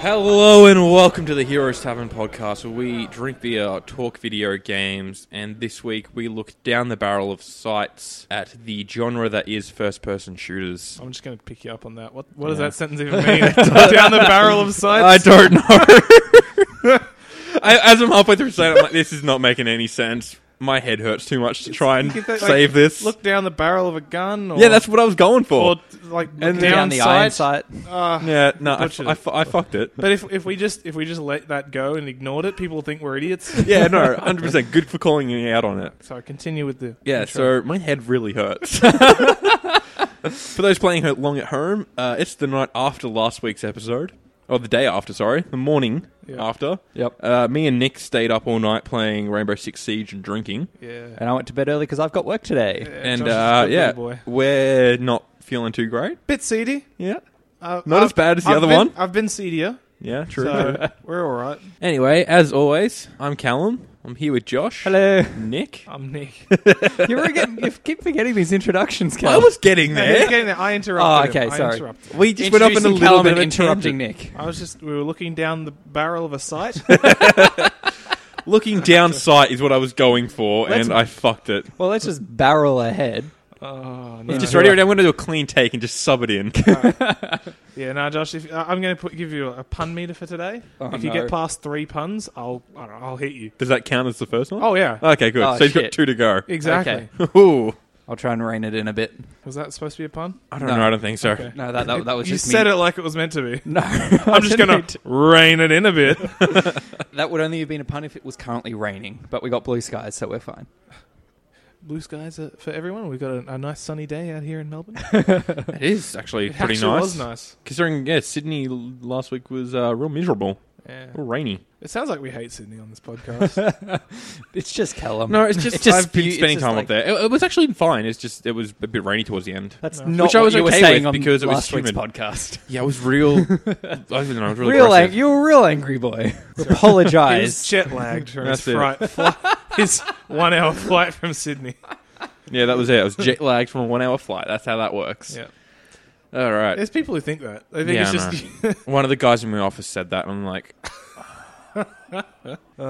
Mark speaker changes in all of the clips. Speaker 1: Hello and welcome to the Heroes Tavern podcast, where we drink beer, talk video games, and this week we look down the barrel of sights at the genre that is first-person shooters.
Speaker 2: I'm just going to pick you up on that. What What does that sentence even mean? Down the barrel of
Speaker 1: I
Speaker 2: sights.
Speaker 1: don't know. I, as I'm halfway through saying, it, I'm like, this is not making any sense. My head hurts too much to try and
Speaker 2: You get that, like,
Speaker 1: save this.
Speaker 2: Look down the barrel of a gun. Or,
Speaker 1: yeah, that's what I was going for.
Speaker 2: or like look
Speaker 1: And
Speaker 2: down,
Speaker 1: then-
Speaker 3: down the iron sight.
Speaker 2: Ah.
Speaker 1: yeah, no, I,
Speaker 2: Butchered
Speaker 1: I
Speaker 2: it.
Speaker 1: fu- I fucked it.
Speaker 2: but if if we just if we just let that go and ignored it, people will think we're idiots.
Speaker 1: Yeah, no, 100%. Good for calling me out on it.
Speaker 2: So continue with the
Speaker 1: Yeah,
Speaker 2: intro.
Speaker 1: so my head really hurts. For those playing at- long at home, uh, it's the night after last week's episode, or the day after, sorry, the morning
Speaker 2: Yeah.
Speaker 1: after.
Speaker 3: Yep.
Speaker 1: Uh, me and Nick stayed up all night playing Rainbow Six Siege and drinking,
Speaker 2: yeah.
Speaker 3: And I went to bed early because I've got work today.
Speaker 2: Yeah,
Speaker 1: and
Speaker 2: Josh is a
Speaker 1: uh,
Speaker 2: good
Speaker 1: yeah,
Speaker 2: little boy.
Speaker 1: we're not feeling too great.
Speaker 2: bit seedy.
Speaker 1: Yeah,
Speaker 2: Uh,
Speaker 1: Not as bad as the
Speaker 2: I've
Speaker 1: other
Speaker 2: been-
Speaker 1: one.
Speaker 2: I've been seedier,
Speaker 1: yeah, true.
Speaker 2: so we're all right.
Speaker 1: anyway, as always, I'm Callum. I'm here with Josh.
Speaker 3: Hello.
Speaker 1: Nick.
Speaker 2: I'm Nick.
Speaker 3: you, were getting, you keep forgetting these introductions,
Speaker 1: I
Speaker 3: Cal.
Speaker 1: was getting
Speaker 2: He's
Speaker 1: there.
Speaker 2: getting there. I interrupted.
Speaker 3: Oh, okay,
Speaker 2: him. I
Speaker 3: sorry.
Speaker 2: interrupted.
Speaker 1: We just went up in a
Speaker 3: Introducing
Speaker 1: little
Speaker 3: Callum
Speaker 1: bit
Speaker 3: and
Speaker 1: of a
Speaker 3: interrupting
Speaker 1: tangent.
Speaker 3: Nick.
Speaker 2: I was just we were looking down the barrel of a sight.
Speaker 1: Looking down sight is what I was going for,
Speaker 2: Let's-
Speaker 1: and I fucked it.
Speaker 3: Well, let's just barrel ahead.
Speaker 2: oh,
Speaker 3: Yeah.
Speaker 2: no.
Speaker 1: Just ready, ready. I'm going to do a clean take and just sub it in.
Speaker 2: Yeah, no, Josh. If, uh, I'm going to give you a pun meter for today.
Speaker 3: Oh,
Speaker 2: if you
Speaker 3: no.
Speaker 2: get past three puns, I'll I don't know, I'll hit you.
Speaker 1: Does that count as the first one?
Speaker 2: Oh yeah,
Speaker 1: Okay, good.
Speaker 3: Oh,
Speaker 1: so he's got
Speaker 3: shit.
Speaker 1: two to go.
Speaker 2: exactly.
Speaker 3: Okay.
Speaker 1: Ooh.
Speaker 3: I'll try and rein it in a bit.
Speaker 2: Was that supposed to be a pun?
Speaker 1: I don't
Speaker 3: No.
Speaker 1: know. I don't think so.
Speaker 2: Okay.
Speaker 3: No, Oh, that, that, that was
Speaker 2: you
Speaker 3: just me.
Speaker 2: said it like it was meant to be.
Speaker 3: No,
Speaker 2: I'm just going to rein it in a bit.
Speaker 3: That would only have been a pun if it was currently raining, but we got blue skies, so we're fine.
Speaker 2: Blue skies are for everyone. We've got a, a nice sunny day out here in Melbourne.
Speaker 1: It is actually
Speaker 2: It
Speaker 1: pretty
Speaker 2: actually
Speaker 1: nice.
Speaker 2: was nice.
Speaker 1: Considering, yeah, Sydney l- last week was uh, real miserable,
Speaker 2: Yeah.
Speaker 1: real rainy.
Speaker 2: It sounds like we hate Sydney on this podcast.
Speaker 3: It's just Callum.
Speaker 1: No, it's just, I've been
Speaker 3: you- it's
Speaker 1: spending
Speaker 3: just
Speaker 1: time
Speaker 3: like-
Speaker 1: up there. It, it was actually fine. It's just it was a bit rainy towards the end.
Speaker 3: That's
Speaker 2: No.
Speaker 3: not
Speaker 1: Which I was
Speaker 3: what you were
Speaker 1: okay
Speaker 3: saying
Speaker 1: with
Speaker 3: on
Speaker 1: because it was
Speaker 3: last week's
Speaker 1: humid.
Speaker 3: podcast.
Speaker 1: Yeah, it was real. I don't know. It was really
Speaker 3: real, ang-
Speaker 1: aggressive.
Speaker 3: you were a real angry boy.
Speaker 2: he was
Speaker 3: Apologise.
Speaker 2: jet lagged from his,
Speaker 1: That's it.
Speaker 2: fright, flight, his one hour flight from Sydney.
Speaker 1: Yeah, that was it. I was jet lagged from a one hour flight. That's how that works.
Speaker 2: Yeah.
Speaker 1: All right.
Speaker 2: There's people who think that. They think
Speaker 1: Yeah,
Speaker 2: it's just.
Speaker 1: One of the guys in my office said that, and I'm like,
Speaker 2: oh,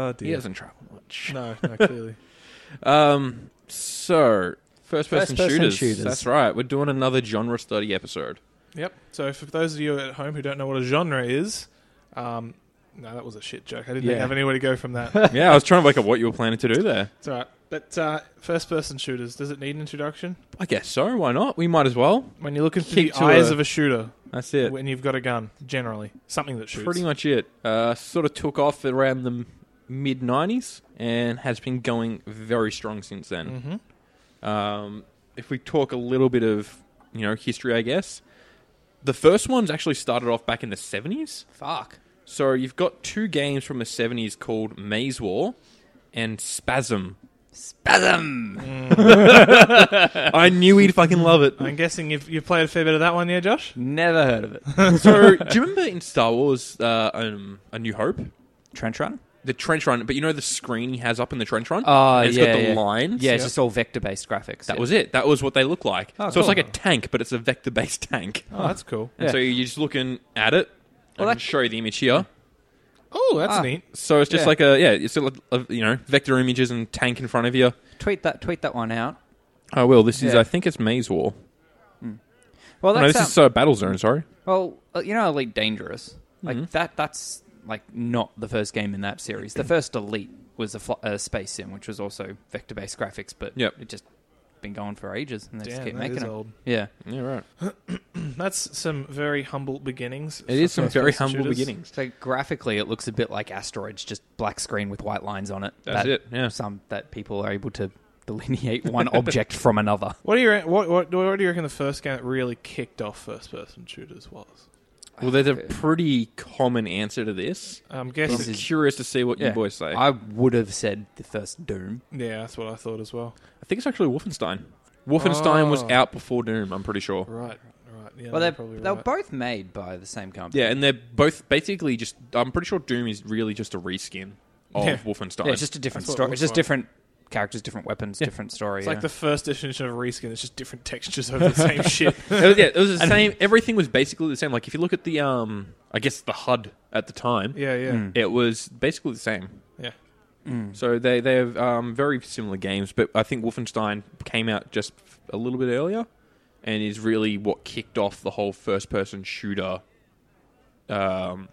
Speaker 1: he
Speaker 2: dear.
Speaker 1: doesn't travel much.
Speaker 2: No, no, clearly.
Speaker 1: Um. So first person
Speaker 3: First-person
Speaker 1: shooters.
Speaker 3: shooters.
Speaker 1: That's right. We're doing another genre study episode.
Speaker 2: Yep. So for those of you at home who don't know what a genre is, um, no, that was a shit joke. I didn't
Speaker 3: Yeah.
Speaker 2: have anywhere to go from that.
Speaker 1: yeah, I was trying to work out what you were planning to do there.
Speaker 2: it's all right. But uh, first-person shooters, does it need an introduction?
Speaker 1: I guess so. Why not? We might as well.
Speaker 2: When you're looking through
Speaker 1: Kick
Speaker 2: the
Speaker 1: to
Speaker 2: eyes
Speaker 1: a-
Speaker 2: of a shooter,
Speaker 1: That's it.
Speaker 2: when you've got a gun, generally something that shoots.
Speaker 1: Pretty much it. Uh, sort of took off around the mid '90s and has been going very strong since then.
Speaker 2: hmm
Speaker 1: Um, if we talk a little bit of you know history, I guess the first ones actually started off back in the '70s.
Speaker 3: Fuck.
Speaker 1: So you've got two games from the '70s called Maze War and Spasm.
Speaker 3: Spasm.
Speaker 1: Mm. I knew he'd fucking love it.
Speaker 2: I'm guessing you've, you've played a fair bit of that one, yeah, Josh.
Speaker 3: Never heard of it.
Speaker 1: So, do you remember in Star Wars, uh, um, A New Hope,
Speaker 3: Trench run?
Speaker 1: the trench run? But you know the screen he has up in the trench run.
Speaker 3: Oh,
Speaker 1: And it's
Speaker 3: yeah,
Speaker 1: got the
Speaker 3: yeah.
Speaker 1: lines.
Speaker 3: Yeah, it's just all vector based graphics.
Speaker 1: that
Speaker 3: yeah.
Speaker 1: was it. That was what they look like.
Speaker 3: Oh,
Speaker 1: so it's
Speaker 3: cool.
Speaker 1: like a tank, but it's a vector-based tank.
Speaker 2: Oh, that's cool.
Speaker 1: And
Speaker 3: Yeah.
Speaker 1: so you're just looking at it.
Speaker 3: Well,
Speaker 1: I
Speaker 3: that-
Speaker 1: can show you the image here.
Speaker 2: Oh, that's
Speaker 3: Ah.
Speaker 2: neat.
Speaker 1: So it's just
Speaker 3: Yeah.
Speaker 1: like a yeah, it's like a, you know vector images and tank in front of you.
Speaker 3: Tweet that. Tweet that one out.
Speaker 1: Oh well, this is
Speaker 3: Yeah.
Speaker 1: I think it's Maze War.
Speaker 3: Well,
Speaker 1: no,
Speaker 3: that's
Speaker 1: this is uh, Battle Zone. Sorry.
Speaker 3: well. uh, You know, Elite Dangerous. Like
Speaker 1: Mhm.
Speaker 3: that. That's like not the first game in that series. The first Elite was a, fl- a space sim, which was also vector based graphics, but
Speaker 1: Yep.
Speaker 3: it just been going for ages, and they
Speaker 2: Damn,
Speaker 3: just keep
Speaker 2: that
Speaker 3: making
Speaker 2: is
Speaker 3: it.
Speaker 2: old.
Speaker 3: Yeah.
Speaker 1: Yeah, right.
Speaker 2: That's some very humble beginnings.
Speaker 1: It is some very humble
Speaker 2: beginnings.
Speaker 1: beginnings.
Speaker 3: So graphically, it looks a bit like Asteroids, just black screen with white lines on it.
Speaker 1: That's
Speaker 3: that,
Speaker 1: it. Yeah.
Speaker 3: Some that people are able to delineate one object from another.
Speaker 2: What do you re- what, what what do you reckon the first game that really kicked off first person shooters was?
Speaker 3: Ah,
Speaker 1: Well, there's a pretty common answer to this.
Speaker 2: I'm
Speaker 1: I'm
Speaker 2: guessing.
Speaker 3: This is-
Speaker 1: curious to see what you boys say. I,
Speaker 3: I would have said the first Doom.
Speaker 2: Yeah, that's what I thought as well.
Speaker 1: think it's actually Wolfenstein. Wolfenstein was
Speaker 2: Oh.
Speaker 1: out before Doom, I'm pretty sure.
Speaker 2: Right, right. Yeah,
Speaker 3: well,
Speaker 2: they're
Speaker 3: they're,
Speaker 2: probably
Speaker 3: they were
Speaker 2: right.
Speaker 3: both made by the same company.
Speaker 1: Yeah, and they're both basically just. I'm pretty sure Doom is really just a reskin of
Speaker 2: Yeah.
Speaker 1: Wolfenstein.
Speaker 3: Yeah, it's just a different
Speaker 2: That's what it
Speaker 3: story.
Speaker 2: looks
Speaker 3: It's just
Speaker 2: like.
Speaker 3: different characters, different weapons,
Speaker 1: Yeah.
Speaker 3: different story.
Speaker 2: It's
Speaker 3: yeah.
Speaker 2: like the first definition of reskin. It's just different textures over the same shit.
Speaker 1: It was, yeah, it was the
Speaker 2: And-
Speaker 1: same. Everything was basically the same. Like if you look at the um, I guess the HUD at the time,
Speaker 2: Yeah, yeah,
Speaker 3: Mm.
Speaker 1: it was basically the same.
Speaker 2: yeah.
Speaker 3: Mm.
Speaker 1: So they they have um, very similar games, but I think Wolfenstein came out just a little bit earlier, and is really what kicked off the whole first person shooter. Um,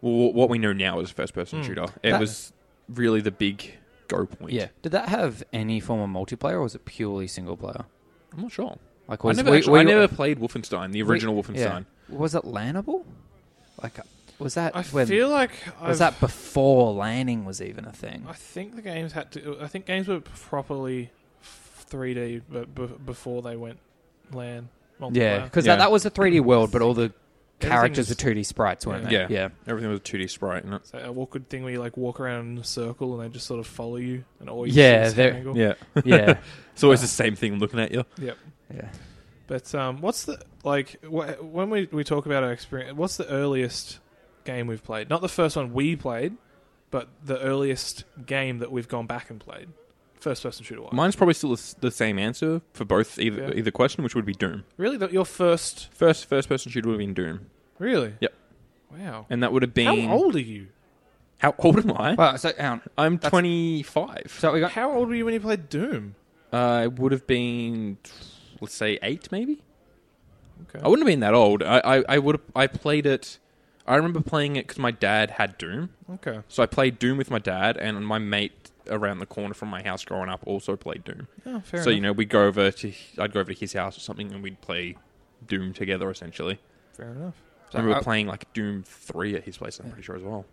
Speaker 1: wh- what we know now as first person
Speaker 2: Hmm.
Speaker 1: shooter. It
Speaker 3: That-
Speaker 1: was really the big go point.
Speaker 3: Yeah. Did that have any form of multiplayer, or was it purely single player?
Speaker 1: I'm not sure.
Speaker 3: Like,
Speaker 1: I
Speaker 3: was
Speaker 1: never,
Speaker 3: we-
Speaker 1: actually- I
Speaker 3: we-
Speaker 1: never played Wolfenstein, the
Speaker 3: we-
Speaker 1: original
Speaker 3: yeah.
Speaker 1: Wolfenstein.
Speaker 3: Was it landable? Like, uh, was that
Speaker 2: I
Speaker 3: when?
Speaker 2: feel like
Speaker 3: was
Speaker 2: I've-
Speaker 3: that before landing was even a thing?
Speaker 2: I think the games had to. I think games were properly 3D, but b- before they went LAN.
Speaker 3: Yeah,
Speaker 2: multiplayer.
Speaker 3: because
Speaker 1: Yeah.
Speaker 3: that, that was a 3D world, but all the characters were
Speaker 2: Everything's-
Speaker 3: 2D sprites, weren't
Speaker 1: Yeah.
Speaker 3: they? Yeah.
Speaker 1: Everything was 2D sprite in it.
Speaker 2: So a awkward thing where you like walk around in a circle and they just sort of follow you and all you
Speaker 3: Yeah,
Speaker 2: see is
Speaker 3: they're-
Speaker 2: triangle.
Speaker 1: Yeah.
Speaker 3: Yeah. Yeah.
Speaker 1: It's always the same thing looking at you.
Speaker 3: yeah.
Speaker 2: But um, what's the like wh- when we we talk about our experience? What's the earliest game we've played? Not the first one we played, but the earliest game that we've gone back and played. First person shooter one.
Speaker 1: Mine's probably still the s- the same answer for both either
Speaker 2: Yeah.
Speaker 1: either question, which would be Doom.
Speaker 2: really, the, your first
Speaker 1: First first person shooter would have been Doom,
Speaker 2: really?
Speaker 1: Yep.
Speaker 2: Wow.
Speaker 1: and that would have been
Speaker 2: How old are you?
Speaker 1: How old am I?
Speaker 3: Well, so hang on.
Speaker 1: I'm
Speaker 3: that's-
Speaker 1: 25.
Speaker 3: So we got.
Speaker 2: How old were you when you played Doom?
Speaker 1: Uh, I would have been, let's say, eight maybe.
Speaker 2: Okay.
Speaker 1: I wouldn't have been that old. I I, I would have, I played it. I remember playing it because my dad had Doom,
Speaker 2: Okay.
Speaker 1: so I played Doom with my dad and my mate around the corner from my house growing up also played Doom.
Speaker 2: Oh, fair
Speaker 1: so you know, we'd go over to I'd go over to his house or something, and we'd play Doom together. Essentially,
Speaker 2: fair enough.
Speaker 1: I
Speaker 3: So
Speaker 1: remember
Speaker 3: I-
Speaker 1: playing like Doom Three at his place. I'm pretty sure as well.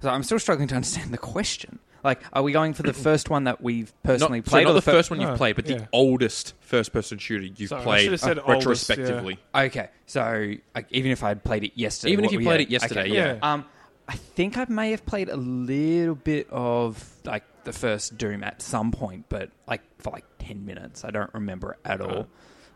Speaker 3: So I'm still struggling to understand the question. Like, are we going for the first one that we've personally
Speaker 1: not, so
Speaker 3: played?
Speaker 1: not
Speaker 3: or
Speaker 1: the
Speaker 3: fir-
Speaker 1: first one you've
Speaker 2: No,
Speaker 1: played, but
Speaker 2: Oh, yeah.
Speaker 1: the oldest first-person shooter you've
Speaker 2: Sorry, I
Speaker 1: played
Speaker 2: should've said
Speaker 1: uh,
Speaker 2: oldest,
Speaker 1: retrospectively.
Speaker 3: Okay, so like, even if I had played it yesterday,
Speaker 1: Even if
Speaker 3: what
Speaker 1: you
Speaker 3: we
Speaker 1: played
Speaker 3: had-
Speaker 1: it yesterday,
Speaker 3: okay.
Speaker 1: yeah.
Speaker 2: Yeah.
Speaker 3: Um, I think I may have played a little bit of like the first Doom at some point, but like for like ten minutes, I don't remember it at all.
Speaker 2: Right.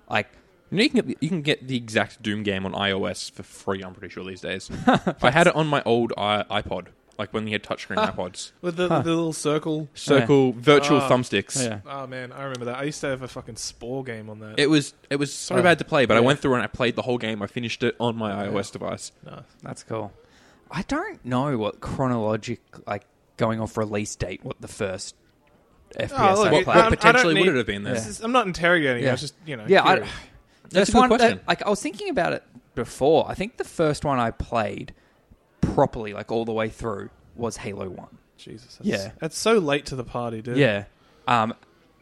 Speaker 3: Like,
Speaker 1: You, know, you, can get the, you can get the exact Doom game on iOS for free. I'm pretty sure these days. I had it on my old i- iPod, like when you had touchscreen iPods.
Speaker 2: With the, the little circle.
Speaker 1: Circle virtual
Speaker 2: Ah.
Speaker 1: thumbsticks.
Speaker 2: Oh man, I remember that. I used to have a fucking spore game on that.
Speaker 1: It was it was so
Speaker 3: Uh,
Speaker 1: bad to play, but I
Speaker 2: yeah.
Speaker 1: went through and I played the whole game. I finished it on my iOS device.
Speaker 2: no.
Speaker 3: that's cool. I don't know what chronologic like going off release date what the first FPS
Speaker 2: look,
Speaker 3: I
Speaker 1: What,
Speaker 2: it-
Speaker 3: played.
Speaker 1: what
Speaker 2: I'm- I don't
Speaker 1: potentially would
Speaker 2: need-
Speaker 1: it have been there?
Speaker 2: This is- I'm not interrogating.
Speaker 3: Yeah.
Speaker 2: I was just you know.
Speaker 3: yeah, I,
Speaker 2: curious.
Speaker 1: That's
Speaker 3: that's
Speaker 1: a good
Speaker 3: one. that-
Speaker 1: question.
Speaker 3: like I was thinking about it before. I think the first one I played properly, like all the way through, was Halo One.
Speaker 2: Jesus. That's,
Speaker 3: Yeah.
Speaker 2: That's so late to the party, dude.
Speaker 3: Yeah, um,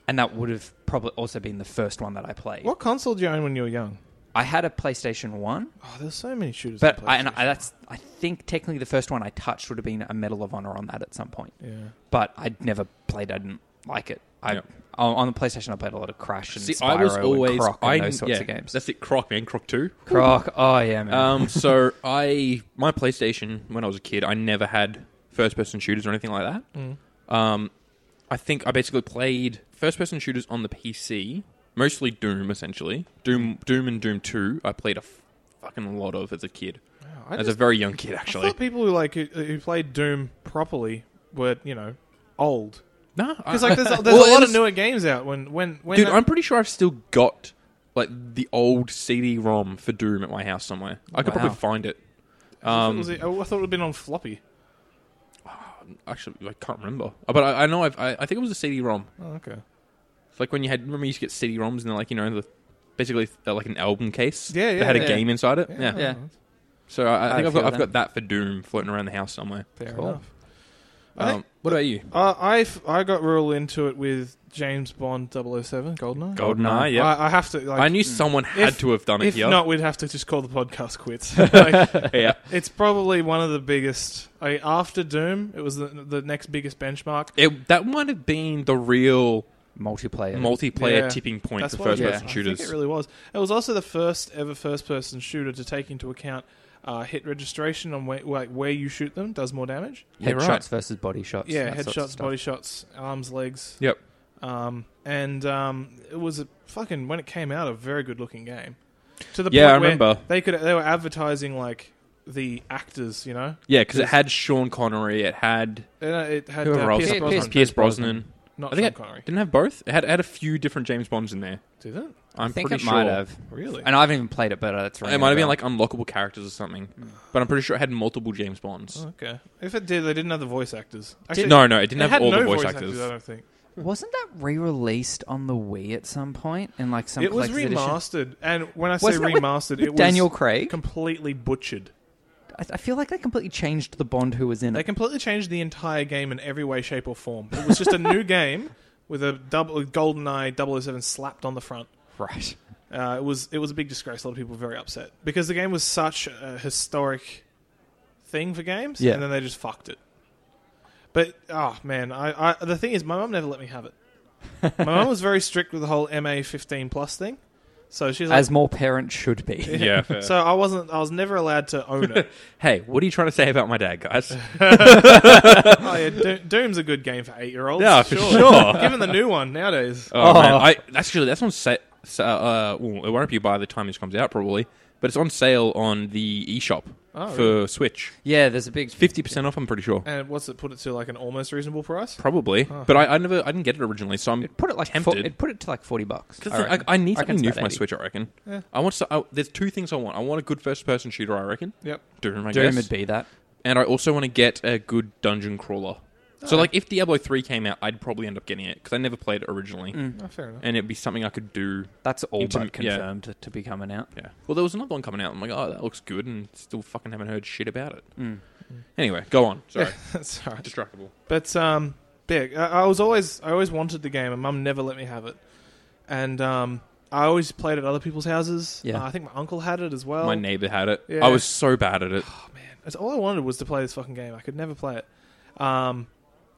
Speaker 3: and that would have probably also been the first one that I played.
Speaker 2: What console did you own when you were young?
Speaker 3: I had a PlayStation One,
Speaker 2: Oh, there's so many shooters.
Speaker 3: but
Speaker 2: on
Speaker 3: I, and
Speaker 2: PlayStation.
Speaker 3: I, that's I think technically the first one I touched would have been a Medal of Honor on that at some point.
Speaker 2: yeah.
Speaker 3: But I'd never played. I didn't like it. I
Speaker 1: Yeah.
Speaker 3: on on the PlayStation I played a lot of Crash and
Speaker 1: See,
Speaker 3: Spyro
Speaker 1: I was always
Speaker 3: and Croc and
Speaker 1: I,
Speaker 3: those sorts
Speaker 1: yeah,
Speaker 3: of games.
Speaker 1: That's it, Croc man, Croc Two.
Speaker 3: Croc, oh yeah, man.
Speaker 1: Um, so I my PlayStation when I was a kid, I never had first person shooters or anything like that.
Speaker 2: Mm.
Speaker 1: Um, I think I basically played first person shooters on the PC, mostly Doom essentially. Doom Doom and Doom 2 I played a f- fucking lot of as a kid.
Speaker 2: Wow, I
Speaker 1: as
Speaker 2: just,
Speaker 1: a very young kid
Speaker 2: I
Speaker 1: actually.
Speaker 2: thought people who like who, who played Doom properly were you know old
Speaker 1: No,
Speaker 2: because like there's, a- there's
Speaker 1: Uh, Well,
Speaker 2: a lot
Speaker 1: it's-
Speaker 2: of newer games out when when when
Speaker 1: Dude,
Speaker 2: that-
Speaker 1: I'm pretty sure I've still got like the old CD-ROM for Doom at my house somewhere. I could
Speaker 3: Wow.
Speaker 1: probably find it.
Speaker 2: I
Speaker 1: Um,
Speaker 2: thought it was- I thought it would have been on floppy.
Speaker 1: actually, I can't remember, but I, I know I've, I, I think it was a CD-ROM.
Speaker 2: Oh, okay.
Speaker 1: It's like when you had remember you used to get CD ROMs and they're like you know the basically they're like an album case.
Speaker 2: Yeah, yeah,
Speaker 1: That had a
Speaker 3: yeah.
Speaker 1: game inside it. Yeah.
Speaker 3: Yeah.
Speaker 1: So I, I
Speaker 3: I
Speaker 1: think I've got
Speaker 3: feel
Speaker 1: I've
Speaker 3: that.
Speaker 1: got that for Doom floating around the house somewhere.
Speaker 2: Fair
Speaker 3: Cool.
Speaker 2: enough. I
Speaker 1: Um,
Speaker 2: think-
Speaker 1: what about you?
Speaker 2: Uh, I I got real into it with James Bond 007, Goldeneye.
Speaker 1: Goldeneye. Yeah.
Speaker 2: I, I have to like.
Speaker 1: I knew someone had
Speaker 2: If-
Speaker 1: to have done it
Speaker 2: if
Speaker 1: here.
Speaker 2: not, we'd have to just call the podcast quits. Like,
Speaker 1: yeah.
Speaker 2: it's probably one of the biggest. I, after Doom, it was the, the next biggest benchmark.
Speaker 1: It, that might have been the real
Speaker 3: multiplayer.
Speaker 1: multiplayer
Speaker 2: Yeah.
Speaker 1: tipping point
Speaker 2: That's
Speaker 1: for
Speaker 2: what it was.
Speaker 1: first-person
Speaker 2: I
Speaker 1: shooters.
Speaker 2: think it really was. It was also the first ever first-person shooter to take into account uh, hit registration on where, like where you shoot them does more damage.
Speaker 1: Yeah,
Speaker 3: headshots
Speaker 1: right.
Speaker 3: versus body shots.
Speaker 2: Yeah,
Speaker 3: that sort of
Speaker 2: headshots,
Speaker 3: stuff.
Speaker 2: body shots, arms, legs.
Speaker 1: Yep.
Speaker 2: Um, and um, it was a fucking when it came out a very good looking game. To the
Speaker 1: Yeah,
Speaker 2: point
Speaker 1: I
Speaker 2: where
Speaker 1: remember.
Speaker 2: they could they were advertising like the actors, you know,
Speaker 1: Yeah, because it had Sean Connery. It had
Speaker 2: and uh, it had
Speaker 1: Whoever
Speaker 2: uh,
Speaker 1: else?
Speaker 2: Pierce
Speaker 3: Pierce
Speaker 2: Brosnan.
Speaker 1: Pierce Brosnan.
Speaker 2: Not
Speaker 1: I
Speaker 2: Sean
Speaker 1: think it-
Speaker 2: Connery.
Speaker 1: Didn't have both. It had, had a few different James Bonds in there.
Speaker 2: Did it?
Speaker 1: I'm
Speaker 3: I think
Speaker 1: pretty
Speaker 3: it
Speaker 1: sure.
Speaker 3: might have.
Speaker 2: Really?
Speaker 3: And I haven't even played it, but uh, that's right.
Speaker 1: It might have been like unlockable characters or something, but I'm pretty sure it had multiple James Bonds.
Speaker 2: Oh, okay. If it did, they didn't have the voice actors. Actually,
Speaker 1: no, no, it didn't have
Speaker 2: it had
Speaker 1: all
Speaker 2: no
Speaker 1: the voice actors.
Speaker 2: I don't think
Speaker 3: Wasn't that re-released on the Wii at some point in like some
Speaker 2: it was
Speaker 3: collector's edition?
Speaker 2: remastered. And when I say
Speaker 3: Wasn't it with-
Speaker 2: remastered,
Speaker 3: with
Speaker 2: it was
Speaker 3: Daniel Craig?
Speaker 2: completely butchered.
Speaker 3: I, I feel like they completely changed the Bond who was in
Speaker 2: They
Speaker 3: it.
Speaker 2: completely changed the entire game in every way, shape, or form. It was just a new game with a double a golden eye 007 slapped on the front.
Speaker 3: Right.
Speaker 2: Uh, it was it was a big disgrace. A lot of people were very upset because the game was such a historic thing for games,
Speaker 3: Yeah.
Speaker 2: and then they just fucked it. But oh man, I, I the thing is, my mum never let me have it. my mum was very strict with the whole MA fifteen plus thing, so she's like,
Speaker 3: As more parents should be.
Speaker 1: Yeah. fair.
Speaker 2: so I wasn't, I was never allowed to own it.
Speaker 1: hey, what are you trying to say about my dad, guys?
Speaker 2: oh yeah, Do- Doom's a good game for eight year olds.
Speaker 1: Yeah, for sure.
Speaker 2: Given the new one nowadays,
Speaker 1: Oh,
Speaker 3: Oh.
Speaker 1: man, I actually that's on sale. Uh, uh, well, it won't be by the time this comes out probably, but it's on sale on the eShop
Speaker 2: Oh,
Speaker 1: for Switch.
Speaker 3: Yeah, there's a big
Speaker 1: Fifty percent off, I'm pretty sure.
Speaker 2: and what's it put it to like an almost reasonable price?
Speaker 1: Probably,
Speaker 2: Oh.
Speaker 1: but I, I never, I didn't get it originally, so I'm
Speaker 3: put it like
Speaker 1: tempted.
Speaker 3: fo- it put it to like forty bucks.
Speaker 1: Because
Speaker 3: I
Speaker 1: I,
Speaker 3: reckon.
Speaker 1: I need something
Speaker 3: reckon it's
Speaker 1: new
Speaker 3: about
Speaker 1: for my
Speaker 3: 80.
Speaker 1: Switch, I reckon.
Speaker 2: Yeah.
Speaker 1: I want. So, I, there's two things I want. I want a good first-person shooter, I reckon.
Speaker 2: Yep.
Speaker 1: Doom, I
Speaker 3: Doom
Speaker 1: guess.
Speaker 3: would be that.
Speaker 1: And I also want to get a good dungeon crawler. So, like, if Diablo 3 came out, I'd probably end up getting it because I never played it originally,
Speaker 2: Oh, fair enough.
Speaker 1: and it'd be something I could do.
Speaker 3: Mm. That's all
Speaker 1: Mm. Into-
Speaker 3: but
Speaker 1: yeah.
Speaker 3: confirmed to be coming out.
Speaker 1: Yeah. Well, there was another one coming out. I'm like, oh, that looks good, and still fucking haven't heard shit about it.
Speaker 3: Mm.
Speaker 1: Anyway, go on. Sorry,
Speaker 2: That's alright.
Speaker 1: distractible.
Speaker 2: But um, big. I, I was always I always wanted the game, and Mum never let me have it. And um, I always played at other people's houses.
Speaker 3: Yeah.
Speaker 2: Uh, I think my uncle had it as well.
Speaker 1: my neighbor had it.
Speaker 2: yeah.
Speaker 1: I was so bad at it.
Speaker 2: Oh, man, That's all I wanted was to play this fucking game. I could never play it. Um,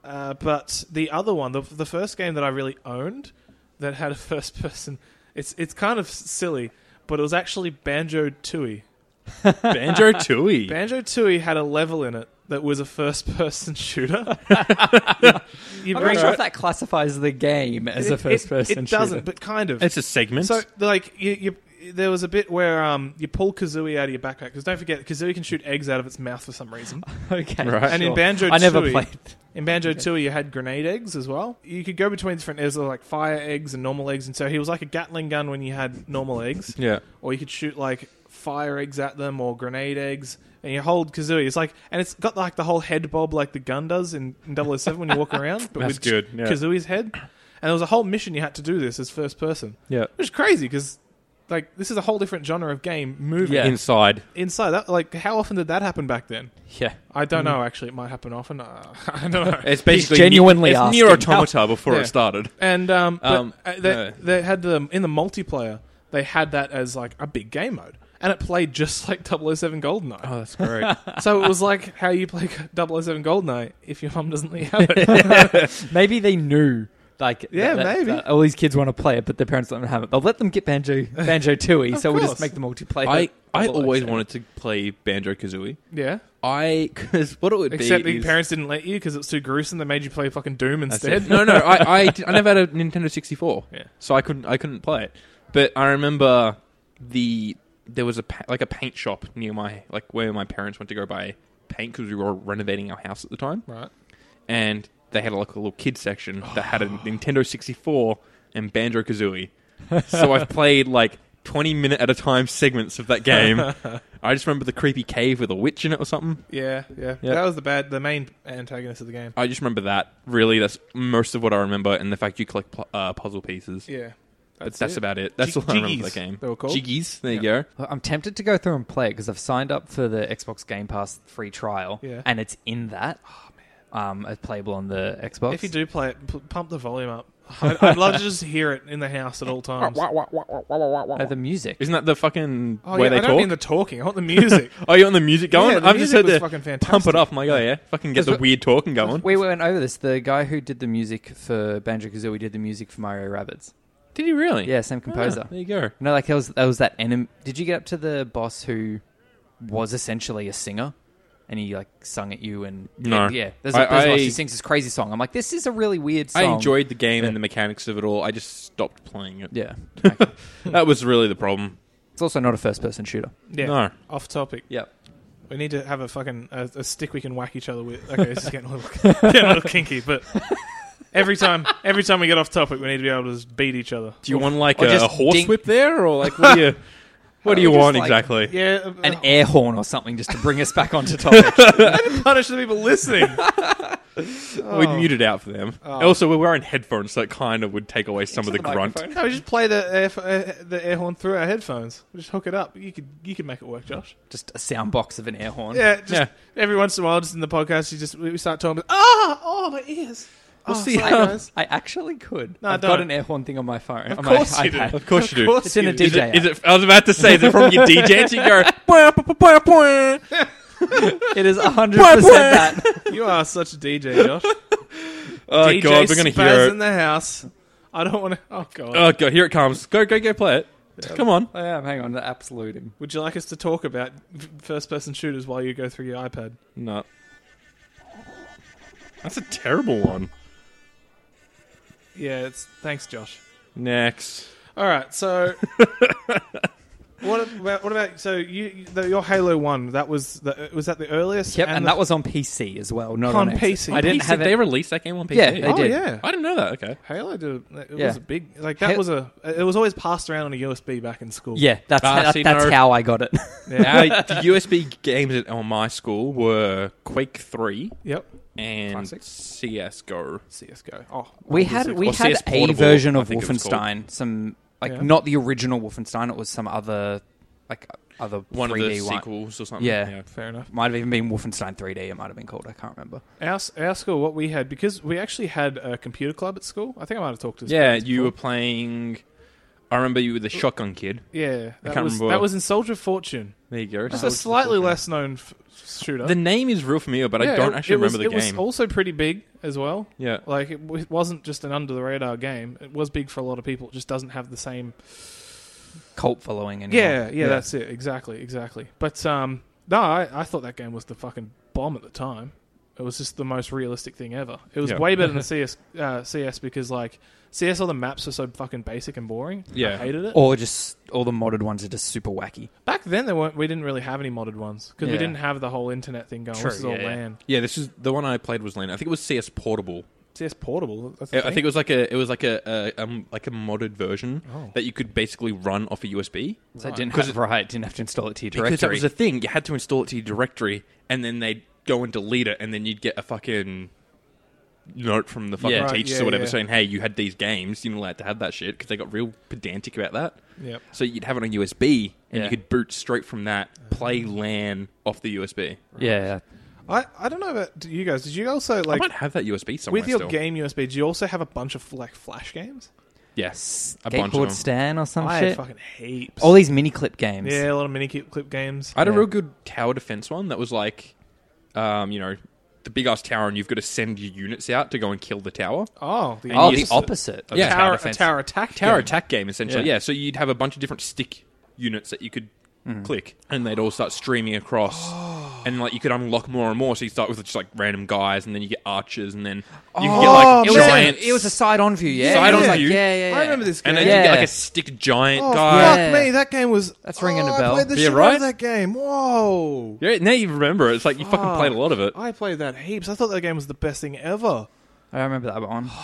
Speaker 2: uh, but the other one, the, the first game that I really owned that had a first person, it's it's kind of silly, but it was actually Banjo Tooie.
Speaker 1: Banjo Tooie.
Speaker 2: Banjo Tooie had a level in it that was a first person shooter. you
Speaker 3: I'm
Speaker 2: bring-
Speaker 3: not sure if that classifies the game as
Speaker 2: It-
Speaker 3: a
Speaker 2: it-
Speaker 3: first-person.
Speaker 2: It doesn't, but kind of.
Speaker 1: it's a segment.
Speaker 2: So, like, you, you, there was a bit where um, you pull Kazooie out of your backpack because don't forget, Kazooie can shoot eggs out of its mouth for some reason.
Speaker 3: okay.
Speaker 1: Right.
Speaker 2: And in
Speaker 3: sure.
Speaker 2: Banjo,
Speaker 3: I never
Speaker 2: Tooie-
Speaker 3: played.
Speaker 2: In Banjo Tooie, you had grenade eggs as well. You could go between different. There's like fire eggs and normal eggs, and so he was like a Gatling gun when you had normal eggs,
Speaker 1: yeah.
Speaker 2: or you could shoot like fire eggs at them or grenade eggs. And you hold Kazooie. It's like, and it's got like the whole head bob like the gun does in, in 007 when you walk around, but
Speaker 1: That's
Speaker 2: with
Speaker 1: good, yeah.
Speaker 2: Kazooie's head. And there was a whole mission you had to do this as first person.
Speaker 1: Yeah.
Speaker 2: Which is crazy because, like, this is a whole different genre of game moving
Speaker 3: Yeah.
Speaker 1: Inside.
Speaker 2: inside that. Like, how often did that happen back then?
Speaker 3: Yeah.
Speaker 2: I don't
Speaker 1: Mm-hmm.
Speaker 2: know. Actually, it might happen often. Uh, I don't know.
Speaker 1: It's basically
Speaker 3: genuinely
Speaker 1: it's
Speaker 3: asking
Speaker 1: near automata before
Speaker 2: Yeah.
Speaker 1: it started.
Speaker 2: and um, but,
Speaker 1: Um,
Speaker 2: uh, they,
Speaker 1: no.
Speaker 2: they had the in the multiplayer. They had that as like a big game mode, and it played just like 007 Goldeneye.
Speaker 1: Oh, that's great.
Speaker 2: So it was like how you play 007 Goldeneye if your mum doesn't let you have it.
Speaker 3: Maybe they knew. Like
Speaker 2: Yeah,
Speaker 3: that- that-
Speaker 2: maybe.
Speaker 3: that all these kids want to play it, but their parents let them have it. They'll let them get Banjo Banjo Tooie,
Speaker 2: Of
Speaker 3: so we'll
Speaker 2: course.
Speaker 3: just make the multiplayer.
Speaker 1: I I
Speaker 3: double
Speaker 1: always
Speaker 3: XL.
Speaker 1: wanted to play Banjo Kazooie.
Speaker 2: yeah,
Speaker 1: I because what it would
Speaker 2: except
Speaker 1: be
Speaker 2: your
Speaker 1: is-
Speaker 2: parents didn't let you because it's too gruesome. They made you play fucking Doom
Speaker 1: That's
Speaker 2: instead.
Speaker 1: it. No, no, I, I, I never had a Nintendo sixty four,
Speaker 2: Yeah.
Speaker 1: so I couldn't I couldn't play it. But I remember the there was a pa- like a paint shop near my like where my parents went to go buy paint because we were renovating our house at the time,
Speaker 2: Right.
Speaker 1: and they had like a little kid section that had a Nintendo sixty four and Banjo Kazooie. so I've played like. 20 minute at a time segments of that game. I just remember the creepy cave with a witch in it or something.
Speaker 2: Yeah, yeah,
Speaker 1: Yeah.
Speaker 2: That was the bad, the main antagonist of the game.
Speaker 1: I just remember that. Really, that's most of what I remember, and the fact you collect pu- uh, puzzle pieces.
Speaker 2: Yeah,
Speaker 1: That's, that's
Speaker 2: it.
Speaker 1: about it. That's
Speaker 2: Jig-
Speaker 1: all I remember
Speaker 2: jiggies,
Speaker 1: of that game.
Speaker 2: they were called.
Speaker 1: Jiggies. There you go.
Speaker 3: I'm tempted to go through and play it because I've signed up for the Xbox Game Pass free trial,
Speaker 2: Yeah. Oh,
Speaker 3: and it's in that. Um, it's playable on the Xbox.
Speaker 2: If you do play it, p- pump the volume up. I'd, I'd love to just hear it in the house at all times.
Speaker 3: Uh, the music.
Speaker 1: Isn't that the fucking
Speaker 2: Oh,
Speaker 1: way
Speaker 2: yeah,
Speaker 1: they
Speaker 2: I don't
Speaker 1: talk?
Speaker 2: mean the talking. I want the music.
Speaker 1: oh, you want the music going?
Speaker 2: Yeah, the
Speaker 1: I've
Speaker 2: music
Speaker 1: just heard
Speaker 2: was
Speaker 1: the
Speaker 2: fucking
Speaker 1: pump
Speaker 2: fantastic.
Speaker 1: it up. I'm like, oh yeah, fucking get
Speaker 2: That's
Speaker 1: the
Speaker 2: what-
Speaker 1: weird talking going.
Speaker 3: We went over this. The guy who did the music for Banjo Kazooie did the music for Mario Rabbids.
Speaker 1: Did you really?
Speaker 3: Yeah, same
Speaker 1: Ah,
Speaker 3: composer.
Speaker 1: there you go.
Speaker 3: No, like there was there was that enemy. Did you get up to the boss who was essentially a singer, and he like sung at you and
Speaker 1: No.
Speaker 3: yeah, there's
Speaker 1: I-
Speaker 3: a, there's a boss
Speaker 1: I-
Speaker 3: who sings this crazy song. I'm like, this is a really weird song.
Speaker 1: I enjoyed the game
Speaker 3: Yeah.
Speaker 1: and the mechanics of it all. I just stopped playing it.
Speaker 3: Yeah,
Speaker 1: That was really the problem.
Speaker 3: it's also not a first person shooter.
Speaker 2: Yeah.
Speaker 1: No.
Speaker 2: Off topic.
Speaker 3: Yeah,
Speaker 2: We need to have a fucking a, a stick we can whack each other with. Okay, this is getting a little, getting a little kinky, but Every time, every time we get off topic, we need to be able to just beat each other.
Speaker 1: Do you want like
Speaker 3: Or
Speaker 1: a,
Speaker 3: just
Speaker 1: a horse
Speaker 3: dink-
Speaker 1: whip there, or like what do you, what do you
Speaker 3: Just,
Speaker 1: want
Speaker 3: like,
Speaker 1: exactly?
Speaker 2: Yeah, uh,
Speaker 3: An air horn or something just to bring us back onto topic.
Speaker 2: punish the people listening.
Speaker 1: We'd mute it out for them. Also, we're wearing headphones, so it kind of would take away some of Oh. the, grunt.
Speaker 2: No, we just play the air, uh, the air horn through our headphones. We just hook it up. You could you could make it work, Josh.
Speaker 3: Just a sound box of an air horn.
Speaker 2: Yeah, just
Speaker 1: Yeah.
Speaker 2: every once in a while, just in the podcast, you just we start talking. About, ah, oh my ears.
Speaker 1: We'll
Speaker 2: oh,
Speaker 1: see
Speaker 2: sorry,
Speaker 1: how-
Speaker 2: guys.
Speaker 3: I actually could.
Speaker 2: No,
Speaker 3: I've
Speaker 2: don't.
Speaker 3: got an air horn thing on my phone.
Speaker 2: Of
Speaker 3: on my
Speaker 2: course you do.
Speaker 3: iPad.
Speaker 1: Of course you do.
Speaker 2: course
Speaker 3: It's in
Speaker 2: you
Speaker 3: a
Speaker 2: do.
Speaker 1: Is
Speaker 3: DJ.
Speaker 1: it, is it? I was about to say, is it from your DJ? and You go. "Bwah, bwah, bwah, bwah."
Speaker 3: It is 100% that.
Speaker 2: You are such a DJ, Josh.
Speaker 1: Oh
Speaker 2: DJ
Speaker 1: god, we're gonna
Speaker 2: Spaz
Speaker 1: hear
Speaker 2: in
Speaker 1: it.
Speaker 2: the house. I don't want to. Oh god.
Speaker 1: Oh god, here it comes. Go, go, go, play it. Come on.
Speaker 3: I am. Hang on. The absolute. him.
Speaker 2: Would you like us to talk about first-person shooters while you go through your iPad?
Speaker 1: No. That's a terrible one.
Speaker 2: Yeah, it's thanks, Josh.
Speaker 1: Next.
Speaker 2: All right, so what about what about so you the, your Halo One? That was the was that the earliest?
Speaker 3: Yep, and,
Speaker 2: the-
Speaker 3: that was on PC as well, not
Speaker 2: On
Speaker 3: on,
Speaker 2: PC.
Speaker 3: I didn't
Speaker 1: PC,
Speaker 3: have
Speaker 1: They
Speaker 3: it.
Speaker 1: released that game on PC.
Speaker 3: Yeah, they
Speaker 2: oh
Speaker 3: did.
Speaker 2: yeah,
Speaker 1: I didn't know that. Okay.
Speaker 2: Halo did it
Speaker 3: Yeah.
Speaker 2: was a big like that
Speaker 3: Hel-
Speaker 2: was a it was always passed around on a USB back in school.
Speaker 3: Yeah, that's
Speaker 1: Ah,
Speaker 3: that-
Speaker 1: see,
Speaker 3: that's
Speaker 1: no.
Speaker 3: how I got it.
Speaker 1: Now, the USB games at on my school were Quake 3
Speaker 2: Yep.
Speaker 1: and
Speaker 3: Classic.
Speaker 1: CS:GO.
Speaker 2: CS:GO. Oh,
Speaker 3: we had
Speaker 1: Or
Speaker 3: we had
Speaker 1: CS
Speaker 3: a
Speaker 1: Portable,
Speaker 3: version
Speaker 1: I
Speaker 3: of
Speaker 1: think it was called.
Speaker 3: Wolfenstein. Some like
Speaker 2: Yeah.
Speaker 3: not the original Wolfenstein. It was some other like other
Speaker 1: One of
Speaker 3: 3D
Speaker 1: the
Speaker 3: one.
Speaker 1: sequels or something.
Speaker 3: Yeah.
Speaker 2: fair enough.
Speaker 3: Might have even been Wolfenstein 3D. It might have been called. I can't remember.
Speaker 2: Our our school, what we had because we actually had a computer club at school. I think I might have talked to. this
Speaker 1: Yeah,
Speaker 2: about this
Speaker 1: you
Speaker 2: before.
Speaker 1: were playing. I remember you were the shotgun kid.
Speaker 2: Yeah, that
Speaker 1: can't
Speaker 2: was
Speaker 1: remember.
Speaker 2: that was in Soldier of Fortune.
Speaker 1: There you go.
Speaker 2: It's
Speaker 1: Soldier
Speaker 2: a
Speaker 1: of
Speaker 2: slightly
Speaker 1: Fortune.
Speaker 2: less known f- shooter.
Speaker 1: The name is real familiar, but I
Speaker 2: Yeah,
Speaker 1: don't
Speaker 2: it-
Speaker 1: actually
Speaker 2: it was-
Speaker 1: remember the game.
Speaker 2: It was also pretty big as well.
Speaker 1: yeah.
Speaker 2: Like it, w- it wasn't just an under the radar game. It was big for a lot of people. It just doesn't have the same.
Speaker 3: Cult following. Anyway.
Speaker 2: Yeah, yeah, that's it. Exactly, exactly. But um, no, I, I thought that game was the fucking bomb at the time. It was just the most realistic thing ever. It was
Speaker 1: Yeah.
Speaker 2: way better than CS, uh, CS because like CS, all the maps are so fucking basic and boring. I
Speaker 1: Yeah. Oh.
Speaker 2: hated it.
Speaker 3: Or just all the modded ones are just super wacky.
Speaker 2: Back then, there weren't. We didn't really have any modded ones because we
Speaker 3: Yeah.
Speaker 2: didn't have the whole internet thing going.
Speaker 3: True,
Speaker 2: this is all
Speaker 3: yeah, yeah.
Speaker 2: LAN.
Speaker 1: Yeah, this is the one I played was Lane. I think it was CS Portable.
Speaker 2: CS Portable. That's
Speaker 1: I
Speaker 2: the
Speaker 1: I think it was like a it was like a, a um, like a modded version
Speaker 2: Oh.
Speaker 1: that you could basically run off a USB.
Speaker 3: So
Speaker 2: Right.
Speaker 3: it didn't
Speaker 1: 'Cause
Speaker 3: have right. Didn't have to install it to your
Speaker 1: Because that
Speaker 3: directory.
Speaker 1: was the thing, you had to install it to your directory, and then they'd go and delete it, and then you'd get a fucking note from the fucking
Speaker 3: Yeah.
Speaker 2: Right,
Speaker 1: teachers
Speaker 2: yeah,
Speaker 1: or whatever
Speaker 2: yeah.
Speaker 1: saying, "Hey, you had these games. You're not allowed to have that shit," because they got real pedantic about that.
Speaker 2: Yep.
Speaker 1: So you'd have it on USB, and
Speaker 3: Yeah.
Speaker 1: you could boot straight from that, play LAN off the USB.
Speaker 3: yeah, yeah.
Speaker 2: I, I don't know about you guys. Did you also
Speaker 1: I
Speaker 2: like
Speaker 1: might have that USB somewhere
Speaker 2: with your
Speaker 1: still.
Speaker 2: game USB? Do you also have a bunch of like flash games?
Speaker 1: Yes, a bunch of
Speaker 3: Skateboard
Speaker 1: them.
Speaker 3: Stan or
Speaker 1: Oh,
Speaker 3: some
Speaker 2: I had
Speaker 3: shit.
Speaker 2: fucking heaps.
Speaker 3: All these mini clip games.
Speaker 2: yeah, a lot of mini clip clip games.
Speaker 1: I had a
Speaker 3: Yeah.
Speaker 1: real good tower defense one that was like, um, you know, the big ass tower, and you've got to send your units out to go and kill the tower.
Speaker 2: Oh, the,
Speaker 3: Oh,
Speaker 1: you
Speaker 3: the
Speaker 1: just-
Speaker 3: opposite. of
Speaker 1: Yeah.
Speaker 2: tower, a
Speaker 3: defense.
Speaker 2: tower attack.
Speaker 1: Tower
Speaker 2: game.
Speaker 1: attack game, essentially.
Speaker 3: Yeah.
Speaker 1: Yeah. so you'd have a bunch of different stick units that you could
Speaker 2: Mm-hmm.
Speaker 1: click, and they'd all start streaming across,
Speaker 2: Oh.
Speaker 1: and like you could unlock more and more. So you start with just like random guys, and then you get archers, and then you can get
Speaker 2: Oh,
Speaker 1: like
Speaker 3: It was,
Speaker 1: giants.
Speaker 3: a, it was a side on view, yeah.
Speaker 1: Side-on
Speaker 3: It was like,
Speaker 1: view.
Speaker 3: Yeah, yeah, yeah.
Speaker 2: I remember this game.
Speaker 1: and then you get like
Speaker 3: Yeah.
Speaker 1: a stick giant
Speaker 2: Oh,
Speaker 1: guy.
Speaker 3: Yeah.
Speaker 2: fuck me! That game was.
Speaker 3: That's ringing a
Speaker 2: oh,
Speaker 3: bell.
Speaker 2: I played the
Speaker 1: Yeah,
Speaker 2: shit out
Speaker 1: right?
Speaker 2: of that game. Whoa!
Speaker 1: Yeah, now you remember. it. It's like you fucking played a lot of it.
Speaker 2: I played that heaps. I thought that game was the best thing ever.
Speaker 3: I remember that one.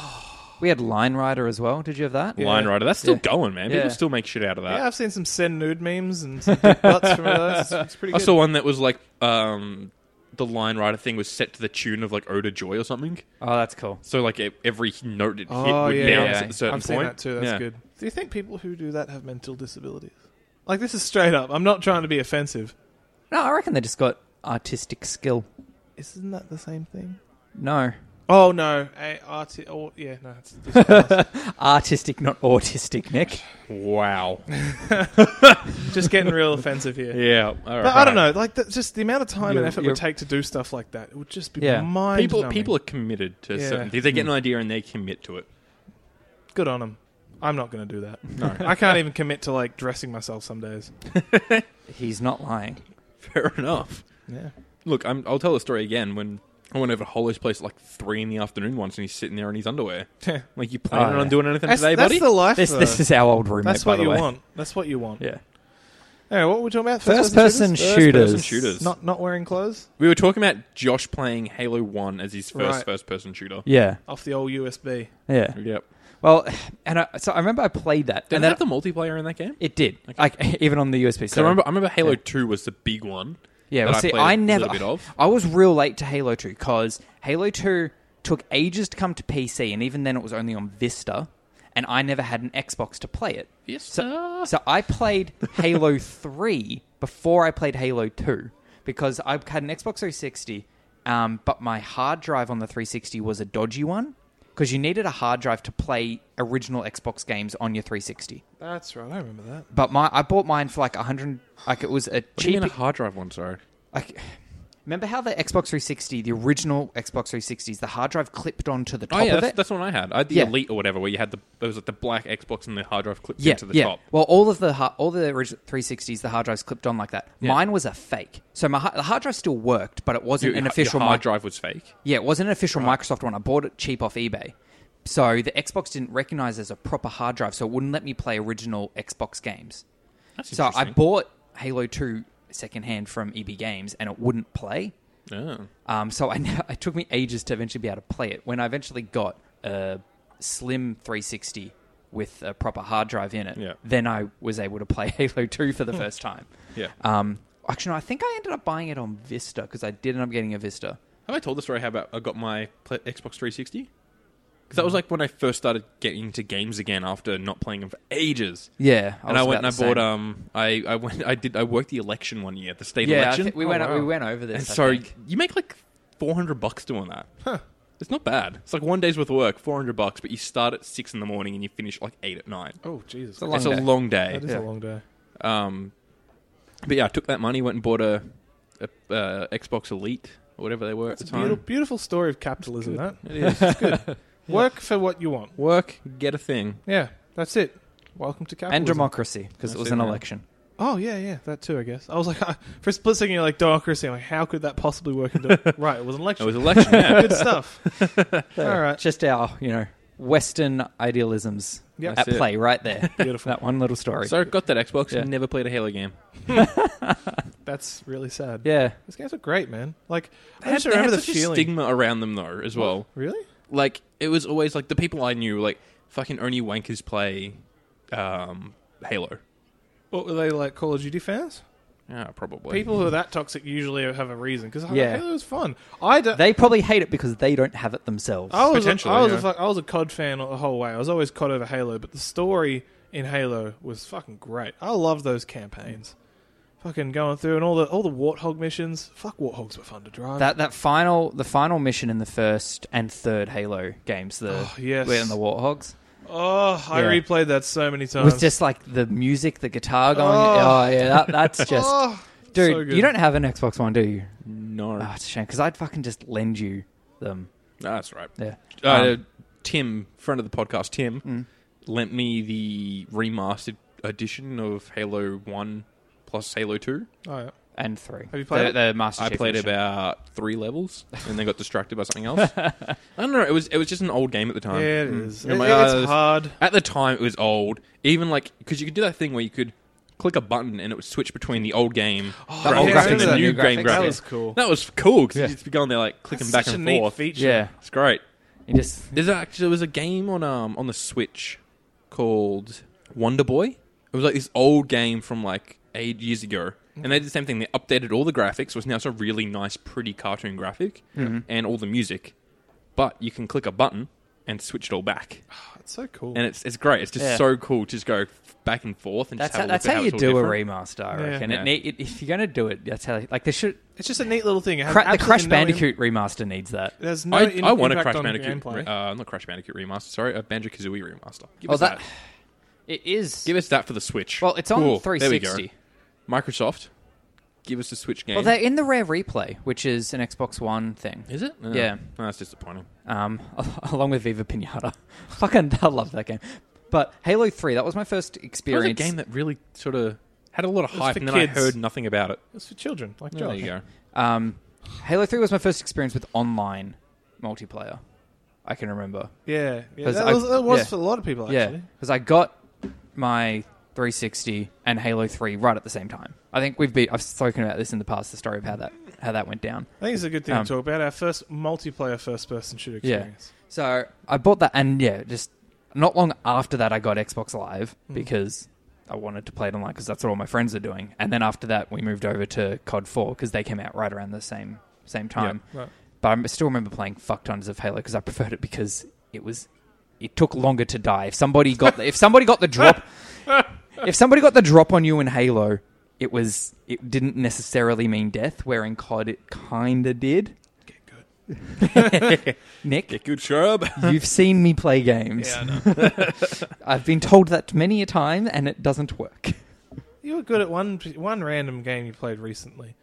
Speaker 3: We had Line Rider as well. Did you have that?
Speaker 2: Yeah.
Speaker 1: Line Rider, that's still
Speaker 3: Yeah.
Speaker 1: going, man.
Speaker 3: Yeah.
Speaker 1: People still make shit out of that.
Speaker 2: yeah, I've seen some send nude memes and some dick butts from those. It's pretty
Speaker 1: I
Speaker 2: good.
Speaker 1: saw one that was like um, the line rider thing was set to the tune of like Oda Joy or something.
Speaker 3: Oh, that's cool.
Speaker 1: So like e- every note it hit
Speaker 2: Oh,
Speaker 1: would
Speaker 2: yeah,
Speaker 1: bounce
Speaker 3: yeah.
Speaker 1: at a certain point.
Speaker 2: I've seen that too. That's
Speaker 1: Yeah.
Speaker 2: good. Do you think people who do that have mental disabilities? Like this is straight up. I'm not trying to be offensive.
Speaker 3: No, I reckon they just got artistic skill.
Speaker 2: Isn't that the same thing?
Speaker 3: No.
Speaker 2: Oh no, a arti- oh, yeah, no. It's just,
Speaker 3: Artistic, not autistic, Nick.
Speaker 1: Wow.
Speaker 2: just getting real offensive here.
Speaker 1: Yeah. all right.
Speaker 2: But I don't know, like the, just the amount of time and
Speaker 3: You're-
Speaker 2: effort it
Speaker 3: you're-
Speaker 2: would take to do stuff like that, it would just be
Speaker 3: Yeah.
Speaker 2: mind.
Speaker 1: People people are committed to
Speaker 2: Yeah.
Speaker 1: certain things. They get an idea and they commit to it.
Speaker 2: good on them. I'm not going to do that.
Speaker 1: No.
Speaker 2: I can't even commit to like dressing myself some days.
Speaker 3: He's not lying.
Speaker 1: Fair enough.
Speaker 2: Yeah.
Speaker 1: Look, I'm, I'll tell the story again when I went over to Hollo's place at like three in the afternoon once, and he's sitting there in his underwear. Like you planning
Speaker 3: Oh,
Speaker 1: on
Speaker 3: yeah.
Speaker 1: doing anything
Speaker 2: That's,
Speaker 1: today,
Speaker 2: that's
Speaker 1: buddy?
Speaker 2: the life.
Speaker 3: This
Speaker 2: though.
Speaker 3: this is our old roommate,
Speaker 2: that's
Speaker 3: by
Speaker 2: what
Speaker 3: the
Speaker 2: you
Speaker 3: way.
Speaker 2: want. That's what you want.
Speaker 3: Yeah.
Speaker 2: Anyway, what were we talking about?
Speaker 3: First
Speaker 2: First-person
Speaker 3: person
Speaker 2: shooters?
Speaker 1: First-person shooters.
Speaker 3: shooters.
Speaker 1: shooters.
Speaker 2: Not not wearing clothes
Speaker 1: We were talking about Josh playing Halo 1 as his first
Speaker 2: Right.
Speaker 1: first person shooter.
Speaker 3: Yeah,
Speaker 2: off the old USB.
Speaker 3: yeah.
Speaker 1: Yep.
Speaker 3: Well, and I, so I remember I played that,
Speaker 1: Did
Speaker 3: and
Speaker 1: they
Speaker 3: then
Speaker 1: have the multiplayer in that game?
Speaker 3: it did,
Speaker 1: Okay.
Speaker 3: like even on the USB.
Speaker 1: So I remember, I remember Halo 2 was the big one. that
Speaker 3: Yeah, well,
Speaker 1: I
Speaker 3: see,
Speaker 1: played
Speaker 3: I
Speaker 1: a
Speaker 3: never.
Speaker 1: little bit of.
Speaker 3: I was real late to Halo 2 because Halo 2 took ages to come to PC, and even then it was only on Vista, and I never had an Xbox to play it.
Speaker 1: Yes,
Speaker 3: So, so I played Halo 3 before I played Halo 2 because I had an Xbox 360, um, but my hard drive on the 360 was a dodgy one because you needed a hard drive to play original Xbox games on your 360.
Speaker 2: That's right. I remember that.
Speaker 3: But my I bought mine for like 100 like it was a
Speaker 1: What do you
Speaker 3: cheap
Speaker 1: mean a hard drive one, sorry?
Speaker 3: like remember how the Xbox 360, the original Xbox 360s, the hard drive clipped onto the top
Speaker 1: oh, yeah,
Speaker 3: of
Speaker 1: that's,
Speaker 3: it.
Speaker 1: that's the one I had. I had the
Speaker 3: Yeah.
Speaker 1: Elite or whatever, where you had the, there was like the black Xbox and the hard drive clipped
Speaker 3: yeah,
Speaker 1: into the
Speaker 3: yeah.
Speaker 1: top.
Speaker 3: Well, all of the har- all the original 360s, the hard drives clipped on like that.
Speaker 1: Yeah.
Speaker 3: Mine was a fake, so my har- the hard drive still worked, but it wasn't
Speaker 1: Your-
Speaker 3: an
Speaker 1: your
Speaker 3: official
Speaker 1: hard
Speaker 3: mic-
Speaker 1: drive was fake.
Speaker 3: Yeah, it wasn't an official Microsoft one. I bought it cheap off eBay. So the Xbox didn't recognize as a proper hard drive, so it wouldn't let me play original Xbox games.
Speaker 1: That's
Speaker 3: So I
Speaker 1: interesting.
Speaker 3: bought Halo 2 secondhand from EB Games, and it wouldn't play.
Speaker 1: Oh.
Speaker 3: Um, so I ne- it took me ages to eventually be able to play it. When I eventually got a slim 360 with a proper hard drive in it,
Speaker 1: Yeah. Hmm.
Speaker 3: then I was able to play Halo 2 for the first time.
Speaker 1: Yeah.
Speaker 3: Um, actually, no, I think I ended up buying it on Vista because I did end up getting a Vista.
Speaker 1: Have I told the story how about I got my pla Xbox 360? Because that was like when I first started getting into games again after not playing them for ages.
Speaker 3: Yeah,
Speaker 1: and I
Speaker 3: was
Speaker 1: went and I
Speaker 3: about the
Speaker 1: bought
Speaker 3: same.
Speaker 1: um I, I went I did I worked the election one year the state
Speaker 3: Yeah, I
Speaker 1: election
Speaker 3: think we
Speaker 2: Oh,
Speaker 3: went
Speaker 2: wow.
Speaker 3: we went over this.
Speaker 1: and
Speaker 3: I
Speaker 1: so
Speaker 3: think.
Speaker 1: you make like four hundred bucks doing that it's not bad it's like one day's worth of work four hundred bucks but you start at six in the morning and you finish like eight at night
Speaker 2: Oh Jesus,
Speaker 3: a long
Speaker 1: it's
Speaker 3: day.
Speaker 1: a long day
Speaker 2: that is
Speaker 3: Yeah.
Speaker 2: a long day.
Speaker 1: um but yeah I took that money went and bought a, a uh, Xbox Elite or whatever they were
Speaker 2: It's
Speaker 1: at the
Speaker 2: a
Speaker 1: time
Speaker 2: beautiful, beautiful story of capitalism. That
Speaker 1: it is it's good
Speaker 2: work for what you want.
Speaker 1: work get a thing
Speaker 2: Yeah, that's it. Welcome to capitalism.
Speaker 3: and democracy because it
Speaker 1: That's
Speaker 3: was
Speaker 1: it,
Speaker 3: an
Speaker 1: man.
Speaker 3: election.
Speaker 2: Oh yeah, yeah, that too. I guess I was like, for a split second, you're like democracy. I'm like, how could that possibly work? In de- right, it was an
Speaker 1: it
Speaker 2: election.
Speaker 1: was election yeah.
Speaker 2: Good stuff. All right,
Speaker 3: Just our you know Western idealisms
Speaker 2: Yep.
Speaker 3: at
Speaker 1: That's it.
Speaker 3: play right there.
Speaker 2: beautiful.
Speaker 3: that one little story.
Speaker 1: so I got that Xbox
Speaker 3: Yeah.
Speaker 1: never played a Halo game
Speaker 2: That's really sad.
Speaker 3: yeah,
Speaker 2: These games are great, man. Like I
Speaker 1: They
Speaker 2: just
Speaker 1: had- they had
Speaker 2: remember the
Speaker 1: such
Speaker 2: feeling.
Speaker 1: a stigma around them though as well
Speaker 2: Really?
Speaker 1: like it was always like the people I knew like fucking only wankers play um Halo.
Speaker 2: What were they like? Call of Duty fans?
Speaker 1: Yeah, probably.
Speaker 2: People who are that toxic usually have a reason because
Speaker 3: Yeah.
Speaker 2: Halo was fun. I don't.
Speaker 3: they probably hate it because they don't have it themselves.
Speaker 1: Oh,
Speaker 2: I was, a,
Speaker 1: Potentially,
Speaker 2: I, was
Speaker 1: yeah.
Speaker 2: a, fuck- I was a COD fan the whole way. I was always COD over Halo, but the story in Halo was fucking great. I loved those campaigns. Fucking going through and all the all the warthog missions. Fuck, warthogs were fun to drive.
Speaker 3: That that final the final mission in the first and third Halo games, the
Speaker 2: Oh, yes.
Speaker 3: uh, we're in the Warthogs,
Speaker 2: oh, I
Speaker 3: Yeah.
Speaker 2: replayed that so many times.
Speaker 3: was just like the music, the guitar going.
Speaker 2: Uh-huh. Oh.
Speaker 3: Oh, yeah, that, that's just
Speaker 2: Oh,
Speaker 3: dude.
Speaker 2: so good.
Speaker 3: you don't have an Xbox One, do you?
Speaker 1: No,
Speaker 3: Oh, it's a shame because I'd fucking just lend you them.
Speaker 1: that's right.
Speaker 3: Yeah,
Speaker 1: Uh,
Speaker 3: Um,
Speaker 1: Tim, friend of the podcast, Tim,
Speaker 3: Mm.
Speaker 1: lent me the remastered edition of Halo One plus Halo Two.
Speaker 2: Oh, yeah.
Speaker 3: and three.
Speaker 2: Have you played
Speaker 3: the,
Speaker 2: it?
Speaker 3: the Master
Speaker 1: I
Speaker 3: Chief
Speaker 1: played
Speaker 3: Edition.
Speaker 1: about three levels and then got distracted by something else. I don't know. It was it was just an old game at the
Speaker 2: Yeah,
Speaker 1: time.
Speaker 2: it
Speaker 1: Mm.
Speaker 2: is.
Speaker 1: And I'm
Speaker 2: It-
Speaker 1: like,
Speaker 2: it's
Speaker 1: "Oh, this-
Speaker 2: hard.
Speaker 1: At the time, it was old. Even like because you could do that thing where you could click a button and it would switch between the old game
Speaker 3: The
Speaker 1: graphics
Speaker 3: old
Speaker 1: and
Speaker 3: graphics
Speaker 1: the
Speaker 3: and
Speaker 1: new
Speaker 3: the new
Speaker 1: game
Speaker 3: graphics.
Speaker 1: graphics.
Speaker 2: Oh, That was cool.
Speaker 1: That was cool because
Speaker 3: Yeah.
Speaker 1: you just be going there like clicking
Speaker 2: That's
Speaker 1: back
Speaker 2: such
Speaker 1: and
Speaker 2: a neat
Speaker 1: forth.
Speaker 2: feature.
Speaker 3: Yeah,
Speaker 1: It's great.
Speaker 3: you just
Speaker 1: There's actually there was a game on um on the Switch called Wonder Boy. It was like this old game from like eight years ago, and they did the same thing. They updated all the graphics, was now it's a really nice, pretty cartoon graphic,
Speaker 3: Mm-hmm.
Speaker 1: and all the music. But you can click a button and switch it all back,
Speaker 2: That's so cool.
Speaker 1: and it's it's great. It's just
Speaker 3: Oh. Yeah.
Speaker 1: so cool to just go f- back and forth and
Speaker 3: that's
Speaker 1: just
Speaker 3: how,
Speaker 1: have
Speaker 3: that's
Speaker 1: a look
Speaker 3: how
Speaker 1: at
Speaker 3: you
Speaker 1: it's all
Speaker 3: do a
Speaker 1: different.
Speaker 3: remaster. I
Speaker 2: Yeah.
Speaker 3: reckon.
Speaker 1: Yeah.
Speaker 3: And it, it, if you're gonna do it, that's how. Like they should.
Speaker 2: it's just a neat little thing. It has
Speaker 3: Cra- the
Speaker 2: absolutely
Speaker 3: Crash
Speaker 2: no
Speaker 3: Bandicoot remaster needs that.
Speaker 2: Im- there's no.
Speaker 1: I,
Speaker 2: in-
Speaker 1: I want a
Speaker 2: impact
Speaker 1: Crash
Speaker 2: on
Speaker 1: Bandicoot,
Speaker 2: gameplay.
Speaker 1: re- uh, not Crash Bandicoot remaster, sorry, a Banjo Kazooie remaster. Give
Speaker 3: Oh,
Speaker 1: us
Speaker 3: that-
Speaker 1: that.
Speaker 3: It is.
Speaker 1: Give us that for the Switch.
Speaker 3: well, it's on
Speaker 1: Cool. There we go.
Speaker 3: 360.
Speaker 1: Microsoft, give us a Switch game.
Speaker 3: Well, they're in the rare replay, which is an Xbox One thing,
Speaker 1: Is it? No.
Speaker 3: Yeah.
Speaker 1: No, that's disappointing.
Speaker 3: um, along with Viva Pinata. Fucking, I love that game. But Halo Three, that was my first
Speaker 1: It was a
Speaker 3: experience.
Speaker 1: game that really sort of had a lot of
Speaker 2: was
Speaker 1: hype,
Speaker 2: for
Speaker 1: and then
Speaker 2: kids.
Speaker 1: I heard nothing about it.
Speaker 2: It's for children, like
Speaker 1: there
Speaker 2: Josh.
Speaker 1: you go.
Speaker 3: um, Halo Three was my first experience with online multiplayer. I can remember.
Speaker 2: Yeah, yeah
Speaker 3: 'Cause
Speaker 2: that
Speaker 3: I-
Speaker 2: was, that was
Speaker 1: Oh,
Speaker 3: yeah.
Speaker 2: for a lot of people
Speaker 3: Yeah,
Speaker 2: actually.
Speaker 3: because I got my 360, and Halo 3 right at the same time. I think we've be- I've spoken about this in the past, the story of how that how that went down.
Speaker 2: I think it's a good thing
Speaker 3: Um,
Speaker 2: to talk about. Our first multiplayer first person shooter
Speaker 3: Yeah.
Speaker 2: experience.
Speaker 3: So I bought that, and yeah, just not long after that, I got Xbox Live
Speaker 2: Mm.
Speaker 3: because I wanted to play it online because that's what all my friends are doing. And then after that, we moved over to COD 4 because they came out right around the same same time.
Speaker 2: Right.
Speaker 3: But I still remember playing fuck tons of Halo because I preferred it because it was it took longer to die. If somebody got the, if somebody got the drop, if somebody got the drop on you in Halo, it was it didn't necessarily mean death. Where in COD, it kinda did.
Speaker 2: Get good.
Speaker 3: Nick,
Speaker 1: Get good, Shrub.
Speaker 3: you've seen me play games.
Speaker 2: Yeah, I know.
Speaker 3: I've been told that many a time, and it doesn't work.
Speaker 2: you were good at one one random game you played recently.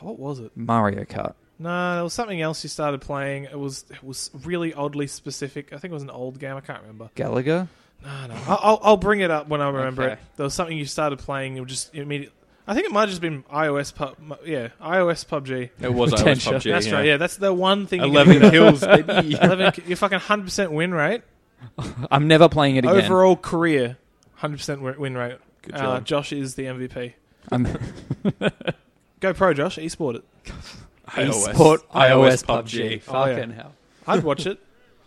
Speaker 2: What was it?
Speaker 3: Mario Kart.
Speaker 2: No, there was something else you started playing. It was it was really oddly specific. I think it was an old game. I can't remember.
Speaker 3: Gallagher.
Speaker 2: No, no. I'll, I'll- I'll bring it up when I remember it.
Speaker 3: Okay.
Speaker 2: There was something you started playing. It was just immediate. I think it might have just been iOS pub. Yeah, iOS PUBG.
Speaker 1: It was iOS
Speaker 3: Potential.
Speaker 1: PUBG.
Speaker 2: that's
Speaker 1: yeah.
Speaker 2: right. Yeah, that's the one thing. you can do.
Speaker 1: Eleven kills, baby.
Speaker 2: Eleven. Your fucking hundred percent win rate.
Speaker 3: I'm never playing it again.
Speaker 2: Overall career, hundred percent win rate.
Speaker 1: Good
Speaker 2: Uh,
Speaker 1: job.
Speaker 2: Josh is the MVP.
Speaker 3: I'm
Speaker 2: Go pro, Josh. Esport it. Uh,
Speaker 1: iOS,
Speaker 3: eSport,
Speaker 1: iOS PUBG.
Speaker 2: Oh, yeah.
Speaker 3: Fucking hell.
Speaker 2: I'd watch it.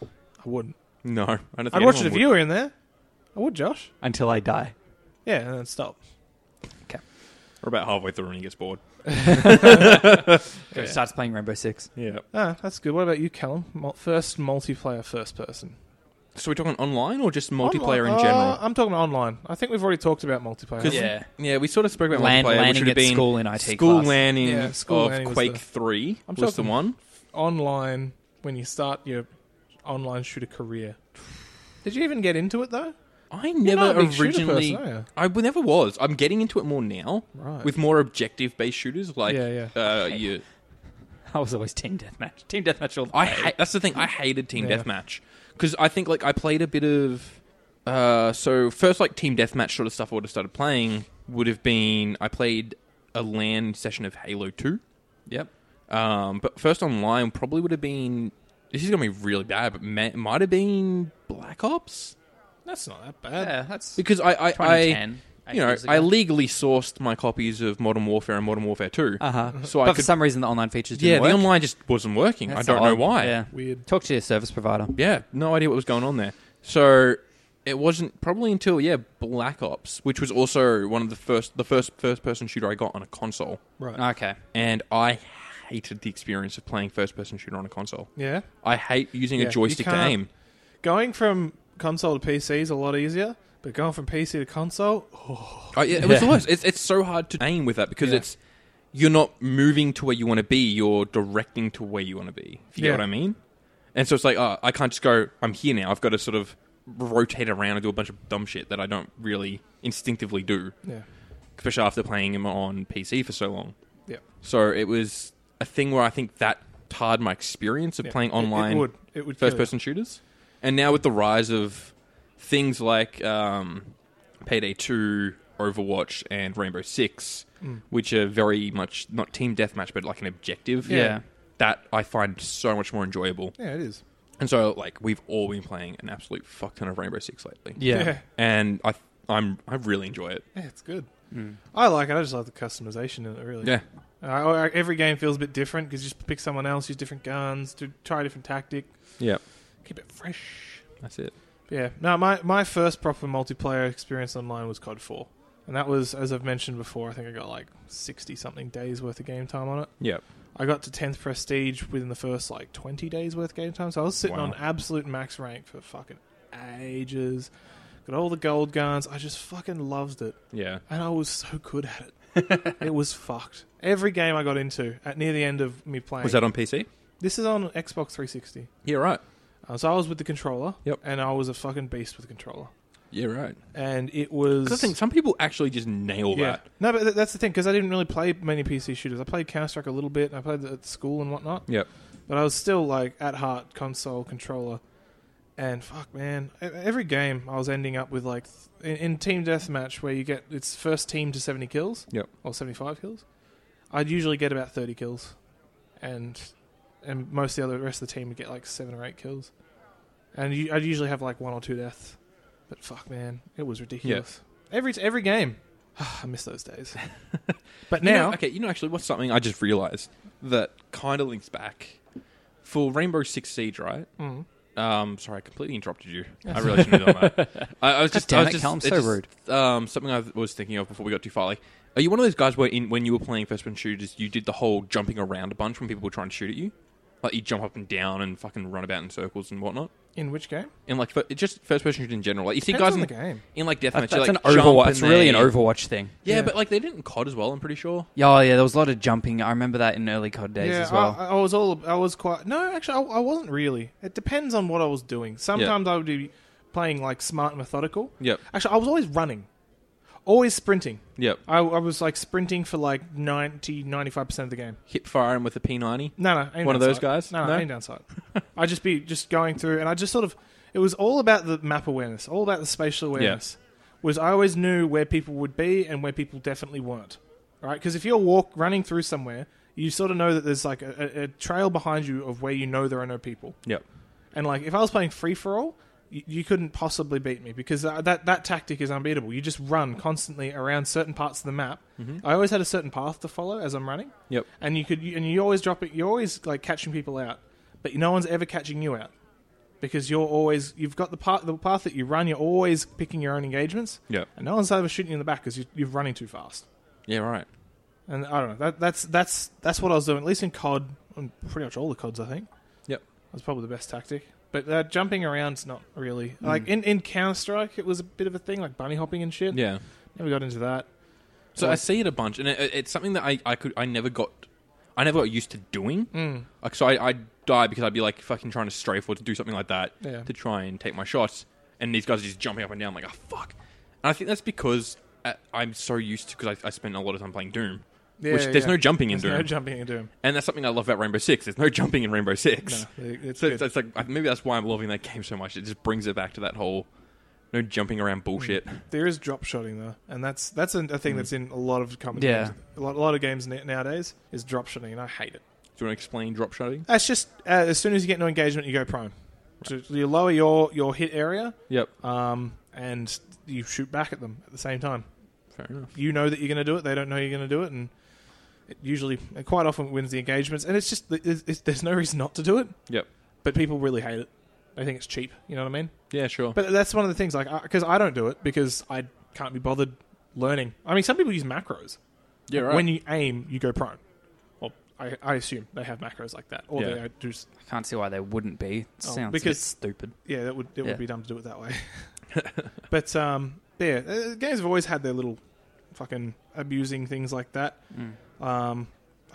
Speaker 2: I wouldn't.
Speaker 1: No, I don't think
Speaker 2: I'd watch it
Speaker 1: anyone
Speaker 2: if
Speaker 1: would.
Speaker 2: you were in there. I would, Josh.
Speaker 3: Until I die.
Speaker 2: Yeah, and then stop.
Speaker 1: We're about halfway through and he gets bored.
Speaker 2: Yeah.
Speaker 3: Starts playing Rainbow Six.
Speaker 1: Yeah.
Speaker 2: Ah, that's good. What about you, Callum? Mul- First multiplayer, first person.
Speaker 1: So we're talking online or just multiplayer
Speaker 2: Online-
Speaker 1: in
Speaker 2: Uh,
Speaker 1: general?
Speaker 2: I'm talking online. I think we've already talked about multiplayer.
Speaker 1: 'Cause-
Speaker 3: Yeah.
Speaker 1: Yeah, we sort of spoke about
Speaker 3: Land,
Speaker 1: multiplayer. which
Speaker 3: landing
Speaker 1: would have
Speaker 3: at
Speaker 1: been
Speaker 3: school in IT
Speaker 1: school
Speaker 3: class.
Speaker 1: landing
Speaker 2: Yeah, school
Speaker 1: of
Speaker 2: landing was
Speaker 1: Quake
Speaker 2: the-
Speaker 1: Three
Speaker 2: I'm
Speaker 1: was the
Speaker 2: talking-
Speaker 1: one.
Speaker 2: Online, when you start your online shooter career. Did you even get into it though?
Speaker 1: I
Speaker 2: You're
Speaker 1: never
Speaker 2: not a big shooter
Speaker 1: originally.
Speaker 2: person, are you?
Speaker 1: I never was. I'm getting into it more now
Speaker 2: Right.
Speaker 1: with more objective based shooters like
Speaker 2: Yeah,
Speaker 1: Uh, you.
Speaker 3: I was always team deathmatch. Team deathmatch all the
Speaker 1: I
Speaker 3: way.
Speaker 1: ha- that's the thing. I hated Team
Speaker 2: Yeah.
Speaker 1: Deathmatch because I think like I played a bit of. Uh, so first, like Team Deathmatch sort of stuff I would have started playing would have been I played a LAN session of Halo Two.
Speaker 3: Yep.
Speaker 1: Um, but first online probably would have been. This is gonna be really bad, but ma- might have been Black Ops
Speaker 2: That's not that bad.
Speaker 3: Yeah, that's
Speaker 1: because I I, I
Speaker 3: 2010.
Speaker 1: you know I legally sourced my copies of Modern Warfare and Modern Warfare Two,
Speaker 3: Uh huh.
Speaker 1: so
Speaker 3: But
Speaker 1: I
Speaker 3: for
Speaker 1: could.
Speaker 3: some reason, the online features didn't
Speaker 1: Yeah,
Speaker 3: work.
Speaker 1: the online just wasn't working.
Speaker 3: That's
Speaker 1: I don't know
Speaker 3: odd.
Speaker 1: why.
Speaker 3: Yeah.
Speaker 2: Weird.
Speaker 3: Talk to your service provider.
Speaker 1: Yeah, no idea what was going on there. So it wasn't probably until yeah Black Ops, which was also one of the first the first first person shooter I got on a console,
Speaker 2: Right.
Speaker 3: Okay.
Speaker 1: and I hated the experience of playing first person shooter on a console.
Speaker 2: yeah.
Speaker 1: I hate using
Speaker 2: Yeah,
Speaker 1: a
Speaker 2: you
Speaker 1: joystick to
Speaker 2: can't-
Speaker 1: aim.
Speaker 2: Going from console to PC is a lot easier, but going from PC to console, oh,
Speaker 1: Oh, yeah, it was the
Speaker 3: Yeah.
Speaker 1: worst. It's, it's so hard to aim with that because
Speaker 2: Yeah.
Speaker 1: it's you're not moving to where you want to be. You're directing to where you want to be. If you
Speaker 2: Yeah.
Speaker 1: get what I mean. And so it's like, oh, I can't just go. I'm here now. I've got to sort of rotate around and do a bunch of dumb shit that I don't really instinctively do,
Speaker 2: yeah.
Speaker 1: especially after playing him on PC for so long.
Speaker 2: Yeah.
Speaker 1: So it was a thing where I think that tarred my experience of
Speaker 2: Yeah.
Speaker 1: playing
Speaker 2: It- It,
Speaker 1: online
Speaker 2: would. It would kill
Speaker 1: first person shooters. And now with the rise of things like um, Payday 2, Overwatch, and Rainbow Six,
Speaker 2: Mm.
Speaker 1: which are very much not team deathmatch, but like an objective.
Speaker 2: Yeah.
Speaker 3: Yeah.
Speaker 1: That I find so much more enjoyable.
Speaker 2: you. Yeah, it is.
Speaker 1: And so, like, we've all been playing an absolute fuck ton of Rainbow Six lately.
Speaker 2: yeah.
Speaker 1: And I, I'm, I really enjoy it.
Speaker 2: Yeah, it's good.
Speaker 3: Mm.
Speaker 2: I like it. I just like the customization in it. Really.
Speaker 1: Yeah.
Speaker 2: Uh, I- I- every game feels a bit different because you just pick someone else, use different guns, to try a different tactic,
Speaker 1: Yeah.
Speaker 2: keep it fresh.
Speaker 1: That's it.
Speaker 2: But yeah. No, my my first proper multiplayer experience online was COD Four, and that was as I've mentioned before. I think I got like sixty something days worth of game time on it.
Speaker 1: Yeah.
Speaker 2: I got to tenth prestige within the first like twenty days worth of game time, so I was sitting
Speaker 1: Wow.
Speaker 2: on absolute max rank for fucking ages. Got all the gold guns. I just fucking loved it
Speaker 1: Yeah.
Speaker 2: and I was so good at it. it was fucked. Every game I got into at near the end of me playing.
Speaker 1: Was that on PC?
Speaker 2: this is on Xbox 360.
Speaker 1: Yeah, right.
Speaker 2: Uh, so I was with the controller.
Speaker 1: Yep.
Speaker 2: And I was a fucking beast with the controller.
Speaker 1: Yeah, right.
Speaker 2: And it was.
Speaker 1: Because I think some people actually just nail
Speaker 2: yeah.
Speaker 1: that.
Speaker 2: No, but th- that's the thing because I didn't really play many PC shooters. I played Counter Strike a little bit. And I played at school and whatnot.
Speaker 1: Yep.
Speaker 2: But I was still like at heart console controller. And fuck, man, e- every game I was ending up with like th- in, in team deathmatch where you get it's first team to seventy kills.
Speaker 1: Yep.
Speaker 2: Or seventy five kills. I'd usually get about thirty kills, and and most of the other rest of the team would get like seven or eight kills, and you, I'd usually have like one or two deaths. But fuck, man, it was ridiculous. Every every game. I miss those days. but
Speaker 1: You know-
Speaker 2: now,
Speaker 1: okay, you know, actually, what's something I just realized that kind of links back for Rainbow Six Siege, right?
Speaker 2: Mm.
Speaker 1: Um, sorry, I completely interrupted you. I really shouldn't have done that. I, I was just,
Speaker 3: damn
Speaker 1: I was
Speaker 3: it,
Speaker 1: just,
Speaker 3: Callum,
Speaker 1: it
Speaker 3: so
Speaker 1: just-
Speaker 3: rude.
Speaker 1: Um, something I was thinking of before we got too far. Like, are you one of those guys where, in, when you were playing first-person shooters, you did the whole jumping around a bunch when people were trying to shoot at you? Like, you jump up and down and fucking run about in circles and whatnot.
Speaker 2: in which game?
Speaker 1: And like, fir- it's just first-person shooters in general. Like, you see guys
Speaker 2: Depends on
Speaker 1: in
Speaker 2: the game.
Speaker 1: in like deathmatch,
Speaker 3: That's,
Speaker 1: you,
Speaker 3: that's
Speaker 1: like
Speaker 3: an
Speaker 1: jump
Speaker 3: Overwatch.
Speaker 1: and
Speaker 3: It's really an
Speaker 1: they-
Speaker 3: Overwatch thing.
Speaker 1: Yeah,
Speaker 2: Yeah.
Speaker 1: but like they did it in COD as well. I'm pretty sure.
Speaker 3: Yeah, Oh yeah, there was a lot of jumping. I remember that in early COD days
Speaker 2: Yeah,
Speaker 3: as well.
Speaker 2: I, I was all I was quite no, actually, I, I wasn't really. It depends on what I was doing. Sometimes I would be playing like smart and methodical.
Speaker 1: Yep.
Speaker 2: Actually, I was always running, always sprinting.
Speaker 1: Yep.
Speaker 2: I, I was like sprinting for like 90, 95 percent of the game.
Speaker 1: Hip firing with a P90.
Speaker 2: No, no, ain't
Speaker 1: One of
Speaker 2: downside.
Speaker 1: those guys?
Speaker 2: No,
Speaker 1: No?
Speaker 2: no, ain't downside. I'd just be just going through, and I just sort of it was all about the map awareness, all about the spatial awareness. Was I always knew where people would be and where people definitely weren't, right? Because if you're walk running through somewhere, you sort of know that there's like a, a, a trail behind you of where you know there are no people.
Speaker 1: Yep.
Speaker 2: And like if I was playing free for all, you, you couldn't possibly beat me because that, that that tactic is unbeatable. You just run constantly around certain parts of the map.
Speaker 1: Mm-hmm.
Speaker 2: I always had a certain path to follow as I'm running
Speaker 1: Yep.
Speaker 2: and you could and you always drop it. You're always like catching people out, but no one's ever catching you out because you're always you've got the path the path that you run. You're always picking your own engagements,
Speaker 1: Yep.
Speaker 2: and no one's ever shooting you in the back because you, you're running too fast.
Speaker 1: Yeah. Right.
Speaker 2: And I don't know. That, that's that's that's what I was doing. At least in COD, on pretty much all the CODs, I think.
Speaker 1: Yep.
Speaker 2: That's probably the best tactic. But uh, jumping around's not really like in, in Counter Strike. It was a bit of a thing, like bunny hopping and shit.
Speaker 1: Hmm. Yeah.
Speaker 2: never got into that.
Speaker 1: So
Speaker 2: Or-
Speaker 1: I see it a bunch, and it, it's something that I, I could I never got I never got used to doing.
Speaker 2: Mm.
Speaker 1: Like so, I, I'd die because I'd be like fucking trying to strafe or to do something like that
Speaker 2: Yeah.
Speaker 1: to try and take my shots, and these guys are just jumping up and down like, oh fuck. And I think that's because uh, I'm so used to because I, I spent a lot of time playing Doom,
Speaker 2: Yeah,
Speaker 1: which there's
Speaker 2: yeah.
Speaker 1: no jumping in
Speaker 2: There's no
Speaker 1: Doom,
Speaker 2: jumping in Doom.
Speaker 1: and that's something I love about Rainbow Six. There's no jumping in Rainbow Six.
Speaker 2: No, it's
Speaker 1: So
Speaker 2: good.
Speaker 1: it's, it's like I- maybe that's why I'm loving that game so much. It just brings it back to that whole no jumping around bullshit.
Speaker 2: There is drop shotting though, and that's that's a, a thing that's in a lot of companies.
Speaker 3: Yeah.
Speaker 2: games. a lot, a lot of games na- nowadays is drop shotting, and I hate it.
Speaker 1: Do you want to explain drop shotting?
Speaker 2: That's just uh, as soon as you get no engagement, you go prone. So you lower your your hit area,
Speaker 1: Yep.
Speaker 2: um, and you shoot back at them at the same time.
Speaker 1: Fair enough.
Speaker 2: You know that you're going to do it; they don't know you're going to do it, and it usually, it quite often, wins the engagements. And it's just it's, it's, there's no reason not to do it,
Speaker 1: Yep.
Speaker 2: but people really hate it. They think it's cheap. You know what I mean?
Speaker 1: Yeah. Sure.
Speaker 2: But that's one of the things, like, because I don't do it because I can't be bothered learning. I mean, some people use macros.
Speaker 1: yeah. Right.
Speaker 2: When you aim, you go prone. Well, I, I assume they have macros like that, or
Speaker 1: Yeah.
Speaker 2: they do. s-
Speaker 3: I can't see why they wouldn't be. It
Speaker 2: Oh,
Speaker 3: sounds a bit
Speaker 2: because-
Speaker 3: stupid.
Speaker 2: Yeah, that would it
Speaker 3: Yeah.
Speaker 2: would be dumb to do it that way. but um, but yeah, uh, games have always had their little fucking abusing things like that.
Speaker 3: Mm.
Speaker 2: Um,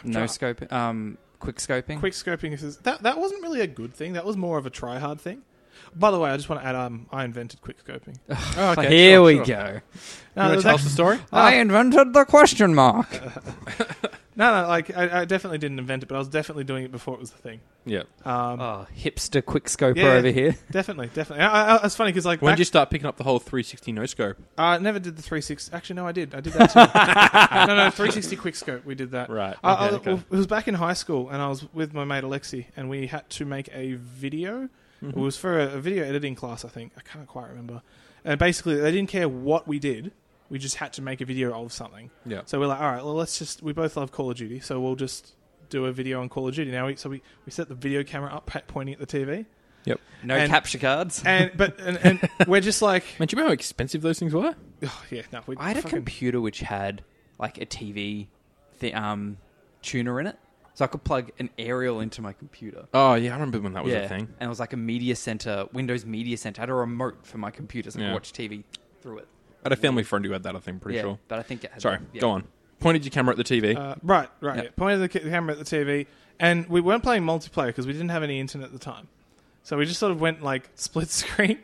Speaker 2: I'm
Speaker 3: No
Speaker 2: try-
Speaker 3: scope, um, quick scoping.
Speaker 2: quick scoping is that that wasn't really a good thing. That was more of a try hard thing. By the way, I just want to add, um, I invented quick scoping.
Speaker 1: Oh, okay,
Speaker 3: Here
Speaker 1: sure,
Speaker 3: we
Speaker 1: sure.
Speaker 3: go.
Speaker 2: No,
Speaker 1: you
Speaker 2: there
Speaker 1: want to
Speaker 2: was
Speaker 1: tell us the story?
Speaker 2: Ah.
Speaker 3: I invented the question
Speaker 2: Um,
Speaker 3: mark.
Speaker 2: No, no, like I, I definitely didn't invent it, but I was definitely doing it before it was the thing.
Speaker 1: Yeah.
Speaker 2: Um,
Speaker 3: oh, hipster quick scoper
Speaker 2: Yeah.
Speaker 3: over here.
Speaker 2: definitely, definitely. I, I, it's funny because like
Speaker 1: When
Speaker 2: back,
Speaker 1: did you start picking up the whole 360 no scope?
Speaker 2: I Uh, never did the 360. Actually, no, I did. I did that too. no, no, 360 quickscope. We did that.
Speaker 1: Right.
Speaker 2: I- I- It was back in high school, and I was with my mate Alexi, and we had to make a video.
Speaker 1: Mm-hmm.
Speaker 2: It was for a, a video editing class, I think. I can't quite remember. And basically, they didn't care what we did. We just had to make a video of something.
Speaker 1: Yeah.
Speaker 2: So we're like, all right, well, let's just. We both love Call of Duty, so we'll just do a video on Call of Duty. Now, we, so we, we set the video camera up, pa- pointing at the TV,
Speaker 3: No
Speaker 2: And-
Speaker 3: capture cards.
Speaker 2: and but and, and we're just like,
Speaker 1: Man, do you remember how expensive those things were?
Speaker 2: oh, yeah, no. We
Speaker 3: I had a
Speaker 2: fucking-
Speaker 3: computer which had like a TV th- um, tuner in it, so I could plug an aerial into my computer.
Speaker 1: Oh, yeah, I remember when that was a thing.
Speaker 3: And it was like a media center, Windows Media Center. I had a remote for my computer, so I
Speaker 1: Yeah.
Speaker 3: could watch TV through it.
Speaker 1: I had a family friend who had that, I think, pretty
Speaker 3: yeah,
Speaker 1: sure.
Speaker 3: but I think it had
Speaker 1: Sorry,
Speaker 3: yeah.
Speaker 1: go on. Pointed your camera at the TV.
Speaker 2: Uh, right, right.
Speaker 3: Yeah.
Speaker 2: Yeah. Pointed the ca- camera at the TV, and we weren't playing multiplayer because we didn't have any internet at the time. So we just sort of went like split screen,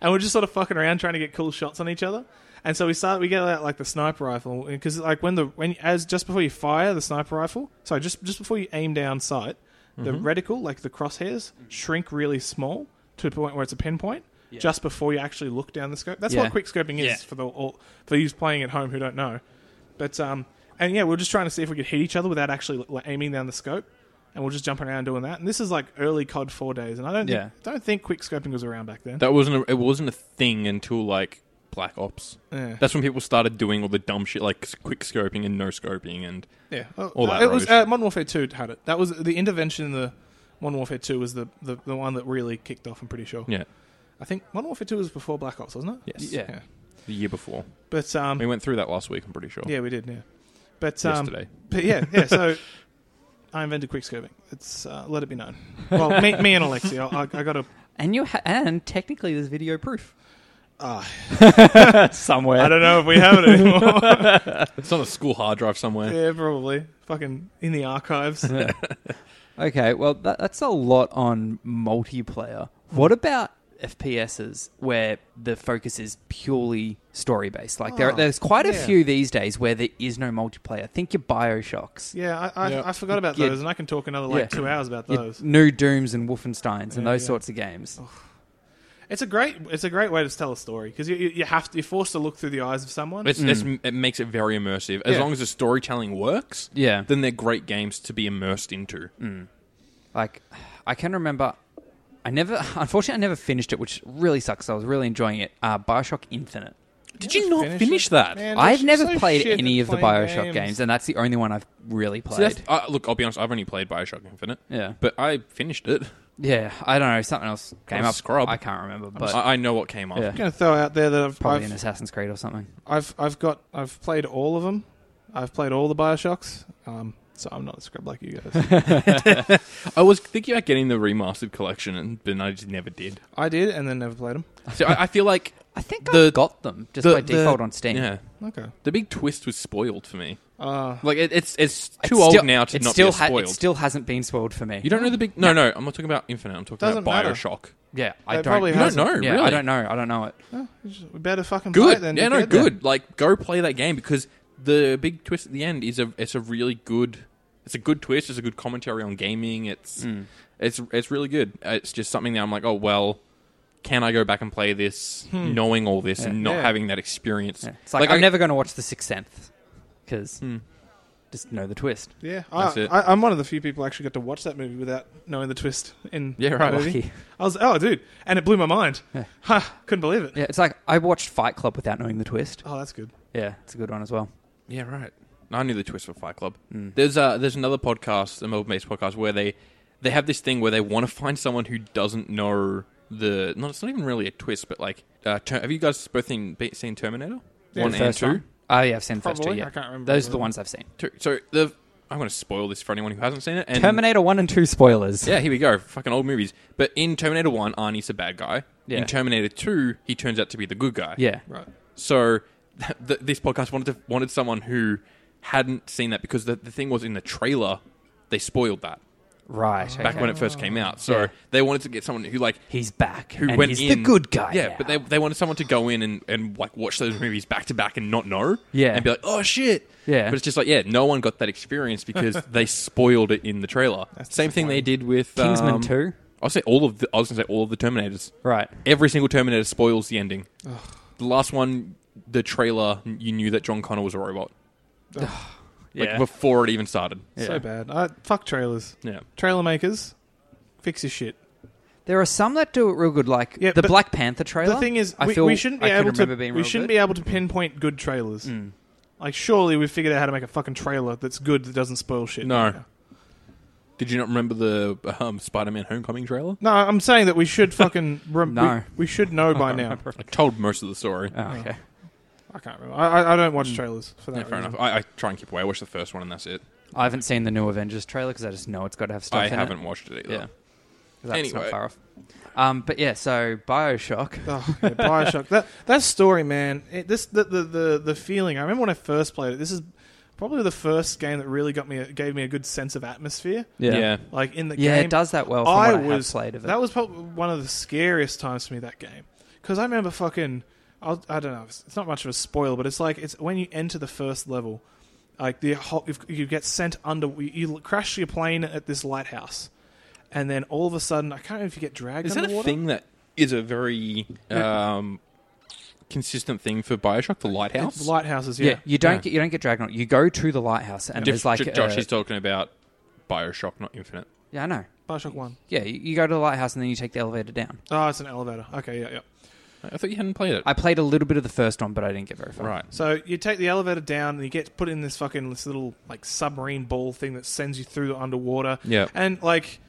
Speaker 2: and we're just sort of fucking around trying to get cool shots on each other. And so we start, we get out like the sniper rifle because like when the when as just before you fire the sniper rifle, so just just before you aim down sight, the reticle like the crosshairs shrink really small to the point where it's a pinpoint. Just before you actually look down the scope, that's
Speaker 3: Yeah.
Speaker 2: what quick scoping is
Speaker 1: Yeah.
Speaker 2: for the all, for you playing at home who don't know. But um, and yeah, we are just trying to see if we could hit each other without actually like, aiming down the scope, and we're just jumping around doing that. And this is like early COD four days, and I don't
Speaker 3: Yeah.
Speaker 2: think, don't think quick scoping was around back then.
Speaker 1: that wasn't a, it wasn't a thing until like Black Ops.
Speaker 2: Yeah.
Speaker 1: That's when people started doing all the dumb shit like s- quick scoping and no scoping and
Speaker 2: Yeah, well,
Speaker 1: All
Speaker 2: uh,
Speaker 1: that
Speaker 2: it was
Speaker 1: rubbish.
Speaker 2: uh, Modern Warfare Two had it. That was the intervention. In the Modern Warfare Two was the, the, the one that really kicked off. I'm pretty sure.
Speaker 1: yeah,
Speaker 2: I think Modern Warfare Two was before Black Ops, wasn't it?
Speaker 1: Yes.
Speaker 2: Yeah.
Speaker 1: the year before.
Speaker 2: But um,
Speaker 1: We went through that last week, I'm pretty sure.
Speaker 2: yeah, we did. Yeah. But um,
Speaker 1: Yesterday.
Speaker 2: but yeah, yeah. So I invented quickscoping. It's uh, let it be known. Well, me, me and Alexi, I, I, I got a
Speaker 3: And you ha- and technically there's video proof
Speaker 2: ah,
Speaker 1: Ah.
Speaker 3: somewhere.
Speaker 2: I don't know if we have it anymore.
Speaker 1: It's on a school hard drive somewhere.
Speaker 2: yeah, probably. Fucking in the archives.
Speaker 3: Okay, well, that, that's a lot on multiplayer. What about FPSs where the focus is purely story based? Like, there,
Speaker 2: Oh,
Speaker 3: there's quite a
Speaker 2: yeah.
Speaker 3: few these days where there is no multiplayer. Think your Bioshocks,
Speaker 2: Yeah, I, I,
Speaker 1: Yeah.
Speaker 2: I forgot about
Speaker 3: Yeah.
Speaker 2: those, and I can talk another like
Speaker 3: Yeah.
Speaker 2: two hours about
Speaker 3: your
Speaker 2: those.
Speaker 3: New Dooms and Wolfensteins and
Speaker 2: Yeah,
Speaker 3: those
Speaker 2: yeah.
Speaker 3: sorts of games.
Speaker 2: It's a great, it's a great way to tell a story because you, you, you have to, you're forced to look through the eyes of someone.
Speaker 1: It's, it's,
Speaker 3: Mm.
Speaker 1: it makes it very immersive. As
Speaker 2: Yeah.
Speaker 1: long as the storytelling works,
Speaker 3: Yeah. Mm.
Speaker 1: then they're great games to be immersed into.
Speaker 3: Like, I can remember. I never, unfortunately, I never finished it, which really sucks. I was really enjoying it. Uh, Bioshock Infinite.
Speaker 1: Did you not finish, that?
Speaker 2: Man,
Speaker 3: I've
Speaker 2: that's
Speaker 3: never
Speaker 2: so
Speaker 3: played
Speaker 2: shit
Speaker 3: any
Speaker 2: at
Speaker 3: of the
Speaker 2: playing
Speaker 3: Bioshock games. and that's the only one I've really
Speaker 1: See, that's-
Speaker 3: played.
Speaker 1: uh, look, I'll be honest. I've only played Bioshock Infinite,
Speaker 3: yeah,
Speaker 1: but I finished it.
Speaker 3: yeah. I don't know. Something else came
Speaker 1: a
Speaker 3: up.
Speaker 1: scrub.
Speaker 3: I can't remember, but
Speaker 1: I, I know what came after.
Speaker 3: Yeah.
Speaker 2: I'm going to throw out there that I've
Speaker 3: probably an
Speaker 2: I've,
Speaker 3: Assassin's Creed or something.
Speaker 2: I've I've got I've played all of them. I've played all the Bioshocks. Um, so I'm not a scrub like you guys.
Speaker 1: I was thinking about getting the remastered collection, and but I just never did.
Speaker 2: I did, and then never played them.
Speaker 1: So I, I feel like
Speaker 3: I think
Speaker 1: The-
Speaker 3: I've got them just
Speaker 1: the-
Speaker 3: by default
Speaker 1: the-
Speaker 3: on Steam.
Speaker 1: yeah,
Speaker 2: Okay.
Speaker 1: the big twist was spoiled for me.
Speaker 2: Uh,
Speaker 1: Like it, it's it's too
Speaker 3: It's
Speaker 1: old
Speaker 3: still-
Speaker 1: now to
Speaker 3: it
Speaker 1: not
Speaker 3: still
Speaker 1: be
Speaker 3: ha-
Speaker 1: spoiled.
Speaker 3: it still hasn't been spoiled for me.
Speaker 1: you don't know the big no, no. I'm not talking about Infinite. I'm talking
Speaker 2: Doesn't
Speaker 1: about
Speaker 2: matter.
Speaker 1: Bioshock.
Speaker 3: yeah, I
Speaker 2: It
Speaker 3: don't.
Speaker 2: probably
Speaker 1: You don't know,
Speaker 2: hasn't.
Speaker 3: yeah,
Speaker 1: really.
Speaker 3: I don't know. I don't know it.
Speaker 2: well, you just- we better fucking play it
Speaker 1: Good.
Speaker 2: then.
Speaker 1: yeah,
Speaker 2: you
Speaker 1: no,
Speaker 2: dickhead.
Speaker 1: good. Like go play that game because the big twist at the end is a it's a really good. It's a good twist. It's a good commentary on gaming. It's
Speaker 2: Hmm.
Speaker 1: it's it's really good. Uh, It's just something that I'm like, oh well, can I go back and play this, knowing all this and not
Speaker 2: Hmm. Yeah.
Speaker 1: having that experience?
Speaker 3: Yeah. It's like,
Speaker 1: I- Hmm.
Speaker 3: I'm never going to watch The Sixth Sense because just know the twist.
Speaker 2: Yeah,
Speaker 1: That's
Speaker 2: I,
Speaker 1: it.
Speaker 2: I, I'm one of the few people actually got to watch that movie without knowing the twist in
Speaker 1: Yeah, right.
Speaker 2: the movie.
Speaker 3: Lucky.
Speaker 2: I was oh dude, and it blew my mind.
Speaker 3: Yeah.
Speaker 2: Ha! Couldn't believe it.
Speaker 3: Yeah, it's like I watched Fight Club without knowing the twist.
Speaker 2: Oh, that's good.
Speaker 3: Yeah, it's a good one as well.
Speaker 1: Yeah, right. I knew the twist for Fight Club. There's uh, there's another podcast, a Melbourne-based podcast, where they they have this thing where they want to find someone who doesn't know the. Not it's not even really a twist, but like, uh, ter- have you guys both seen, be- seen Terminator
Speaker 2: Yeah.
Speaker 1: one and
Speaker 2: The
Speaker 3: First
Speaker 1: two?
Speaker 3: one. Oh yeah, I've seen the first two.
Speaker 2: Probably.
Speaker 3: Yeah,
Speaker 2: I can't remember.
Speaker 3: Those are the ones I've seen.
Speaker 1: Two- So the I'm going to spoil this for anyone who hasn't seen it. And
Speaker 3: Terminator One and Two spoilers.
Speaker 1: Yeah, here we go. Fucking old movies. But in Terminator One, Arnie's a bad guy.
Speaker 3: Yeah.
Speaker 1: In Terminator Two, he turns out to be the good guy.
Speaker 3: yeah.
Speaker 2: Right.
Speaker 1: So th- this podcast wanted to, wanted someone who hadn't seen that because the, the thing was in the trailer they spoiled that
Speaker 3: Right.
Speaker 1: back
Speaker 3: okay.
Speaker 1: when it first came out. So
Speaker 3: Yeah.
Speaker 1: they wanted to get someone who like
Speaker 3: he's back,
Speaker 1: who
Speaker 3: Oh. and
Speaker 1: went
Speaker 3: he's
Speaker 1: in
Speaker 3: the good guy.
Speaker 1: Yeah, but
Speaker 3: now.
Speaker 1: they they wanted someone to go in and, and like watch those movies back to back and not know.
Speaker 3: Yeah.
Speaker 1: and be like, oh shit.
Speaker 3: Yeah.
Speaker 1: but it's just like yeah, no one got that experience because they spoiled it in the trailer.
Speaker 2: That's
Speaker 1: Same thing they did with
Speaker 3: Kingsman
Speaker 1: um,
Speaker 3: Two.
Speaker 1: I'll say all of the. I was gonna say all of the Terminators.
Speaker 3: Right.
Speaker 1: Every single Terminator spoils the ending. The last one, the trailer, you knew that John Connor was a robot. Like before it even started.
Speaker 3: Yeah.
Speaker 2: So bad. I, fuck trailers.
Speaker 1: Yeah.
Speaker 2: Trailer makers, fix your shit.
Speaker 3: There are some that do it real good, like
Speaker 2: Yeah,
Speaker 3: the
Speaker 2: but
Speaker 3: Black Panther trailer.
Speaker 2: The thing is,
Speaker 3: I
Speaker 2: we,
Speaker 3: feel
Speaker 2: we shouldn't be
Speaker 3: I could
Speaker 2: able to.
Speaker 3: remember being
Speaker 2: we
Speaker 3: real
Speaker 2: shouldn't
Speaker 3: good. Mm.
Speaker 2: be able to pinpoint good trailers. Like, surely we've figured out how to make a fucking trailer that's good that doesn't spoil shit.
Speaker 1: No. Did you not remember the um, Spider-Man Homecoming trailer?
Speaker 2: No, I'm saying that we should fucking. Rem-
Speaker 3: No.
Speaker 2: we, we should know by now.
Speaker 1: I told most of the story.
Speaker 3: Oh, okay.
Speaker 2: I can't remember. I, I- I don't
Speaker 3: Mm.
Speaker 2: watch trailers for that.
Speaker 1: Yeah, fair
Speaker 2: reason.
Speaker 1: enough. I, I try and keep away. I watched the first one and that's it.
Speaker 3: I haven't seen the new Avengers trailer because I just know it's got to have stuff.
Speaker 1: I
Speaker 3: in
Speaker 1: haven't
Speaker 3: It.
Speaker 1: watched it either.
Speaker 3: Yeah. That's
Speaker 1: Anyway.
Speaker 3: not far off. Um, but yeah, so Bioshock.
Speaker 2: Oh, yeah, Bioshock. that that story, man. It, this the, the the the feeling. I remember when I first played it. This is probably the first game that really got me a, gave me a good sense of atmosphere.
Speaker 1: Yeah.
Speaker 2: Like in the
Speaker 3: Yeah,
Speaker 2: game,
Speaker 3: it does that well. From
Speaker 2: I
Speaker 3: what
Speaker 2: was
Speaker 3: I have played of it.
Speaker 2: that was probably one of the scariest times for me that game because I remember fucking I'll, I don't know it's, it's not much of a spoil but it's like it's when you enter the first level like the whole, if you get sent under you, you crash your plane at this lighthouse and then all of a sudden I can't remember if you get dragged
Speaker 1: Is that
Speaker 2: underwater
Speaker 1: a thing that is a very um, consistent thing for Bioshock? The lighthouse.
Speaker 2: It's lighthouses
Speaker 3: yeah.
Speaker 2: yeah,
Speaker 3: you don't
Speaker 1: Yeah.
Speaker 3: get you don't get dragged on. You go to the lighthouse and
Speaker 1: Diff-
Speaker 3: there's like
Speaker 1: J- Josh
Speaker 3: uh,
Speaker 1: is talking about Bioshock, not Infinite.
Speaker 3: yeah, I know.
Speaker 2: Bioshock One.
Speaker 3: Yeah, you, you go to the lighthouse and then you take the elevator down.
Speaker 2: Oh, it's an elevator okay yeah yeah
Speaker 1: I thought you hadn't played it.
Speaker 3: I played a little bit of the first one, but I didn't get very far.
Speaker 1: right.
Speaker 2: So you take the elevator down and you get put in this fucking this little like submarine ball thing that sends you through the underwater.
Speaker 1: Yeah.
Speaker 2: And like,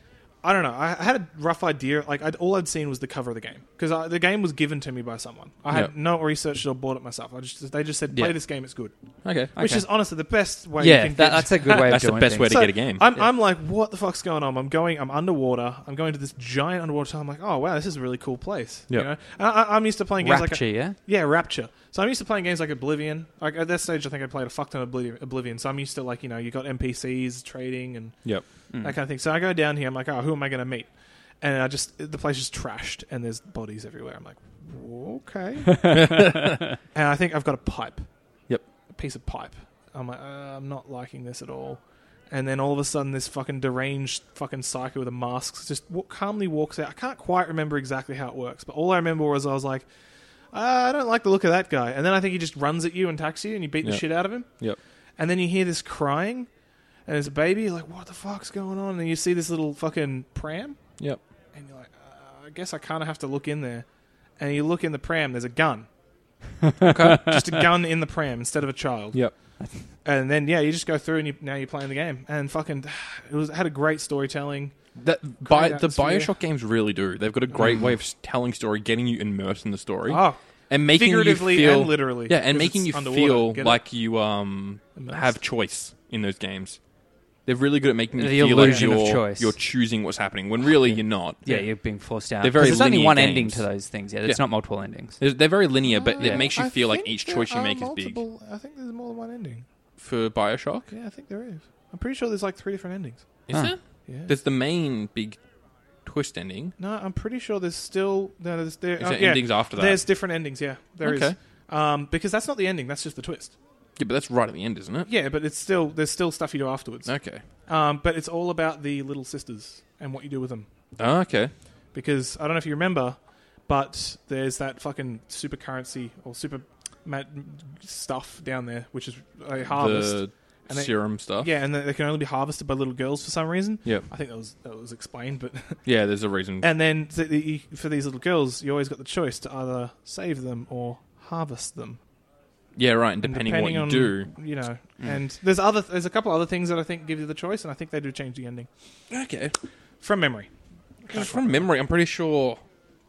Speaker 2: I don't know. I I had a rough idea. Like, I'd, all I'd seen was the cover of the game because the game was given to me by someone. I had
Speaker 1: Yeah.
Speaker 2: no research or bought it myself. I just they just said play
Speaker 1: Yeah.
Speaker 2: this game. It's good,
Speaker 1: Okay.
Speaker 2: which
Speaker 3: Okay.
Speaker 2: is honestly the best way.
Speaker 3: Yeah,
Speaker 2: you can
Speaker 3: that-
Speaker 2: get-
Speaker 3: that's a good way of
Speaker 1: That's the
Speaker 3: doing
Speaker 1: best way
Speaker 3: things.
Speaker 1: to get a game.
Speaker 2: I'm,
Speaker 1: Yeah.
Speaker 2: I'm like, what the fuck's going on? I'm going, I'm underwater. I'm going to this giant underwater tunnel. I'm like, oh wow, this is a really cool place.
Speaker 1: Yeah.
Speaker 2: You know, And I, I- I'm used to playing games like
Speaker 3: Rapture, yeah?
Speaker 2: yeah, Rapture. So I'm used to playing games like Oblivion. Like at that stage, I think I played a fuck ton of Oblivion. Oblivion. So I'm used to like you know you got NPCs trading and
Speaker 1: Yep.
Speaker 2: that kind of thing. So I go down here. I'm like, oh, who am I going to meet? And I just the place is trashed and there's bodies everywhere. I'm like, okay. and I think I've got a pipe.
Speaker 1: Yep.
Speaker 2: A piece of pipe. I'm like, uh, I'm not liking this at all. And then all of a sudden, this fucking deranged fucking psycho with a mask just w- calmly walks out. I can't quite remember exactly how it works, but all I remember was I was like, uh, I don't like the look of that guy. And then I think he just runs at you and attacks you, and you beat the
Speaker 1: Yeah.
Speaker 2: shit out of him.
Speaker 1: Yep.
Speaker 2: And then you hear this crying, and there's a baby. Like, what the fuck's going on? And you see this little fucking pram,
Speaker 1: Yep.
Speaker 2: and you're like, uh, I guess I kind of have to look in there. And you look in the pram. There's a gun. just a gun in the pram instead of a child.
Speaker 1: Yep.
Speaker 2: And then yeah, you just go through, and you, now you're playing the game. And fucking, it was it had a great storytelling.
Speaker 1: That bi- the
Speaker 2: atmosphere.
Speaker 1: Bioshock games really do. They've got a great way of s- telling story, getting you immersed in the story,
Speaker 2: Oh,
Speaker 1: and making
Speaker 2: figuratively
Speaker 1: you feel
Speaker 2: and literally.
Speaker 1: yeah, and
Speaker 2: 'cause
Speaker 1: making
Speaker 2: it's
Speaker 1: you
Speaker 2: underwater.
Speaker 1: feel
Speaker 2: Get it?
Speaker 1: like you um
Speaker 2: Immersed.
Speaker 1: have choice in those games. They're really good at making you
Speaker 3: The
Speaker 1: feel like
Speaker 3: illusion
Speaker 1: you're
Speaker 3: of choice.
Speaker 1: you're choosing what's happening when really you're not.
Speaker 3: Yeah, you're being forced out.
Speaker 1: They're very
Speaker 3: 'Cause there's only
Speaker 1: linear
Speaker 3: one
Speaker 1: games.
Speaker 3: ending to those things. Yeah, it's
Speaker 1: Yeah.
Speaker 3: not multiple endings.
Speaker 1: They're, they're very linear, but
Speaker 2: Uh,
Speaker 1: it makes you
Speaker 2: I
Speaker 1: feel like
Speaker 2: think
Speaker 1: each
Speaker 2: there
Speaker 1: choice you
Speaker 2: are
Speaker 1: make is big.
Speaker 2: multiple- I think there's more than one ending.
Speaker 1: For Bioshock,
Speaker 2: Yeah, I think there is. I'm pretty sure there's like three different endings.
Speaker 1: is
Speaker 3: Huh.
Speaker 1: there?
Speaker 2: Yeah.
Speaker 1: There's the main big twist ending.
Speaker 2: no, I'm pretty sure there's still no, there's there.
Speaker 1: Is
Speaker 2: oh,
Speaker 1: there
Speaker 2: yeah.
Speaker 1: endings after that?
Speaker 2: There's different endings. Yeah, there is.
Speaker 1: Okay.
Speaker 2: Um, because that's not the ending. That's just the twist.
Speaker 1: Yeah, but that's right at the end, isn't it?
Speaker 2: Yeah, but it's still there's still stuff you do afterwards.
Speaker 1: Okay.
Speaker 2: Um, but it's all about the little sisters and what you do with them.
Speaker 1: Oh, okay.
Speaker 2: Because I don't know if you remember, but there's that fucking super currency or super ma- stuff down there, which is a harvest.
Speaker 1: The
Speaker 2: And they-
Speaker 1: serum stuff.
Speaker 2: yeah, and they they can only be harvested by little girls for some reason.
Speaker 1: Yep.
Speaker 2: I think that was that was explained, but
Speaker 1: Yeah, there's a reason.
Speaker 2: And then th- the, for these little girls, you always got the choice to either save them or harvest them,
Speaker 1: yeah, right. And
Speaker 2: And
Speaker 1: depending, on what you do. Mm.
Speaker 2: on, You know, and there's other there's a couple other things that I think give you the choice, and I think they do change the ending
Speaker 1: Okay.
Speaker 2: from memory.
Speaker 1: Because from memory, I'm pretty sure,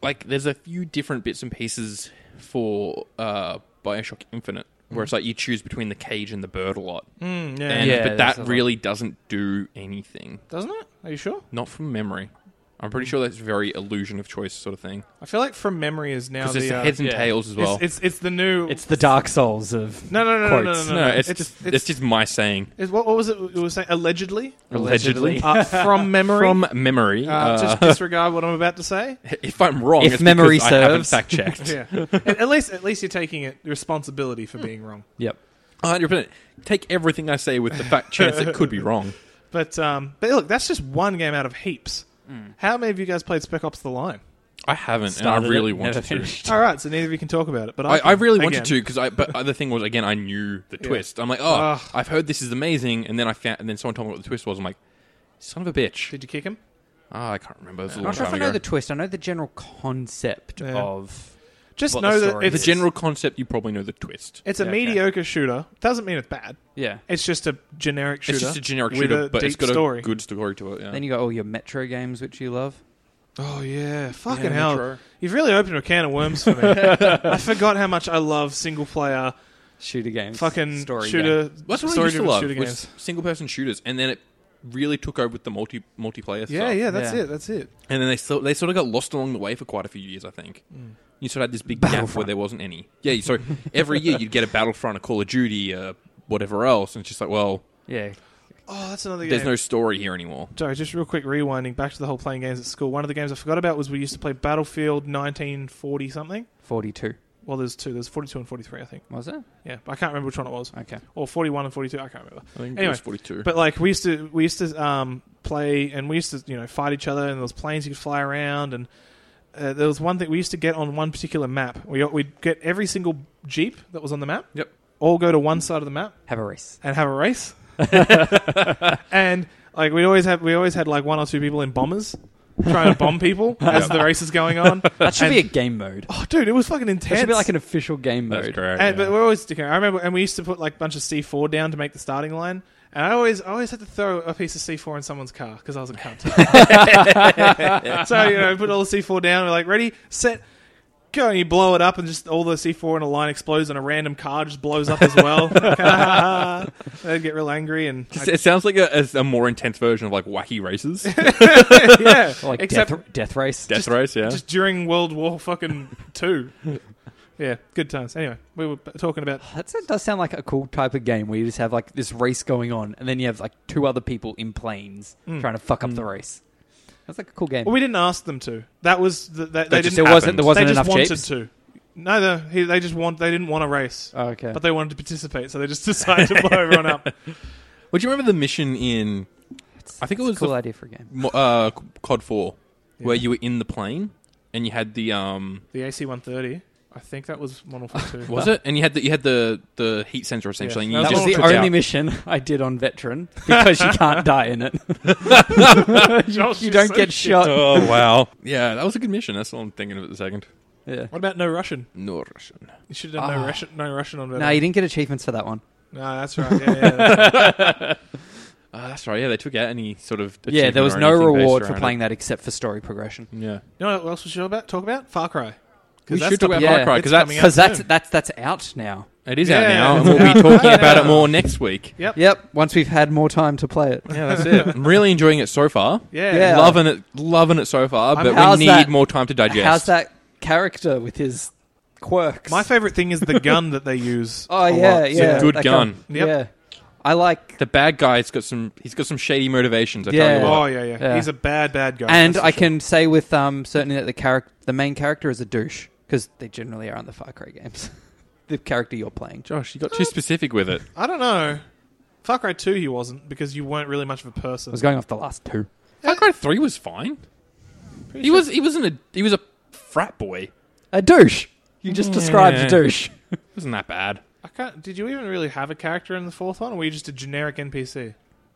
Speaker 1: like, there's a few different bits and pieces for uh, Bioshock Infinite, where it's like you choose between the cage and the bird a lot,
Speaker 2: Mm, yeah,
Speaker 1: and,
Speaker 3: Yeah.
Speaker 1: but
Speaker 3: that's
Speaker 1: that
Speaker 3: a lot.
Speaker 1: really doesn't do anything.
Speaker 2: doesn't it? Are you sure?
Speaker 1: Not from memory. I'm
Speaker 2: Mm.
Speaker 1: pretty sure that's very illusion of choice sort of thing.
Speaker 2: I feel like from memory is now
Speaker 1: Because
Speaker 2: the
Speaker 1: it's
Speaker 2: uh,
Speaker 1: heads and
Speaker 3: yeah.
Speaker 1: tails as well.
Speaker 2: it's, it's it's the new
Speaker 3: It's the Dark Souls of
Speaker 2: no no no no, no no
Speaker 3: quotes.
Speaker 2: no
Speaker 1: no, it's,
Speaker 2: uh, it's
Speaker 1: just it's,
Speaker 2: it's,
Speaker 1: just my saying
Speaker 2: it's- what, what was it? It was saying allegedly
Speaker 1: allegedly,
Speaker 2: uh, from memory.
Speaker 1: from memory.
Speaker 2: uh,
Speaker 1: uh,
Speaker 2: just disregard what I'm about to say.
Speaker 1: if I'm wrong,
Speaker 3: If
Speaker 1: it's
Speaker 3: memory
Speaker 1: because I haven't
Speaker 3: serves.
Speaker 1: fact checked.
Speaker 2: Yeah, at, at least at least you're taking it responsibility for being wrong.
Speaker 3: Yep.
Speaker 1: hundred percent. Take everything I say with the fact chance it could be wrong.
Speaker 2: But um, but look, that's just one game out of heaps.
Speaker 1: Hmm.
Speaker 2: How many of you guys played Spec Ops: The Line?
Speaker 1: I haven't, and I
Speaker 3: Started
Speaker 1: really
Speaker 3: it, never
Speaker 1: wanted to.
Speaker 3: finished.
Speaker 2: All right, so neither of you can talk about it. But
Speaker 1: I,
Speaker 2: I,
Speaker 1: I really wanted
Speaker 2: again.
Speaker 1: to because I. But the thing was, again, I knew the
Speaker 2: Yeah.
Speaker 1: twist. I'm like, oh,
Speaker 2: Ugh.
Speaker 1: I've heard this is amazing, and then I found, and then someone told me what the twist was. I'm like, son of a bitch.
Speaker 2: Did you kick him?
Speaker 1: Ah, I can't remember. It was a
Speaker 3: I'm
Speaker 1: long
Speaker 3: not sure if
Speaker 1: time
Speaker 3: I
Speaker 1: ago.
Speaker 3: know the twist. I know the general concept
Speaker 2: Yeah.
Speaker 3: of.
Speaker 2: Just
Speaker 3: What the
Speaker 2: know that
Speaker 3: story
Speaker 1: The
Speaker 2: it's,
Speaker 3: is.
Speaker 1: general concept, you probably know the twist.
Speaker 2: it's a
Speaker 3: Yeah, okay.
Speaker 2: mediocre shooter. Doesn't mean it's bad.
Speaker 3: Yeah.
Speaker 2: It's just a generic shooter.
Speaker 1: It's just a generic
Speaker 2: with
Speaker 1: shooter,
Speaker 2: a
Speaker 1: but it's
Speaker 2: deep
Speaker 1: got
Speaker 2: story.
Speaker 1: a good story to it. Yeah.
Speaker 3: Then you got all your Metro games, which you love.
Speaker 2: Oh yeah, fucking
Speaker 1: Yeah,
Speaker 2: hell!
Speaker 1: Metro.
Speaker 2: You've really opened a can of worms for me. I forgot how much I love single player
Speaker 3: Shooter games.
Speaker 2: fucking
Speaker 3: story
Speaker 2: shooter.
Speaker 1: That's what I
Speaker 2: story
Speaker 1: used to love
Speaker 2: shooter
Speaker 1: was
Speaker 2: games.
Speaker 1: single person shooters, and then it really took over with the multi multiplayer.
Speaker 2: Yeah,
Speaker 1: stuff.
Speaker 2: yeah, that's
Speaker 3: Yeah.
Speaker 2: it. That's it.
Speaker 1: And then they sort they sort of got lost along the way for quite a few years, I think. You sort of had this big gap where
Speaker 3: Battlefront.
Speaker 1: there wasn't any. Yeah, so every year you'd get a Battlefront, a Call of Duty, uh, whatever else, and it's just like, well,
Speaker 3: Yeah.
Speaker 2: Oh, that's another
Speaker 1: there's
Speaker 2: game.
Speaker 1: no story here anymore.
Speaker 2: Sorry, just real quick rewinding back to the whole playing games at school. One of the games I forgot about was we used to play Battlefield 1940 something.
Speaker 3: 42.
Speaker 2: Well, there's two. There's 42 and 43, I think.
Speaker 3: Was it?
Speaker 2: Yeah, but I can't remember which one it was.
Speaker 3: Okay.
Speaker 2: Or 41 and 42, I can't remember.
Speaker 1: I think it
Speaker 2: Anyway,
Speaker 1: was 42.
Speaker 2: But like we used to, we used to um, play and we used to, you know, fight each other. And there was planes you could fly around. And uh, there was one thing we used to get on one particular map. We we'd get every single jeep that was on the map.
Speaker 1: Yep.
Speaker 2: All go to one side of the map
Speaker 3: Have a race.
Speaker 2: and have a race. and like we always had, we always had like one or two people in bombers. trying to bomb people as the race is going on.
Speaker 3: That should
Speaker 2: And-
Speaker 3: be a game mode.
Speaker 2: Oh, dude, it was fucking
Speaker 3: That
Speaker 2: intense.
Speaker 3: should be like an official game
Speaker 1: That's
Speaker 3: mode.
Speaker 1: correct.
Speaker 2: And,
Speaker 1: yeah.
Speaker 2: But we're always sticking. I remember, and we used to put like a bunch of C four down to make the starting line. And I always, I always had to throw a piece of C four in someone's car because I was a cunt. so you know, put all the C four down. We're like, ready, set, go, and you blow it up, and just all the C four in a line explodes, and a random car just blows up as well. They'd get real angry, and
Speaker 1: It- It sounds like a, a, a more intense version of like wacky races,
Speaker 2: I- yeah,
Speaker 3: Or like
Speaker 2: except
Speaker 3: death, death race.
Speaker 1: death race. Yeah,
Speaker 2: just during World War fucking two. Yeah, good times. Anyway, we were talking about
Speaker 3: That's, that does sound like a cool type of game where you just have like this race going on, and then you have like two other people in planes
Speaker 2: Mm.
Speaker 3: trying to fuck up
Speaker 1: Mm.
Speaker 3: the race. That's like a cool game.
Speaker 2: Well, we didn't ask them to. That was the, they, they
Speaker 1: That
Speaker 2: didn't.
Speaker 1: just
Speaker 3: there wasn't there
Speaker 1: happened.
Speaker 3: wasn't
Speaker 2: they
Speaker 3: enough
Speaker 2: just wanted
Speaker 3: japes.
Speaker 2: to. No, they, he- they just want. They didn't want to race,
Speaker 3: Oh, okay.
Speaker 2: but they wanted to participate, so they just decided to blow everyone up.
Speaker 1: Would you remember the mission in I think it
Speaker 3: It's
Speaker 1: was
Speaker 3: a cool
Speaker 1: the-
Speaker 3: idea for a game.
Speaker 1: mo- uh, COD Four, where
Speaker 2: Yeah.
Speaker 1: you were in the plane and you had the um,
Speaker 2: The AC-130. I think that was one of two.
Speaker 1: was it? And you had the you had the the heat sensor essentially.
Speaker 2: Yeah.
Speaker 1: And
Speaker 3: That
Speaker 1: you
Speaker 3: was
Speaker 1: just
Speaker 3: the
Speaker 1: took
Speaker 3: only
Speaker 1: out-
Speaker 3: mission I did on veteran because you can't die in it.
Speaker 2: Josh,
Speaker 3: you
Speaker 2: you're
Speaker 3: don't
Speaker 2: so
Speaker 3: get
Speaker 2: shit.
Speaker 3: shot.
Speaker 1: Oh wow! Yeah, that was a good mission. That's all I'm thinking of at the second.
Speaker 3: Yeah.
Speaker 2: What about no Russian?
Speaker 1: No Russian.
Speaker 2: You should have done no
Speaker 3: Ah.
Speaker 2: Russian. No Russian on.
Speaker 3: No, you didn't get achievements for that one.
Speaker 2: No, that's right. Yeah, yeah, that's right.
Speaker 1: Ah, that's right. Yeah, they took out any sort of
Speaker 3: Yeah,
Speaker 1: achievement
Speaker 3: there was
Speaker 1: or
Speaker 3: no
Speaker 1: anything based
Speaker 3: reward for
Speaker 1: around it.
Speaker 3: playing that except for story progression.
Speaker 1: Yeah,
Speaker 2: you know what else we should about, talk about? Far Cry.
Speaker 1: we
Speaker 2: that's
Speaker 1: should talk
Speaker 2: the-
Speaker 1: about
Speaker 3: yeah,
Speaker 1: Far Cry
Speaker 2: it's
Speaker 1: because that's
Speaker 2: coming
Speaker 3: Because
Speaker 2: out
Speaker 3: that's
Speaker 2: soon.
Speaker 3: that's that's out now.
Speaker 1: it is
Speaker 2: Yeah.
Speaker 1: out now, and we'll
Speaker 2: Yeah.
Speaker 1: be talking
Speaker 2: Yeah.
Speaker 1: about it more next week.
Speaker 2: Yep.
Speaker 3: Yep. Once we've had more time to play it.
Speaker 1: Yeah, that's it. I'm really enjoying it so far.
Speaker 2: Yeah.
Speaker 3: Yeah. Um,
Speaker 1: Loving it, loving it so far.
Speaker 2: I'm-
Speaker 1: But
Speaker 3: How's
Speaker 1: we need
Speaker 3: that-
Speaker 1: more time to digest.
Speaker 3: How's that character with his quirks?
Speaker 2: My favorite thing is the gun that they use.
Speaker 3: oh
Speaker 2: a
Speaker 3: yeah,
Speaker 2: lot.
Speaker 3: yeah.
Speaker 1: a good
Speaker 3: that
Speaker 1: gun.
Speaker 2: Yep.
Speaker 3: Yeah. I like
Speaker 1: The bad guy's got some. He's got some shady motivations. I tell
Speaker 3: Yeah.
Speaker 1: you what.
Speaker 2: Oh yeah, yeah,
Speaker 3: Yeah.
Speaker 2: He's a bad, bad guy.
Speaker 3: and
Speaker 2: that's for
Speaker 3: I
Speaker 2: sure.
Speaker 3: can say with um certainty that the character the main character is a douche because they generally are in the Far Cry games. the character you're playing.
Speaker 1: Josh, you got too specific with it.
Speaker 2: I don't know. Far Cry 2 he wasn't because you weren't really much of a
Speaker 3: I
Speaker 2: person.
Speaker 3: was going off the last two.
Speaker 1: Far Cry Three was fine. He was. He wasn't a. He was a frat boy.
Speaker 3: A douche. You just described
Speaker 1: Yeah.
Speaker 3: a douche.
Speaker 1: Wasn't that bad?
Speaker 2: I can't, did you even really have a character in the fourth one or were you just a generic NPC?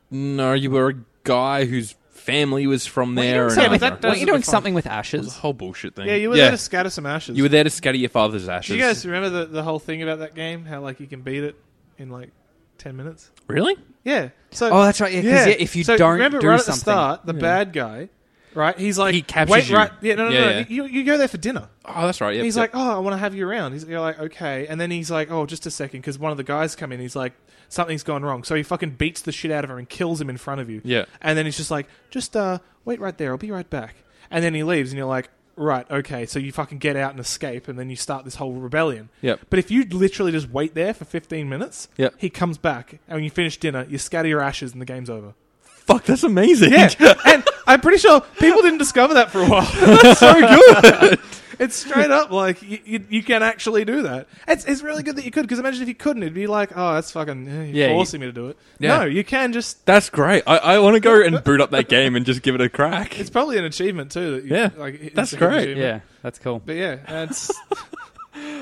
Speaker 1: No, you were a guy whose family was from
Speaker 2: Well, you
Speaker 1: there.
Speaker 2: didn't
Speaker 1: and
Speaker 2: say
Speaker 1: I-
Speaker 2: but that-
Speaker 1: it
Speaker 3: Weren't
Speaker 2: doesn't
Speaker 3: you doing
Speaker 2: define-
Speaker 3: something with
Speaker 1: was a
Speaker 3: ashes?
Speaker 1: whole bullshit thing.
Speaker 2: Yeah, you were
Speaker 1: yeah.
Speaker 2: there to scatter some ashes.
Speaker 1: You were there to scatter your father's
Speaker 2: Do
Speaker 1: ashes.
Speaker 2: you guys remember the, the whole thing about that game? How like you can beat it in like 10 minutes?
Speaker 1: really?
Speaker 2: Yeah. So
Speaker 3: Oh, that's right. Yeah, 'cause, yeah, if you
Speaker 2: so
Speaker 3: don't
Speaker 2: remember
Speaker 3: do
Speaker 2: right at
Speaker 3: something-
Speaker 2: the start, the bad guy, right? He's like
Speaker 1: He captures
Speaker 2: wait,
Speaker 1: you.
Speaker 2: right? Yeah, no, no,
Speaker 1: Yeah,
Speaker 2: no.
Speaker 1: yeah.
Speaker 2: You, you go there for dinner.
Speaker 1: Oh, that's right. Yeah.
Speaker 2: And he's like, "Oh, I want to have you around." He's you're like, "Okay," and then he's like, "Oh, just a second, because one of the guys come in. He's like, "Something's gone wrong." So he fucking beats the shit out of her and kills him in front of you.
Speaker 1: Yeah.
Speaker 2: And then he's just like, "Just uh, wait right there. I'll be right back." And then he leaves, and you're like, "Right, okay." So you fucking get out and escape, and then you start this whole rebellion.
Speaker 1: Yep.
Speaker 2: But if you literally just wait there for 15 minutes,
Speaker 1: Yep.
Speaker 2: he comes back, and when you finish dinner, you scatter your ashes, and the game's over.
Speaker 1: Fuck, that's amazing.
Speaker 2: Yeah, and I'm pretty sure people didn't discover that for a while. That's so good. it's straight up like you, you, you can actually do that. It's, it's really good that you could because imagine if you couldn't, it'd be like, oh, that's fucking eh, you're
Speaker 3: Yeah, you-
Speaker 2: forcing me to do it.
Speaker 1: Yeah.
Speaker 2: No, you can just.
Speaker 1: That's great. I, I want to go and boot up that game and just give it a crack.
Speaker 2: It's probably an achievement too. That you,
Speaker 1: Yeah.
Speaker 2: like, it's
Speaker 1: That's
Speaker 2: a hidden
Speaker 1: great.
Speaker 2: achievement.
Speaker 3: that's cool.
Speaker 2: But yeah, that's,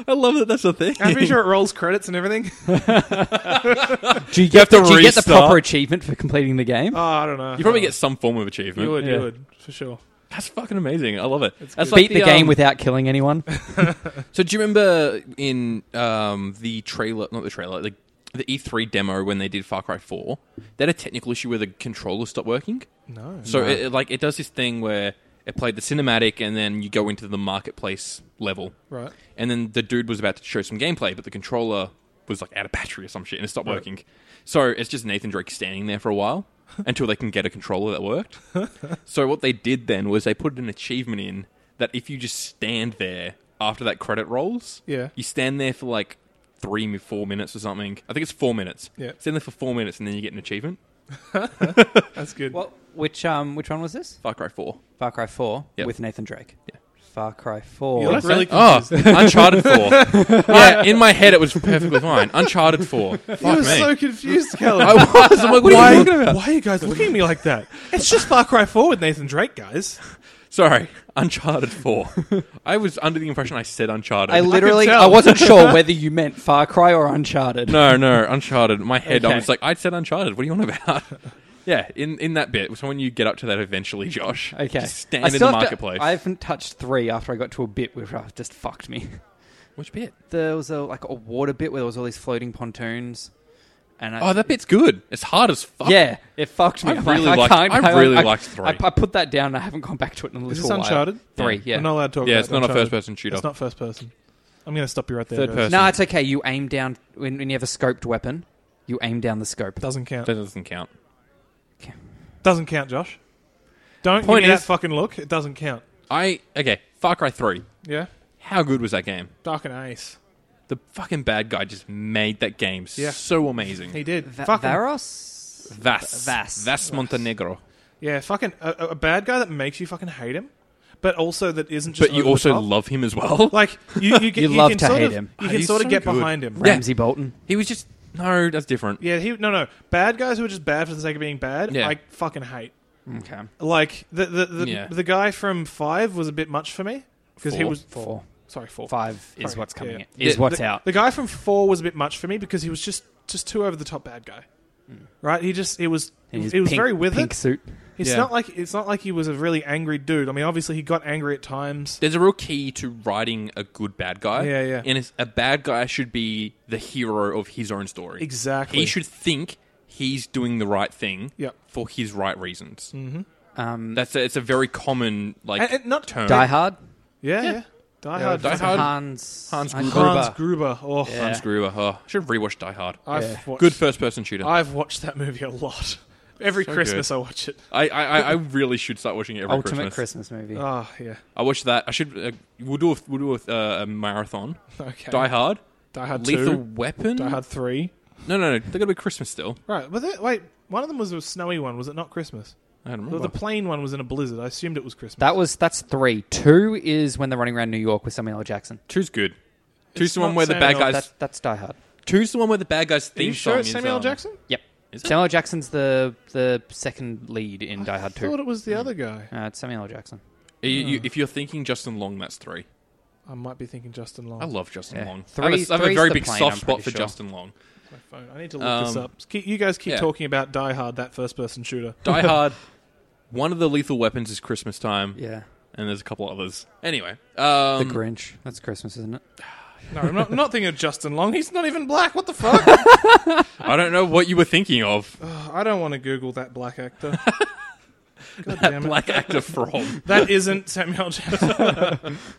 Speaker 1: I love that. That's a thing.
Speaker 2: I'm pretty sure it rolls credits and everything.
Speaker 3: Do you,
Speaker 1: have to
Speaker 3: get, did you get the
Speaker 1: restart?
Speaker 3: proper achievement for completing the game?
Speaker 2: Oh, I don't know.
Speaker 1: You probably get some form of achievement.
Speaker 2: You would,
Speaker 3: Yeah.
Speaker 2: you would for sure.
Speaker 1: That's fucking amazing. I love it.
Speaker 2: It's
Speaker 1: That's
Speaker 2: good.
Speaker 1: like
Speaker 3: Beat the, game
Speaker 1: um,
Speaker 3: without killing anyone.
Speaker 1: So do you remember in um, the trailer, not the trailer, the, the E3 demo when they did Far Cry 4, they had a technical issue where the controller stopped working.
Speaker 2: No.
Speaker 1: So it, it, like it does this thing where it played the cinematic and then you go into the marketplace level,
Speaker 2: Right.
Speaker 1: and then the dude was about to show some gameplay, but the controller was like out of battery or some shit and it stopped working. So it's just Nathan Drake standing there for a while until they can get a controller that worked. so what they did then was they put an achievement in that if you just stand there after that credit rolls,
Speaker 2: Yeah.
Speaker 1: you stand there for like three, mi- four minutes or something. I think it's four minutes.
Speaker 2: Yeah.
Speaker 1: Stand there for four minutes and then you get an achievement.
Speaker 2: That's good.
Speaker 3: Well, which um, which one was this?
Speaker 1: Far Cry 4.
Speaker 3: Far Cry Four
Speaker 1: Yep.
Speaker 3: with Nathan Drake.
Speaker 1: Yeah.
Speaker 3: Far Cry
Speaker 2: You
Speaker 3: Four.
Speaker 2: look really
Speaker 1: Oh,
Speaker 2: confused.
Speaker 1: Uncharted 4. yeah, in my head it was perfectly fine. Uncharted 4. Fuck
Speaker 2: you
Speaker 1: me.
Speaker 2: were so confused, Kelly.
Speaker 1: I was. I'm like, what are you talking about?
Speaker 2: Why are you guys looking at me like that? It's just Far Cry 4 with Nathan Drake, guys.
Speaker 1: Sorry, Uncharted 4. I was under the impression I said Uncharted.
Speaker 3: I literally,
Speaker 2: tell.
Speaker 3: I, wasn't sure whether you meant Far Cry or Uncharted.
Speaker 1: no, no, Uncharted. In My head, I
Speaker 3: Okay.
Speaker 1: was like, I said Uncharted. What are you on about? Yeah, in, in that bit. So when you get up to that eventually, Josh,
Speaker 3: Okay.
Speaker 1: just
Speaker 3: I
Speaker 1: stand in
Speaker 3: still
Speaker 1: the
Speaker 3: have to-
Speaker 1: marketplace.
Speaker 3: I haven't touched three after I got to a bit where it just fucked me.
Speaker 1: Which bit?
Speaker 3: There was a like a water bit where there was all these floating pontoons, and I,
Speaker 1: Oh, that bit's good. It's hard as fuck.
Speaker 3: yeah, it fucked me.
Speaker 1: I
Speaker 3: I'm
Speaker 1: really
Speaker 3: like,
Speaker 1: liked-
Speaker 3: I, can't,
Speaker 1: I really
Speaker 3: I,
Speaker 1: liked
Speaker 3: I,
Speaker 1: three.
Speaker 3: I put that down. and I haven't gone back to it in a little
Speaker 2: Is this
Speaker 3: while.
Speaker 2: Uncharted?
Speaker 3: Three, yeah.
Speaker 2: We're not allowed to talk
Speaker 1: Yeah,
Speaker 2: about
Speaker 1: it's not a
Speaker 2: Uncharted.
Speaker 1: first-person shooter.
Speaker 2: It's not first person. I'm going to stop you right there.
Speaker 1: Third
Speaker 2: guys.
Speaker 1: person.
Speaker 3: no, it's okay. You aim down when, when you have a scoped weapon. You aim down the scope.
Speaker 2: Doesn't count.
Speaker 1: That doesn't count.
Speaker 2: Doesn't count, Josh. Don't
Speaker 1: Point
Speaker 2: give me
Speaker 1: is-
Speaker 2: that fucking look. It doesn't count.
Speaker 1: I okay. Far Cry Three.
Speaker 2: Yeah?
Speaker 1: How good was that game?
Speaker 2: Dark and Ace.
Speaker 1: The fucking bad guy just made that game
Speaker 2: Yeah.
Speaker 1: so amazing.
Speaker 2: He did.
Speaker 3: Va-
Speaker 2: fucking,
Speaker 3: Varos.
Speaker 1: Vas.
Speaker 3: Vas.
Speaker 1: Vas Montenegro.
Speaker 2: yeah, fucking a, a- a bad guy that makes you fucking hate him, but also that isn't just
Speaker 1: But you
Speaker 2: over the
Speaker 1: also
Speaker 2: top.
Speaker 1: love him as well.
Speaker 2: like you you, get,
Speaker 3: You
Speaker 2: you
Speaker 3: love
Speaker 2: can
Speaker 3: to
Speaker 2: sort
Speaker 3: hate
Speaker 2: of,
Speaker 3: him.
Speaker 2: You
Speaker 1: Oh,
Speaker 2: can
Speaker 1: he's
Speaker 2: sort
Speaker 1: so
Speaker 2: of get
Speaker 1: good.
Speaker 2: behind him.
Speaker 1: Yeah.
Speaker 3: Ramsey Bolton.
Speaker 1: He was just no, that's different.
Speaker 2: Yeah, he no no bad guys who are just bad for the sake of being bad.
Speaker 1: Yeah.
Speaker 2: I fucking hate.
Speaker 3: Okay.
Speaker 2: Like the the the,
Speaker 1: Yeah.
Speaker 2: the guy from Five was a bit much for me because he
Speaker 1: Four.
Speaker 2: was
Speaker 3: Four.
Speaker 2: sorry four
Speaker 3: Five is
Speaker 2: Sorry,
Speaker 3: what's coming.
Speaker 2: yeah.
Speaker 3: in- Is
Speaker 1: The-
Speaker 3: what's
Speaker 2: the,
Speaker 3: out.
Speaker 2: The guy from Four was a bit much for me because he was just just too over the top bad guy. Right, he just it was
Speaker 3: And his
Speaker 2: it was
Speaker 3: pink-
Speaker 2: very with
Speaker 3: pink
Speaker 2: it.
Speaker 3: suit.
Speaker 2: It's
Speaker 1: Yeah.
Speaker 2: not like it's not like he was a really angry dude. I mean, obviously he got angry at times.
Speaker 1: There's a real key to writing a good bad guy.
Speaker 2: Yeah, yeah.
Speaker 1: And it's, a bad guy should be the hero of his own story.
Speaker 2: Exactly.
Speaker 1: He should think he's doing the right thing
Speaker 2: Yep.
Speaker 1: for his right reasons.
Speaker 3: Um,
Speaker 1: That's a, it's a very common like
Speaker 2: Hmm. And- and not-
Speaker 1: term.
Speaker 3: Die Hard.
Speaker 2: Yeah, yeah.
Speaker 1: Yeah.
Speaker 2: Die
Speaker 1: Yeah,
Speaker 2: Hard.
Speaker 1: Die Hard.
Speaker 3: Hans.
Speaker 1: Hans
Speaker 3: Hans
Speaker 1: Gruber.
Speaker 2: Hans
Speaker 3: Gruber.
Speaker 2: Gruber. Oh,
Speaker 3: Yeah.
Speaker 1: Hans Gruber. Huh. I should rewatch Die Hard.
Speaker 2: I've
Speaker 3: Yeah.
Speaker 2: watched,
Speaker 1: Good first person shooter. I,
Speaker 2: I've watched that movie a lot. Every
Speaker 1: So
Speaker 2: Christmas I watch it.
Speaker 1: I, I, I really should start watching it every
Speaker 3: Ultimate
Speaker 1: Christmas.
Speaker 3: Christmas movie.
Speaker 2: Oh, yeah.
Speaker 1: I watch that. I should. Uh, we'll do a, we'll do a, uh, a marathon.
Speaker 2: Okay.
Speaker 1: Die Hard.
Speaker 2: Die Hard
Speaker 1: Lethal
Speaker 2: 2.
Speaker 1: Weapon.
Speaker 2: Die Hard 3.
Speaker 1: No, no, no. They're gonna be Christmas still.
Speaker 2: Right. But that, wait, one of them was a snowy one. Was it not Christmas?
Speaker 1: I don't
Speaker 2: The,
Speaker 1: remember.
Speaker 2: the plane one was in a blizzard. I assumed it was Christmas.
Speaker 3: That was that's three. Two is when they're running around New York with Samuel L. Jackson.
Speaker 1: Two's good. Two's the one
Speaker 2: not
Speaker 1: where the bad
Speaker 2: Samuel-
Speaker 1: guys.
Speaker 3: That, that's Die Hard.
Speaker 1: Two's the one where the bad guys
Speaker 2: Are you
Speaker 1: theme
Speaker 2: sure
Speaker 1: song
Speaker 2: it's
Speaker 1: is,
Speaker 2: Samuel L.
Speaker 1: um,
Speaker 2: Jackson?
Speaker 3: Yep.
Speaker 1: Is it?
Speaker 3: Samuel L. Jackson's the the second lead in Die Hard
Speaker 2: I thought
Speaker 3: Two.
Speaker 2: it was
Speaker 1: Hmm.
Speaker 2: the other guy.
Speaker 3: Uh, it's Samuel L. Jackson.
Speaker 1: You- you- if you're thinking Justin Long, that's three.
Speaker 2: I might be thinking Justin Long.
Speaker 1: I love Justin
Speaker 3: Yeah.
Speaker 1: Long. I have
Speaker 3: Three's-
Speaker 1: a, I have a
Speaker 3: three's
Speaker 1: very
Speaker 3: the
Speaker 1: big
Speaker 3: plane,
Speaker 1: soft
Speaker 3: I'm
Speaker 1: spot
Speaker 3: pretty
Speaker 1: for
Speaker 3: sure.
Speaker 1: Justin Long.
Speaker 2: my phone. I need to look this
Speaker 1: Um,
Speaker 2: up. Keep- You guys keep
Speaker 1: yeah.
Speaker 2: talking about Die Hard, that first-person shooter.
Speaker 1: Die Hard. One of the lethal weapons is Christmas time,
Speaker 3: Yeah.
Speaker 1: and there's a couple others. Anyway, um,
Speaker 3: the Grinch. That's Christmas, isn't it?
Speaker 2: No, I'm not, I'm not thinking of Justin Long. He's not even black. What the fuck?
Speaker 1: I don't know what you were thinking of.
Speaker 2: Ugh, I don't want to Google that black actor. God
Speaker 1: That
Speaker 2: damn it.
Speaker 1: black actor from.
Speaker 2: That isn't Samuel Jackson.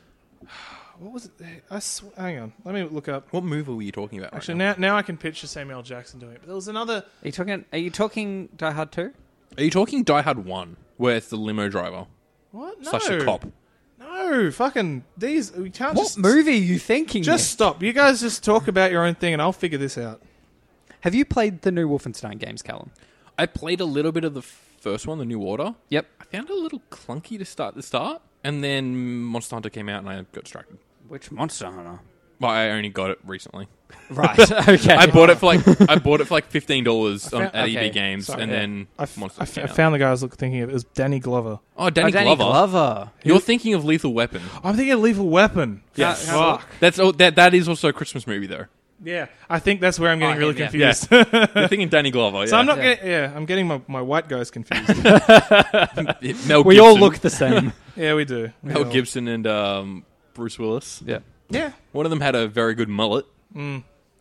Speaker 2: what was it? I sw- hang on. Let me look up.
Speaker 1: What movie were you talking about? right
Speaker 2: Actually,
Speaker 1: now?
Speaker 2: now now I can picture Samuel Jackson doing it. But there was another.
Speaker 3: Are you talking? Are you talking Die Hard Two?
Speaker 1: Are you talking Die Hard One, where it's the limo driver
Speaker 2: What? No.
Speaker 1: slash the cop?
Speaker 2: No, fucking these. We can't just
Speaker 3: movie are you thinking?
Speaker 2: Just stop. You guys just talk about your own thing, and I'll figure this out.
Speaker 3: of? have you played the new Wolfenstein games, Callum?
Speaker 1: I played a little bit of the first one, The New Order.
Speaker 3: Yep.
Speaker 1: I found it a little clunky to start the start, and then Monster Hunter came out, and I got distracted.
Speaker 3: Which Monster Hunter?
Speaker 1: Well, I only got it recently.
Speaker 3: Right. Okay.
Speaker 1: I bought it for like I bought it for like fifteen dollars
Speaker 2: I
Speaker 1: on
Speaker 2: found-
Speaker 1: at
Speaker 3: okay,
Speaker 1: EB Games,
Speaker 2: sorry,
Speaker 1: and
Speaker 2: yeah.
Speaker 1: then
Speaker 2: I, f-
Speaker 1: Monster
Speaker 2: I, f-
Speaker 1: Hunter
Speaker 2: I
Speaker 1: came out.
Speaker 2: found the guy I was look- thinking of. It was Danny Glover.
Speaker 1: Oh,
Speaker 3: Oh,
Speaker 1: Danny,
Speaker 3: Danny
Speaker 1: Glover.
Speaker 3: Glover.
Speaker 1: You're thinking of Lethal Weapon.
Speaker 2: I'm thinking of Lethal Weapon.
Speaker 1: Yes.
Speaker 2: Ah, fuck.
Speaker 1: That's oh, that. That is also a Christmas movie, though.
Speaker 2: Yeah. I think that's where I'm getting
Speaker 3: Oh,
Speaker 2: really
Speaker 3: him, yeah.
Speaker 2: confused.
Speaker 1: You're thinking Danny Glover. Yeah.
Speaker 2: So I'm not
Speaker 3: Yeah.
Speaker 2: getting. Yeah, I'm getting my, my white guys confused.
Speaker 1: Mel.
Speaker 3: We
Speaker 1: Gibson,
Speaker 3: all look the same.
Speaker 2: yeah, we do. We
Speaker 1: Mel
Speaker 2: all-
Speaker 1: Gibson and um, Bruce Willis.
Speaker 3: yeah.
Speaker 2: Yeah.
Speaker 1: One of them had a very good mullet.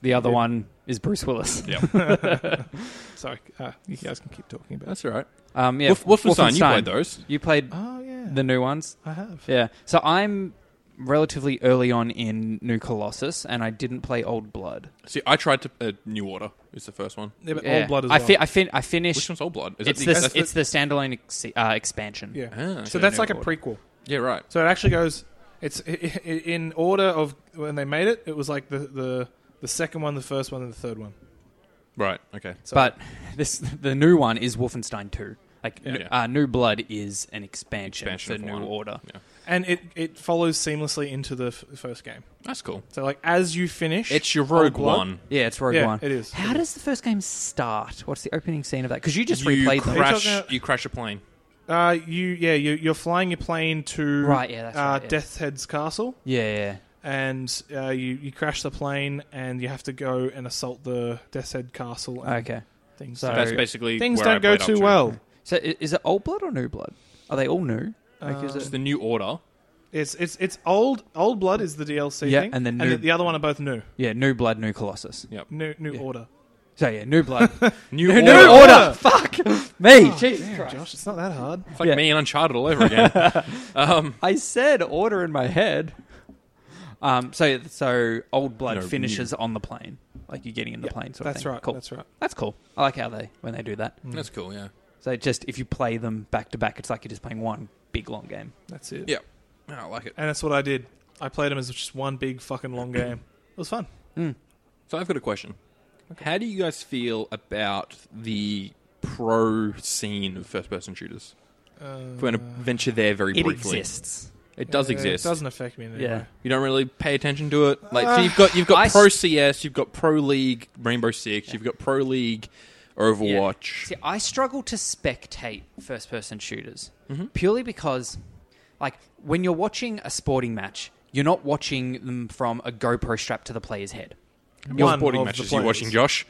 Speaker 3: The other one is Bruce Willis.
Speaker 1: Yeah,
Speaker 2: Sorry, uh, you guys can keep talking about. it.
Speaker 1: that's all right.
Speaker 3: Um, yeah.
Speaker 1: Wolf, Wolfenstein, you played those.
Speaker 3: You played
Speaker 2: Oh yeah,
Speaker 3: the new ones.
Speaker 2: I have.
Speaker 3: Yeah. So I'm relatively early on in New Colossus, and I didn't play Old Blood.
Speaker 1: See, I tried to uh, New Order. Is the first one.
Speaker 2: Yeah, but
Speaker 3: Yeah.
Speaker 2: Old Blood as
Speaker 3: I,
Speaker 2: well.
Speaker 3: fi- I, fin- I
Speaker 1: Which
Speaker 3: finished.
Speaker 1: one's Old Blood? Is
Speaker 3: It's
Speaker 1: that
Speaker 3: the,
Speaker 1: the,
Speaker 2: that's the-
Speaker 3: it's the standalone ex- uh, expansion.
Speaker 2: yeah.
Speaker 1: Ah,
Speaker 2: so
Speaker 1: okay.
Speaker 2: that's
Speaker 1: New
Speaker 2: like a
Speaker 1: Order.
Speaker 2: prequel.
Speaker 1: yeah, right.
Speaker 2: So it actually goes. It's i- i- i- in order of when they made it. It was like the the, the second one, the first one, and the third one.
Speaker 1: Right. Okay.
Speaker 2: So,
Speaker 3: But this the new one is Wolfenstein 2. Like
Speaker 1: Yeah.
Speaker 3: n- Uh, New Blood is an expansion,
Speaker 1: Expansion
Speaker 3: for
Speaker 1: of
Speaker 3: New
Speaker 1: one.
Speaker 3: Order.
Speaker 1: Yeah.
Speaker 2: and it it follows seamlessly into the f- first game.
Speaker 1: That's cool.
Speaker 2: So like as you finish,
Speaker 1: It's your
Speaker 2: Old
Speaker 1: Rogue
Speaker 2: Blood-
Speaker 1: One.
Speaker 3: Yeah, it's Rogue
Speaker 2: Yeah,
Speaker 3: One.
Speaker 2: it is.
Speaker 3: How does the first game start? What's the opening scene of that? Because you just
Speaker 1: you
Speaker 3: replayed them.
Speaker 1: crash.
Speaker 2: Are you talking-
Speaker 1: You crash a plane.
Speaker 2: Uh, you yeah you you're flying your plane to
Speaker 3: Right, yeah, that's
Speaker 2: uh,
Speaker 3: right, yeah.
Speaker 2: Death's Head's castle,
Speaker 3: Yeah, yeah.
Speaker 2: and uh, you you crash the plane, and you have to go and assault the Death's Head castle.
Speaker 3: yeah.
Speaker 2: And
Speaker 3: Okay.
Speaker 2: Things
Speaker 4: So-
Speaker 1: That's basically
Speaker 2: things
Speaker 1: where I
Speaker 2: don't go
Speaker 1: played up
Speaker 2: too
Speaker 1: to.
Speaker 2: well.
Speaker 4: So i- is it old blood or new blood? Are they all new? Like, is
Speaker 2: Um,
Speaker 1: It's
Speaker 4: it,
Speaker 1: the new order.
Speaker 2: It's it's it's old old blood is the DLC
Speaker 4: Yeah,
Speaker 2: thing,
Speaker 4: and then
Speaker 2: and
Speaker 4: new-
Speaker 2: the, the other one are both new,
Speaker 4: yeah, new blood, new Colossus.
Speaker 2: new new
Speaker 4: Yeah.
Speaker 2: order.
Speaker 4: So yeah, new blood,
Speaker 1: New
Speaker 4: new,
Speaker 1: order.
Speaker 4: new order. Fuck me,
Speaker 2: Oh,
Speaker 4: Jesus
Speaker 2: damn,
Speaker 4: Christ.
Speaker 2: Josh, it's not that hard.
Speaker 1: It's like
Speaker 4: Yeah.
Speaker 1: me and Uncharted all over again. um,
Speaker 4: I said order in my head. Um, so so old blood
Speaker 1: No,
Speaker 4: finishes on the plane, like you're getting in the plane. Sort
Speaker 2: That's
Speaker 4: of thing.
Speaker 2: right.
Speaker 4: Cool. That's,
Speaker 2: That's right.
Speaker 4: cool. I like how they when they do that.
Speaker 1: that's cool. Yeah.
Speaker 4: So just if you play them back to back, it's like you're just playing one big long game.
Speaker 2: That's it.
Speaker 1: Yeah. Yeah, I like it.
Speaker 2: And that's what I did. I played them as just one big fucking long game. It was fun.
Speaker 1: So I've got a question. How do you guys feel about the pro scene of first-person shooters? If we're going to venture there very
Speaker 3: It
Speaker 1: briefly,
Speaker 3: exists.
Speaker 1: It does
Speaker 2: Yeah,
Speaker 1: exist.
Speaker 2: Uh, It doesn't affect me in any
Speaker 4: Yeah.
Speaker 2: way.
Speaker 1: You don't really pay attention to it. Like so
Speaker 2: Uh,
Speaker 1: you've got you've got
Speaker 3: I s-
Speaker 1: pro CS, you've got pro league Rainbow Six, you've got pro league Overwatch.
Speaker 3: See, I struggle to spectate first person shooters
Speaker 1: Mm-hmm.
Speaker 3: purely because, like, when you're watching a sporting match, you're not watching them from a GoPro strapped to the player's head.
Speaker 1: What
Speaker 2: One
Speaker 1: sporting
Speaker 2: of the
Speaker 1: matches you
Speaker 2: players.
Speaker 1: watching, Josh?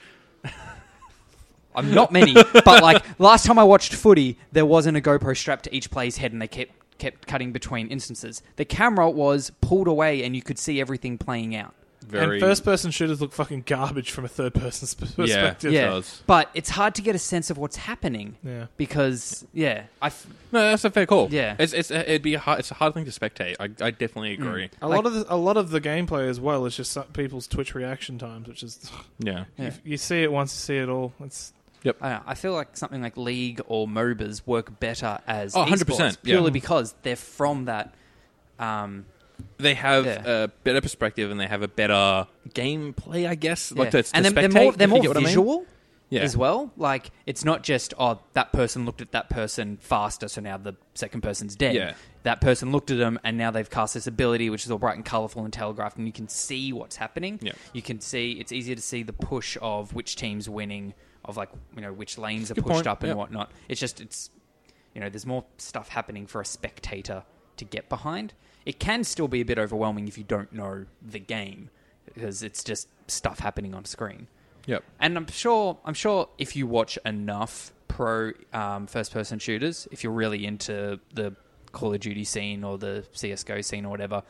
Speaker 3: I'm not many, but like last time I watched footy, there wasn't a GoPro strapped to each player's head, and they kept kept cutting between instances. The camera was pulled away, and you could see everything playing out.
Speaker 1: Very
Speaker 2: And first-person shooters look fucking garbage from a third-person sp-
Speaker 1: yeah,
Speaker 2: perspective.
Speaker 3: Yeah.
Speaker 1: does.
Speaker 3: But it's hard to get a sense of what's happening
Speaker 2: Yeah.
Speaker 3: because yeah, I f-
Speaker 1: No, that's a fair call.
Speaker 3: Yeah. Mm.
Speaker 1: it's, it's it'd be a hard, it's a hard thing to spectate. I, I definitely agree.
Speaker 2: A lot of the, a lot of the gameplay as well is just some people's Twitch reaction times, which is
Speaker 1: Yeah,
Speaker 4: Yeah.
Speaker 2: if you see it once, you see it all. It's
Speaker 3: I, don't know, I feel like something like League or MOBAs work better as
Speaker 1: Oh, 100%,
Speaker 3: 100%
Speaker 1: yeah.
Speaker 3: purely because they're from that. Um,
Speaker 1: they have
Speaker 3: Yeah.
Speaker 1: a better perspective and they have a better gameplay. I guess.
Speaker 3: yeah.
Speaker 1: Like to, to
Speaker 3: and they're, they're
Speaker 1: spectate,
Speaker 3: more
Speaker 1: if
Speaker 3: they're
Speaker 1: you
Speaker 3: more
Speaker 1: get what I mean.
Speaker 3: visual
Speaker 1: Yeah.
Speaker 3: as well. Like it's not just oh that person looked at that person faster, so now the second person's dead.
Speaker 1: Yeah.
Speaker 3: That person looked at them, and now they've cast this ability, which is all bright and colorful and telegraphed, and you can see what's happening.
Speaker 1: Yeah.
Speaker 3: You can see it's easier to see the push of which team's winning, of like you know which lanes are
Speaker 1: Good
Speaker 3: pushed
Speaker 1: point,
Speaker 3: up and
Speaker 1: yeah.
Speaker 3: whatnot. It's just it's you know there's more stuff happening for a spectator to get behind it can still be a bit overwhelming if you don't know the game because it's just stuff happening on screen
Speaker 1: Yep.
Speaker 3: and i'm sure i'm sure if you watch enough pro um, first person shooters if you're really into the call of duty scene or the csgo scene or whatever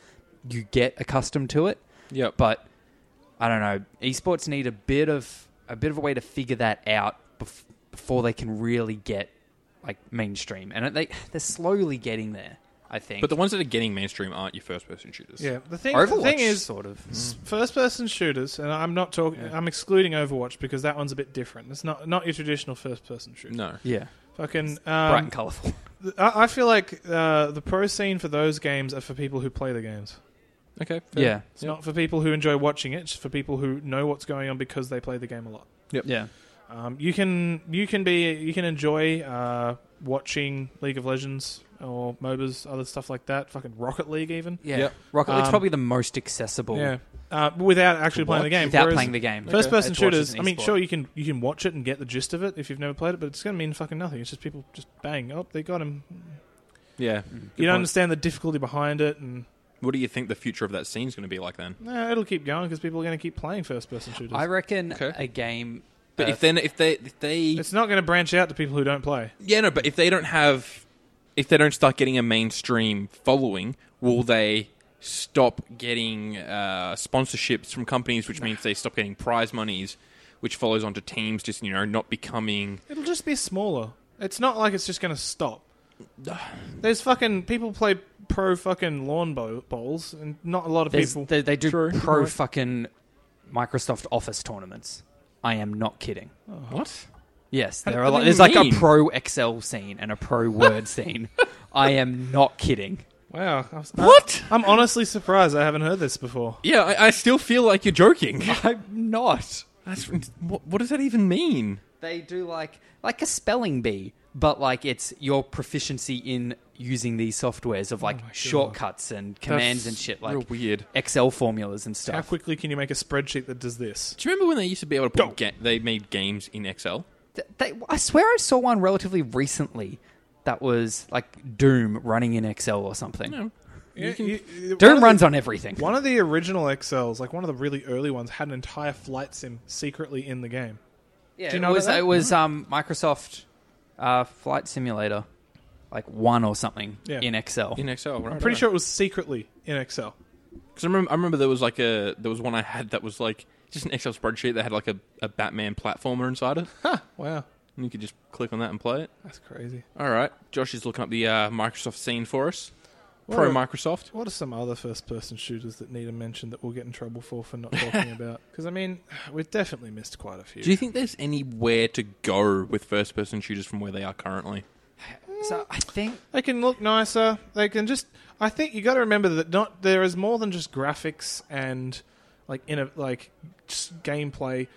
Speaker 3: you get accustomed to it
Speaker 1: Yep.
Speaker 3: but I don't know. Esports need a bit of a bit of a way to figure that out bef- before they can really get like mainstream, and they they're slowly getting there. I think.
Speaker 1: But the ones that are getting mainstream aren't your first-person shooters.
Speaker 2: yeah. The thing,
Speaker 3: Overwatch
Speaker 2: the thing is, Mm.
Speaker 3: sort of.
Speaker 2: first-person shooters, and I'm not talking. I'm excluding Overwatch because that one's a bit different. It's not not your traditional first-person shooter.
Speaker 1: No.
Speaker 4: Yeah,
Speaker 2: Fucking
Speaker 3: bright
Speaker 2: um,
Speaker 3: and colourful.
Speaker 2: th- I I feel like uh, the pro scene for those games are for people who play the games.
Speaker 1: Okay. fair.
Speaker 4: yeah,
Speaker 2: It's not for people who enjoy watching it. It's for people who know what's going on because they play the game a lot.
Speaker 4: yeah.
Speaker 2: Um, you can you can be you can enjoy uh, watching League of Legends or MOBAs, other stuff like that. Fucking Rocket League, even.
Speaker 3: Yeah,
Speaker 1: Yep.
Speaker 3: Rocket League's
Speaker 2: Um,
Speaker 3: probably the most accessible.
Speaker 2: Yeah, uh, without actually
Speaker 1: To
Speaker 2: playing the
Speaker 1: watch?
Speaker 2: game.
Speaker 3: Without
Speaker 2: Whereas
Speaker 3: playing the game,
Speaker 2: First-person
Speaker 3: It's watched as
Speaker 2: shooters.
Speaker 3: an
Speaker 2: I mean,
Speaker 3: esport.
Speaker 2: sure you can you can watch it and get the gist of it if you've never played it, but it's going to mean fucking nothing. It's just people just bang. Oh, they got him.
Speaker 1: Yeah. Good
Speaker 2: you don't
Speaker 1: point.
Speaker 2: understand the difficulty behind it, and
Speaker 1: What do you think the future of that scene's going to be like then?
Speaker 2: nah, it'll keep going because people are going to keep playing first-person shooters.
Speaker 3: I reckon
Speaker 1: Okay.
Speaker 3: a game.
Speaker 1: But
Speaker 3: uh,
Speaker 1: if then if they if they
Speaker 2: it's not going to branch out to people who don't play.
Speaker 1: yeah no, but if they don't have if they don't start getting a mainstream following, will
Speaker 3: Mm-hmm.
Speaker 1: they stop getting uh, sponsorships from companies, which means they stop getting prize monies, which follows onto teams just you know not becoming
Speaker 2: It'll just be smaller. It's not like it's just going to stop. There's fucking people play pro fucking lawn bow- bowls, and not a lot of
Speaker 3: there's-
Speaker 2: people.
Speaker 3: they, they do
Speaker 1: True.
Speaker 3: pro fucking Microsoft Office tournaments. I am not kidding.
Speaker 1: what?
Speaker 3: Yes,
Speaker 1: How-
Speaker 3: there
Speaker 1: what
Speaker 3: are.
Speaker 1: do
Speaker 3: Like,
Speaker 1: you
Speaker 3: there's like a
Speaker 1: mean?
Speaker 3: pro Excel scene and a pro Word scene. I am not kidding.
Speaker 2: Wow, I was-
Speaker 1: What?
Speaker 2: I'm honestly surprised I haven't heard this before.
Speaker 1: Yeah, I, I still feel like you're joking.
Speaker 3: I'm not.
Speaker 1: That's, what, what does that even mean?
Speaker 3: They do like like a spelling bee, but like it's your proficiency in using these softwares of
Speaker 1: Oh
Speaker 3: like
Speaker 2: my God.
Speaker 3: shortcuts and commands and shit like
Speaker 1: real weird.
Speaker 3: Excel formulas and
Speaker 2: How
Speaker 3: stuff.
Speaker 2: quickly can you make a spreadsheet that does this?
Speaker 1: Do you remember when they used to be able to put ga- they made games in Excel?
Speaker 3: Th- they, I swear I saw one relatively recently that was like Doom running in Excel or something.
Speaker 1: No.
Speaker 2: You
Speaker 1: can-
Speaker 3: Doom runs on everything.
Speaker 2: One of the original XLs, like one of the really early ones, had an entire flight sim secretly in the game.
Speaker 3: Yeah,
Speaker 2: Do you know
Speaker 3: it
Speaker 2: about
Speaker 3: was
Speaker 2: that?
Speaker 3: it was um, Microsoft uh, Flight Simulator, like one or something
Speaker 2: Yeah.
Speaker 3: in Excel.
Speaker 1: in Excel. Right?
Speaker 2: I'm pretty sure it was secretly in Excel.
Speaker 1: because I remember, I remember there was like a there was one I had that was like just an Excel spreadsheet that had like a, a Batman platformer inside it,
Speaker 2: Wow,
Speaker 1: and you could just click on that and play it.
Speaker 2: that's crazy.
Speaker 1: All right, Josh is looking up the uh, Microsoft scene for us.
Speaker 2: What
Speaker 1: Pro
Speaker 2: are-
Speaker 1: Microsoft.
Speaker 2: What are some other first-person shooters that need a mention that we'll get in trouble for for not talking about? Because I mean, we've definitely missed quite a few.
Speaker 1: Do you think there's anywhere to go with first-person shooters from where they are currently?
Speaker 3: So I think
Speaker 2: They can look nicer. They can just. I think you got to remember that not there is more than just graphics and like in a like just gameplay.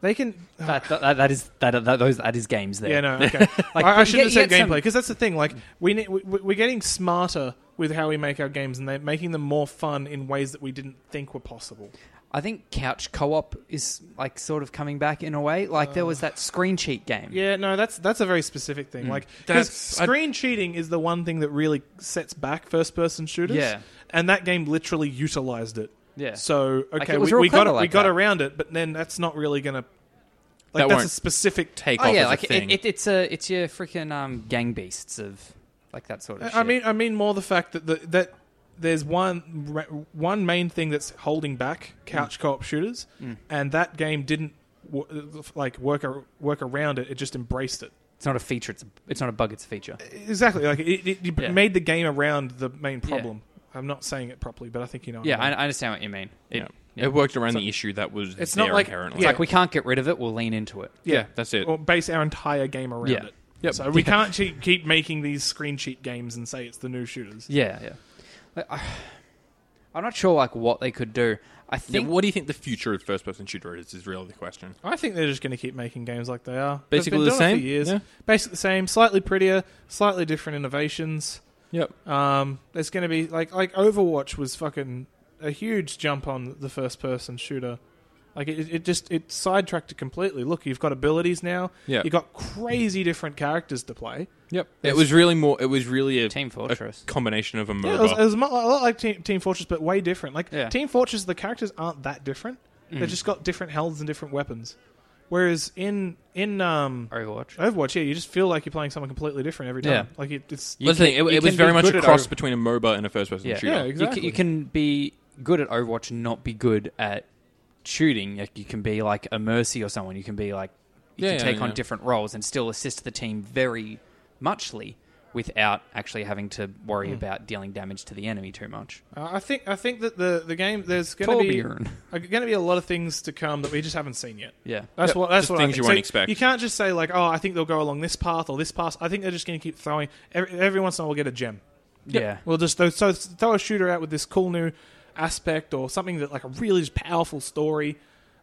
Speaker 2: They can.
Speaker 3: that, that, that- that is that, that those that is games there.
Speaker 2: Oh, Yeah, no, okay.
Speaker 3: Like,
Speaker 2: I, I
Speaker 3: you
Speaker 2: shouldn't have
Speaker 3: get-
Speaker 2: said
Speaker 3: you get some-
Speaker 2: gameplay because that's the thing. Like we need, we, we- we're getting smarter with how we make our games, and they're making them more fun in ways that we didn't think were possible.
Speaker 3: I think couch co-op is like sort of coming back in a way. Like there was that screen cheat game.
Speaker 2: Uh. Yeah, no, that's that's a very specific
Speaker 3: Mm.
Speaker 2: thing. Like 'cause
Speaker 1: That's- I-
Speaker 2: screen cheating is the one thing that really sets back first-person shooters.
Speaker 3: Yeah.
Speaker 2: and that game literally utilized it.
Speaker 3: Yeah.
Speaker 2: So
Speaker 3: Like,
Speaker 2: okay,
Speaker 3: it was
Speaker 2: we,
Speaker 3: real
Speaker 2: we got
Speaker 3: clever
Speaker 2: we
Speaker 3: like
Speaker 2: got
Speaker 3: that.
Speaker 2: around it, but then that's not really gonna. Like
Speaker 1: That
Speaker 2: that's a
Speaker 1: won't
Speaker 2: specific
Speaker 1: Take
Speaker 2: take.
Speaker 3: Oh
Speaker 1: off
Speaker 3: yeah,
Speaker 1: as
Speaker 3: like
Speaker 1: a thing.
Speaker 3: it, it, it's a it's your freaking um, gang beasts of like that sort of.
Speaker 2: I
Speaker 3: shit.
Speaker 2: mean, I mean more the fact that the, that there's one ra- one main thing that's holding back
Speaker 3: Mm.
Speaker 2: couch co-op shooters, and that game didn't w- like work ar- work around it. It just embraced it.
Speaker 3: it's not a feature. It's a, it's not a bug. It's a feature.
Speaker 1: Uh,
Speaker 2: Exactly, like it, it, it
Speaker 3: Yeah.
Speaker 2: made the game around the main
Speaker 3: Yeah.
Speaker 2: problem. I'm not saying it properly, but I think you know. what
Speaker 3: Yeah,
Speaker 2: I
Speaker 3: I,
Speaker 2: mean.
Speaker 3: I understand what you mean. It-
Speaker 1: yeah. It worked around
Speaker 2: So-
Speaker 1: the issue that was
Speaker 2: It's
Speaker 1: there
Speaker 2: not like-
Speaker 1: inherently.
Speaker 3: It's like we can't get rid of it. We'll lean into it.
Speaker 1: yeah, that's it.
Speaker 2: or base our entire game around
Speaker 3: Yeah.
Speaker 2: it.
Speaker 1: Yep.
Speaker 2: So we can't che- keep making these screen cheat games and say it's the new shooters.
Speaker 3: Yeah, yeah. Like, I, I'm not sure like what they could do. I
Speaker 1: Yeah,
Speaker 3: think
Speaker 1: what do you think the future of first-person shooter is? Is really the question.
Speaker 2: I think they're just going to keep making games like they are.
Speaker 1: Basically
Speaker 2: They've
Speaker 1: the
Speaker 2: been doing it
Speaker 1: same?
Speaker 2: for years.
Speaker 1: Yeah.
Speaker 2: Basically the same, slightly prettier, slightly different innovations.
Speaker 1: Yep.
Speaker 2: Um, there's going to be like like Overwatch was fucking a huge jump on the first person shooter. Like it, it just it sidetracked it completely. Look, you've got abilities now.
Speaker 1: Yeah.
Speaker 2: You've got crazy different characters to play.
Speaker 1: Yep. It was really more. It was really a
Speaker 3: Team
Speaker 1: a
Speaker 3: Fortress.
Speaker 1: combination of a
Speaker 2: Yeah,
Speaker 1: MOBA.
Speaker 2: it was, it was a lot- a lot like Team, Team Fortress, but way different. Like
Speaker 3: Yeah. Mm.
Speaker 2: Team Fortress, the characters aren't that different. They've just got different healths and different weapons. Whereas in in um,
Speaker 3: Overwatch.
Speaker 2: Overwatch, yeah, you just feel like you're playing someone completely different every time.
Speaker 3: Yeah.
Speaker 2: Like it, it's
Speaker 1: That's the thing,
Speaker 3: you
Speaker 1: It, it was
Speaker 3: can
Speaker 1: very
Speaker 3: be
Speaker 1: much
Speaker 3: good
Speaker 1: a
Speaker 3: at
Speaker 1: cross
Speaker 3: over-
Speaker 1: between a MOBA and a first-person
Speaker 3: Yeah.
Speaker 1: shooter.
Speaker 2: Yeah,
Speaker 3: You can,
Speaker 2: Exactly.
Speaker 3: you can be good at Overwatch, and not be good at shooting. Like you can be like a Mercy or someone. You can be like you
Speaker 1: Yeah,
Speaker 3: can
Speaker 1: yeah,
Speaker 3: take on
Speaker 1: yeah.
Speaker 3: different roles and still assist the team very muchly without actually having to worry about dealing damage to the enemy too much.
Speaker 2: Uh, I think I think that the the game there's going to be
Speaker 3: Torbjorn.
Speaker 2: going to be a lot of things to come that we just haven't seen yet.
Speaker 3: Yeah.
Speaker 2: That's
Speaker 1: Yep.
Speaker 2: what that's
Speaker 1: Just
Speaker 2: what I
Speaker 1: things
Speaker 2: think.
Speaker 1: you
Speaker 2: So
Speaker 1: won't expect.
Speaker 2: You can't just say like, oh, I think they'll go along this path or this path. I think they're just going to keep throwing. Every, every once in a while, we'll get a gem.
Speaker 3: Yeah.
Speaker 2: We'll just throw, so throw a shooter out with this cool new aspect or something that like a really just powerful story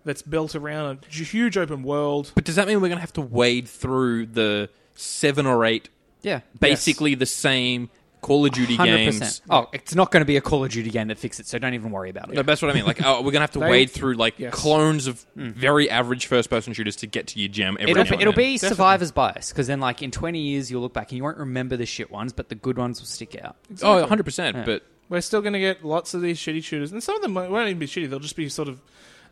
Speaker 2: that's built around a hu- huge open world.
Speaker 1: But does that mean we're going to have to wade through the seven or eight
Speaker 3: Yeah.
Speaker 1: basically the same Call of Duty
Speaker 3: Hundred
Speaker 1: games?
Speaker 3: percent. Oh, it's not going to be a Call of Duty game that fixes it, so don't even worry about it.
Speaker 1: No, that's what I mean. Like, oh, we're gonna have to
Speaker 2: They-
Speaker 1: wade through like
Speaker 2: Yes.
Speaker 1: clones of very average first-person shooters to get to your gem. Every
Speaker 3: Hmm. It'll
Speaker 1: now
Speaker 3: be,
Speaker 1: and
Speaker 3: it'll
Speaker 1: then.
Speaker 3: be survivor's bias because then, like in twenty years, you'll look back and you won't remember the shit ones, but the good ones will stick out.
Speaker 1: oh, 100 percent.
Speaker 3: Yeah.
Speaker 1: But
Speaker 2: We're still going to get lots of these shitty shooters, and some of them won't won't even be shitty. They'll just be sort of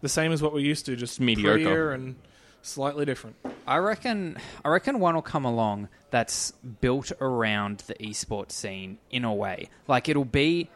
Speaker 2: the same as what we're used to, just
Speaker 1: Mediocre.
Speaker 2: prettier and slightly different.
Speaker 3: I reckon. I reckon one will come along that's built around the esports scene in a way. Like it'll be,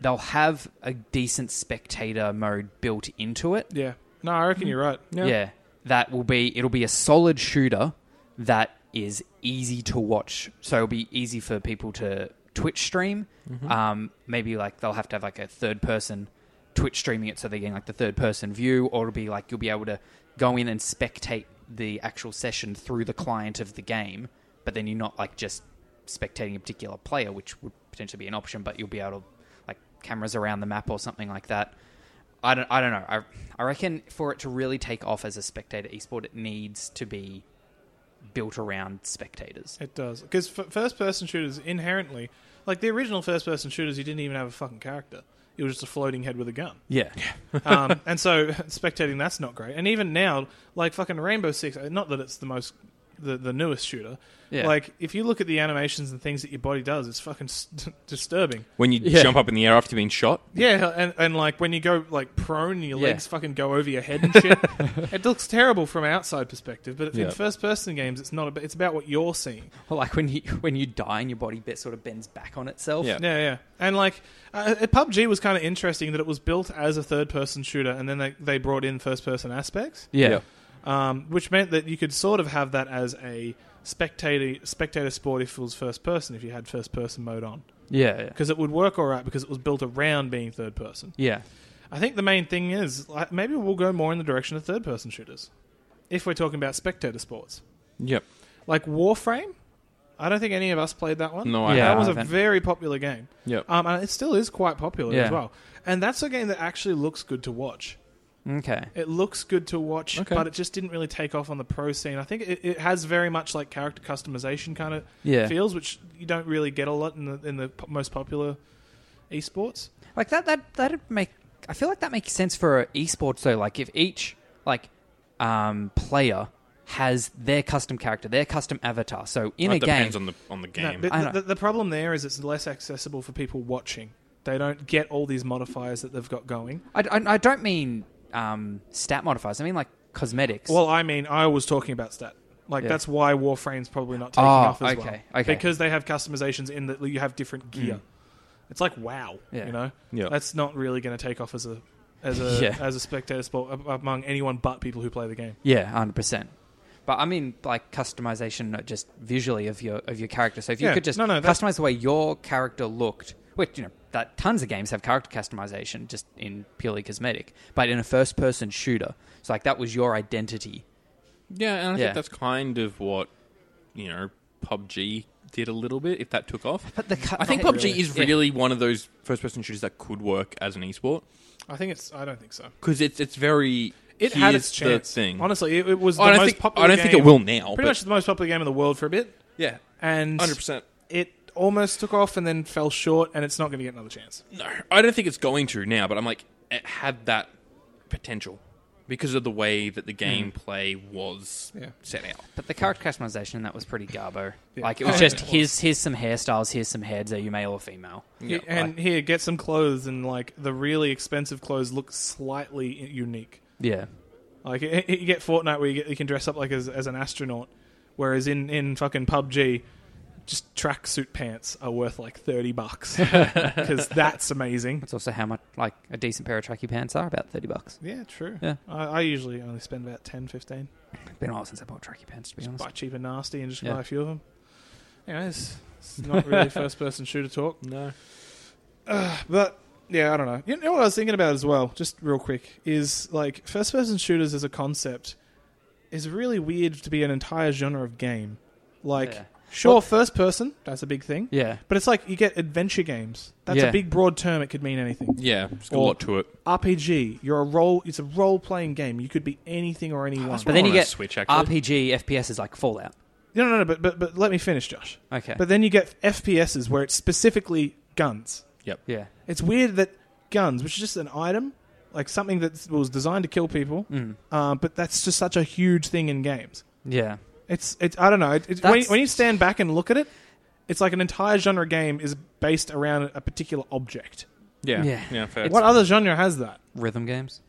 Speaker 3: they'll have a decent spectator mode built into it.
Speaker 2: Yeah. No, I reckon you're right.
Speaker 3: Mm-hmm. Yeah. That will be it'll be a solid shooter that is easy to watch. So it'll be easy for people to Twitch stream. Um, maybe like they'll have to have like a third person Twitch streaming it so they're getting like the third person view, or it'll be like you'll be able to go in and spectate the actual session through the client of the game, but then you're not like just spectating a particular player, which would potentially be an option, but you'll be able to like cameras around the map or something like that. I don't, I don't know. I, I reckon for it to really take off as a spectator esport, it needs to be built around spectators.
Speaker 2: It does because f- first-person shooters inherently, like the original first-person shooters, you didn't even have a fucking character. You were just a floating head with a gun.
Speaker 3: Yeah.
Speaker 2: um, and so spectating that's not great. And even now, like fucking Rainbow Six, not uh, that it's the most the, the newest shooter.
Speaker 3: Yeah.
Speaker 2: Like if you look at the animations and things that your body does, it's fucking s- disturbing.
Speaker 1: When you
Speaker 3: Yeah.
Speaker 1: jump up in the air after being shot,
Speaker 2: Yeah, and, and like when you go like prone and your
Speaker 3: Yeah.
Speaker 2: legs fucking go over your head and shit, it looks terrible from an outside perspective. But
Speaker 1: Yeah.
Speaker 2: in first person games, it's not. About, it's about what you're seeing.
Speaker 3: Or like when you when you die and your body bit sort of bends back on itself.
Speaker 1: Yeah.
Speaker 2: Yeah, yeah. And like uh, uh, PUBG was kind of interesting that it was built as a third person shooter, and then they they brought in first person aspects,
Speaker 3: Yeah.
Speaker 1: Yeah.
Speaker 2: um, which meant that you could sort of have that as a spectator spectator sport if it was first person if you had first person mode on
Speaker 3: Yeah. yeah.
Speaker 2: because it would work all right because it was built around being third person.
Speaker 3: Yeah.
Speaker 2: I think the main thing is like, maybe we'll go more in the direction of third person shooters if we're talking about spectator sports.
Speaker 1: yep.
Speaker 2: Like Warframe, I don't think any of us played that one.
Speaker 1: No, I
Speaker 3: Yeah.
Speaker 2: that was a
Speaker 3: haven't.
Speaker 2: very popular game.
Speaker 1: Yep.
Speaker 2: Um, and it still is quite popular
Speaker 3: Yeah.
Speaker 2: as well. And that's a game that actually looks good to watch.
Speaker 3: Okay.
Speaker 2: It looks good to watch,
Speaker 1: Okay.
Speaker 2: but it just didn't really take off on the pro scene. I think it, it has very much like character customization kind of
Speaker 3: Yeah.
Speaker 2: feels, which you don't really get a lot in the in the po- most popular esports.
Speaker 3: Like that that that'd make I feel like that makes sense for esports though. Like if each like um player has their custom character, their custom avatar. So in
Speaker 1: That
Speaker 3: a game
Speaker 1: depends on the on the
Speaker 2: No,
Speaker 1: game.
Speaker 2: but
Speaker 3: I
Speaker 2: the,
Speaker 3: know.
Speaker 2: the, the problem there is it's less accessible for people watching. They don't get all these modifiers that they've got going.
Speaker 3: I, I, I don't mean um, stat modifiers. I mean like cosmetics.
Speaker 2: Well, I mean, I was talking about stat. Like
Speaker 3: Yeah.
Speaker 2: that's why Warframe's probably not taking
Speaker 3: Oh,
Speaker 2: off as
Speaker 3: okay,
Speaker 2: well.
Speaker 3: okay.
Speaker 2: Because they have customizations in that you have different gear. It's like wow,
Speaker 3: Yeah.
Speaker 2: you know.
Speaker 1: Yeah.
Speaker 2: That's not really going to take off as a as a
Speaker 3: Yeah.
Speaker 2: as a spectator sport a- among anyone but people who play the game.
Speaker 3: yeah, hundred percent. But I mean like customization, not just visually of your of your character. So if you
Speaker 2: Yeah,
Speaker 3: could just
Speaker 2: no, no, that-
Speaker 3: customize the way your character looked, which you know that tons of games have character customization just in purely cosmetic, but in a first person shooter, so like that was your identity.
Speaker 1: yeah, and I
Speaker 3: Yeah.
Speaker 1: think that's kind of what you know PUBG did a little bit if that took off.
Speaker 3: But the cu-
Speaker 1: I think
Speaker 3: that-
Speaker 1: PUBG is
Speaker 3: Yeah.
Speaker 1: really one of those first person shooters that could work as an esport
Speaker 2: I think it's. I don't think so.
Speaker 1: because it's it's very
Speaker 2: It had
Speaker 1: here's
Speaker 2: its chance.
Speaker 1: The thing.
Speaker 2: Honestly, it, it was the
Speaker 1: Oh, I don't
Speaker 2: most
Speaker 1: think
Speaker 2: popular.
Speaker 1: I don't think it
Speaker 2: game-
Speaker 1: will now.
Speaker 2: Pretty much the most popular game in the world for a bit,
Speaker 1: yeah,
Speaker 2: and
Speaker 1: hundred percent.
Speaker 2: it almost took off and then fell short, and it's not going to get another chance.
Speaker 1: No, I don't think it's going to now. But I'm like, it had that potential because of the way that the gameplay was
Speaker 2: Hmm. Yeah.
Speaker 1: set out.
Speaker 3: But the character customization in that was pretty garbo.
Speaker 2: Yeah.
Speaker 3: Like it was
Speaker 2: Oh,
Speaker 3: just
Speaker 2: yeah.
Speaker 3: here's here's some hairstyles, here's some heads. Are you male or female?
Speaker 1: Yeah,
Speaker 2: and here, get some clothes, and like the really expensive clothes look slightly i- unique.
Speaker 3: Yeah,
Speaker 2: Like i i- you get Fortnite, where you, get, you can dress up like as, as an astronaut, whereas in in fucking PUBG, just tracksuit pants are worth like thirty bucks because that's amazing.
Speaker 3: that's also how much like a decent pair of tracky pants are about thirty bucks.
Speaker 2: Yeah, true.
Speaker 3: Yeah.
Speaker 2: I, I usually only spend about 10, 15.
Speaker 3: It's been a while since I bought tracky pants to be honest.
Speaker 2: Buy cheap and nasty, and just
Speaker 3: Yeah.
Speaker 2: buy a few of them. Anyways, it's not really first person shooter talk.
Speaker 1: no.
Speaker 2: But yeah, I don't know. You know what I was thinking about as well, just real quick, is like first person shooters as a concept is really weird to be an entire genre of game. Like
Speaker 3: Yeah.
Speaker 2: sure, first person, that's a big thing.
Speaker 3: Yeah,
Speaker 2: But it's like you get adventure games. That's
Speaker 3: Yeah.
Speaker 2: a big broad term, it could mean anything.
Speaker 1: Yeah, it's got a
Speaker 2: Or-
Speaker 1: lot to it.
Speaker 2: RPG, you're a role it's a role playing game. You could be anything or anyone.
Speaker 3: but then
Speaker 1: I
Speaker 3: you
Speaker 1: want a
Speaker 3: get
Speaker 1: Switch, actually.
Speaker 3: RPG FPS is like Fallout.
Speaker 2: no no no, but but, but let me finish, Josh.
Speaker 3: Okay.
Speaker 2: But then you get FPSs where it's specifically guns.
Speaker 3: yeah.
Speaker 2: It's weird that guns, which is just an item, like something that was designed to kill people,
Speaker 3: Mm.
Speaker 2: uh, but that's just such a huge thing in games.
Speaker 3: Yeah.
Speaker 2: It's, it's I don't know. It, it- when,
Speaker 3: That's-
Speaker 2: you, when you stand back and look at it, it's like an entire genre game is based around a particular object.
Speaker 1: Yeah, yeah,
Speaker 3: Yeah.
Speaker 1: fair.
Speaker 2: what other genre has that?
Speaker 3: Rhythm games.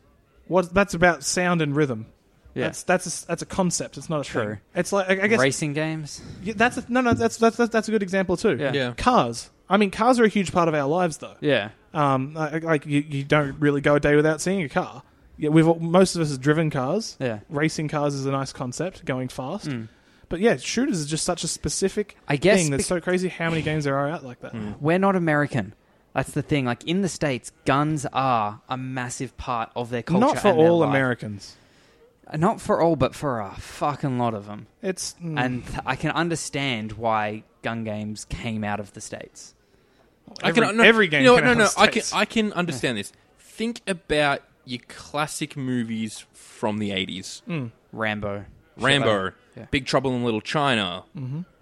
Speaker 2: What that's about sound and rhythm.
Speaker 3: Yeah.
Speaker 2: That's that's a, that's a concept. It's not a
Speaker 3: True.
Speaker 2: thing. It's like I I guess
Speaker 3: Racing games.
Speaker 2: yeah, that's a, no no that's, that's that's that's a good example too.
Speaker 3: Yeah.
Speaker 1: yeah,
Speaker 2: Cars. I mean, cars are a huge part of our lives though.
Speaker 3: Yeah.
Speaker 2: Um, like like, you, you don't really go a day without seeing a car. Yeah, we've all- most of us have driven cars.
Speaker 3: Yeah.
Speaker 2: Racing cars is a nice concept, going fast.
Speaker 3: Mm.
Speaker 2: But yeah, shooters is just such a specific
Speaker 3: I guess
Speaker 2: thing. That's
Speaker 3: bec-
Speaker 2: so crazy how many games there are out like that.
Speaker 3: We're not American. That's the thing. Like in the states, guns are a massive part of their culture.
Speaker 2: Not for
Speaker 3: and their
Speaker 2: all
Speaker 3: life. Uh,
Speaker 2: Americans.
Speaker 3: Not for all, but for a fucking lot of them.
Speaker 2: It's mm,
Speaker 3: And th- I can understand why gun games came out of the states.
Speaker 2: every,
Speaker 1: no,
Speaker 2: every game.
Speaker 1: You know what,
Speaker 2: can have
Speaker 1: no, no. I can
Speaker 2: states.
Speaker 1: I can understand this. Think about your classic movies from the eighties:
Speaker 2: Mm.
Speaker 3: Rambo.
Speaker 1: Rambo,
Speaker 3: Yeah.
Speaker 1: Big Trouble in Little China,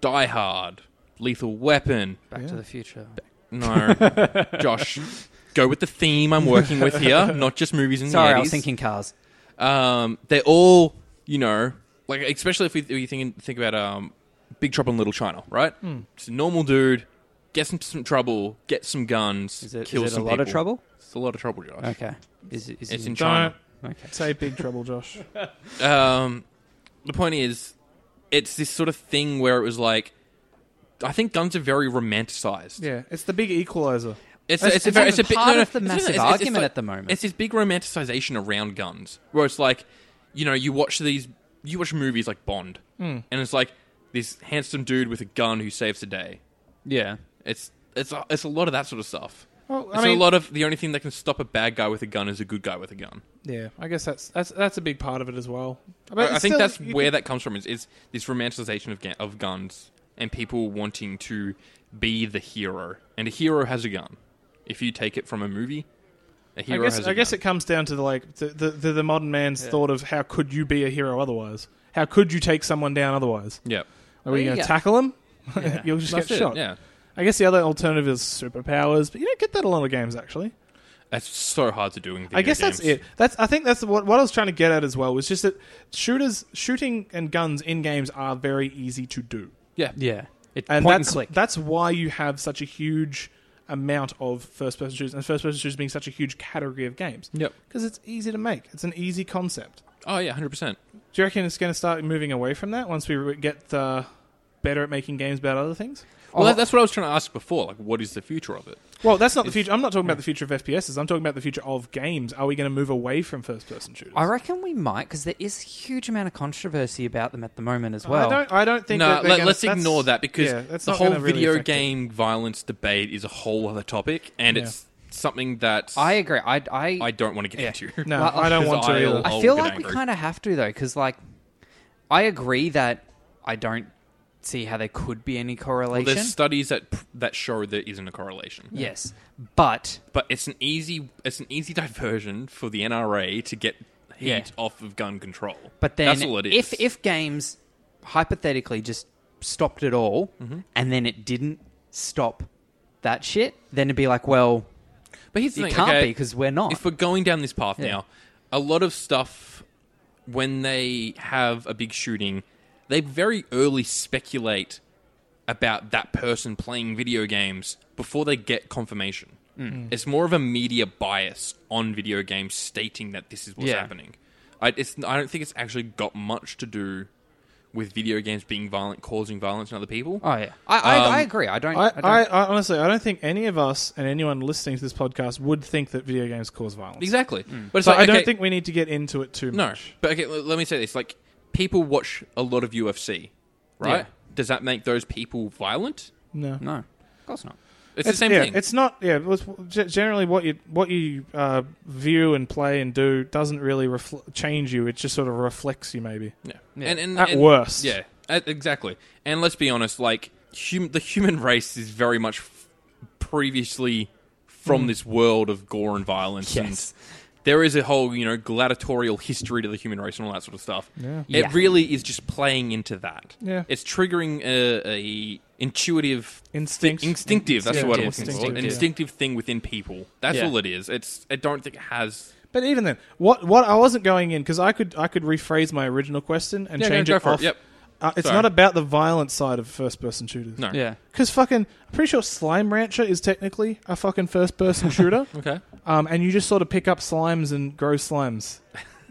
Speaker 1: Die Hard, Lethal Weapon.
Speaker 3: Back
Speaker 2: Yeah.
Speaker 3: to the Future.
Speaker 1: No, Josh, go with the theme I'm working with here, not just movies in the
Speaker 3: Sorry, I
Speaker 1: eighties.
Speaker 3: was thinking cars.
Speaker 1: Um, they're all you know like especially if we, we think think about um, Big Trouble in Little China, right? It's a normal dude gets into some trouble, gets some guns,
Speaker 4: Is it, is
Speaker 1: kills
Speaker 4: it a
Speaker 1: some
Speaker 4: lot of
Speaker 1: people.
Speaker 4: trouble?
Speaker 1: It's a lot of trouble, Josh.
Speaker 4: Okay. Is, it- is
Speaker 1: It's
Speaker 4: it,
Speaker 1: in
Speaker 2: Don't
Speaker 1: China.
Speaker 4: okay.
Speaker 2: say big trouble, Josh.
Speaker 1: Um, the point is, it's this sort of thing where it was like, I think guns are very romanticized.
Speaker 2: Yeah, it's the big equalizer.
Speaker 1: It's,
Speaker 4: That's-
Speaker 1: it's, a
Speaker 4: it's
Speaker 1: very- it's
Speaker 4: like
Speaker 1: a bit
Speaker 4: part
Speaker 1: no, no,
Speaker 4: of the
Speaker 1: it's- no, no, it's-
Speaker 4: massive
Speaker 1: it's
Speaker 4: argument
Speaker 1: like-
Speaker 4: at the moment.
Speaker 1: It's this big romanticization around guns, where it's like, you know, you watch these, you watch movies like Bond,
Speaker 4: Hmm.
Speaker 1: and it's like this handsome dude with a gun who saves the day.
Speaker 4: Yeah.
Speaker 1: It's it's a, it's a lot of that sort of stuff.
Speaker 2: Well, I
Speaker 1: It's
Speaker 2: mean,
Speaker 1: a lot of the only thing that can stop a bad guy with a gun is a good guy with a gun.
Speaker 2: yeah, I guess that's that's that's a big part of it as well.
Speaker 1: I- I think that's where that comes from is, is this romanticization of ga- of guns and people wanting to be the hero. And a hero has a gun. If you take it from a movie, a
Speaker 2: I
Speaker 1: hero
Speaker 2: guess
Speaker 1: has
Speaker 2: I
Speaker 1: a
Speaker 2: guess
Speaker 1: gun.
Speaker 2: it comes down to the, like the, the, the, the modern man's thought of how could you be a hero otherwise? How could you take someone down otherwise?
Speaker 1: yeah.
Speaker 2: Are we
Speaker 4: Yeah.
Speaker 2: going to tackle him?
Speaker 4: Yeah.
Speaker 2: You'll just
Speaker 1: That's
Speaker 2: get
Speaker 1: it,
Speaker 2: shot.
Speaker 1: Yeah.
Speaker 2: I guess the other alternative is superpowers, but you don't get that a lot of games actually.
Speaker 1: That's so hard to do in video
Speaker 2: I guess that's
Speaker 1: games.
Speaker 2: it. That's I think that's what what I was trying to get at as well was just that shooters, shooting and guns in games are very easy to do,
Speaker 1: Yeah.
Speaker 4: Yeah. It,
Speaker 2: and
Speaker 4: point and
Speaker 2: that's
Speaker 4: click.
Speaker 2: that's why you have such a huge amount of first person shooters and first person shooters being such a huge category of games
Speaker 1: Yep.
Speaker 2: because it's easy to make. It's an easy concept.
Speaker 1: Oh yeah, hundred percent.
Speaker 2: Do you reckon it's going to start moving away from that once we re- get uh, better at making games about other things?
Speaker 1: Well,
Speaker 4: Oh.
Speaker 1: that, that's what I was trying to ask before. Like, what is the future of it?
Speaker 2: Well, that's not the future. I'm not talking about the future of FPSs. I'm talking about the future of games. Are we going to move away from first person shooters?
Speaker 4: I reckon we might because there is a huge amount of controversy about them at the moment as well.
Speaker 2: I don't. I don't think.
Speaker 1: No,
Speaker 2: that they're
Speaker 1: let,
Speaker 2: gonna-
Speaker 1: us
Speaker 2: that's-
Speaker 1: ignore that because
Speaker 2: yeah, that's
Speaker 1: the
Speaker 2: not
Speaker 1: whole
Speaker 2: gonna really
Speaker 1: video
Speaker 2: affect it.
Speaker 1: game violence debate is a whole other topic, and
Speaker 2: Yeah.
Speaker 1: it's something that
Speaker 4: I agree. I I,
Speaker 1: I don't want to get
Speaker 4: Yeah.
Speaker 1: into.
Speaker 2: No,
Speaker 4: Well,
Speaker 2: I don't
Speaker 1: because
Speaker 2: want to.
Speaker 1: I'll-
Speaker 2: either.
Speaker 1: I'll
Speaker 4: I feel
Speaker 1: get
Speaker 4: like we
Speaker 1: angry.
Speaker 4: kind of have to though, because like I agree that I don't see how there could be any correlation.
Speaker 1: There's studies that that show there isn't a correlation,
Speaker 4: yes, but
Speaker 1: but it's an easy it's an easy diversion for the NRA to get heat
Speaker 4: Yeah.
Speaker 1: off of gun control.
Speaker 4: but then
Speaker 1: that's all it is.
Speaker 4: if if games hypothetically just stopped it all
Speaker 2: Mm-hmm.
Speaker 4: and then it didn't stop that shit, then it'd be like, well,
Speaker 1: but here's the
Speaker 4: it
Speaker 1: thing,
Speaker 4: can't
Speaker 1: okay,
Speaker 4: be because we're not.
Speaker 1: if we're going down this path
Speaker 4: Yeah.
Speaker 1: now, a lot of stuff when they have a big shooting, they very early speculate about that person playing video games before they get confirmation.
Speaker 4: Mm.
Speaker 1: It's more of a media bias on video games stating that this is what's
Speaker 4: Yeah.
Speaker 1: happening. I, it's, I don't think it's actually got much to do with video games being violent, causing violence in other people.
Speaker 4: oh yeah, I I,
Speaker 1: Um,
Speaker 4: I agree. I don't. I,
Speaker 2: I,
Speaker 4: don't
Speaker 2: I, I honestly, I don't think any of us and anyone listening to this podcast would think that video games cause violence.
Speaker 1: Exactly.
Speaker 4: Mm.
Speaker 1: But it's
Speaker 2: So
Speaker 1: like,
Speaker 2: I don't
Speaker 1: okay,
Speaker 2: think we need to get into it too
Speaker 1: No,
Speaker 2: much.
Speaker 1: but okay, l- let me say this: like people watch a lot of UFC, right?
Speaker 4: Yeah.
Speaker 1: Does that make those people violent?
Speaker 2: No, no.
Speaker 4: no, of course not.
Speaker 1: It's, the same
Speaker 2: yeah,
Speaker 1: thing.
Speaker 2: It's not. Yeah, it's, ge- generally what you what you uh, view and play and do doesn't really refl- change you. It just sort of reflects you, maybe.
Speaker 1: yeah.
Speaker 4: Yeah.
Speaker 1: And, and,
Speaker 2: At
Speaker 1: and-
Speaker 2: worst.
Speaker 1: yeah, e- exactly. And let's be honest: like hum- the human race is very much f- previously from
Speaker 2: Mm.
Speaker 1: this world of gore and violence.
Speaker 4: Yes.
Speaker 1: And there is a whole, you know, gladiatorial history to the human race and all that sort of stuff.
Speaker 2: Yeah.
Speaker 1: It
Speaker 4: Yeah.
Speaker 1: really is just playing into that.
Speaker 2: Yeah.
Speaker 1: It's triggering a, a intuitive
Speaker 2: Instinct.
Speaker 1: instinctive. That's the word I'm looking for.
Speaker 2: Instinctive,
Speaker 1: An
Speaker 2: yeah.
Speaker 1: instinctive thing within people. That's
Speaker 4: Yeah.
Speaker 1: all it is. It's. I don't think it has.
Speaker 2: But even then, what what I wasn't going in because I could I could rephrase my original question and
Speaker 1: Yeah,
Speaker 2: change
Speaker 1: go- go
Speaker 2: it
Speaker 1: for it.
Speaker 2: off.
Speaker 1: Yep.
Speaker 2: Uh, it's
Speaker 1: Sorry.
Speaker 2: not about the violent side of first person shooters.
Speaker 1: No.
Speaker 4: Yeah,
Speaker 2: Because fucking, I'm pretty sure Slime Rancher is technically a fucking first person shooter.
Speaker 1: Okay.
Speaker 2: um, and you just sort of pick up slimes and grow slimes.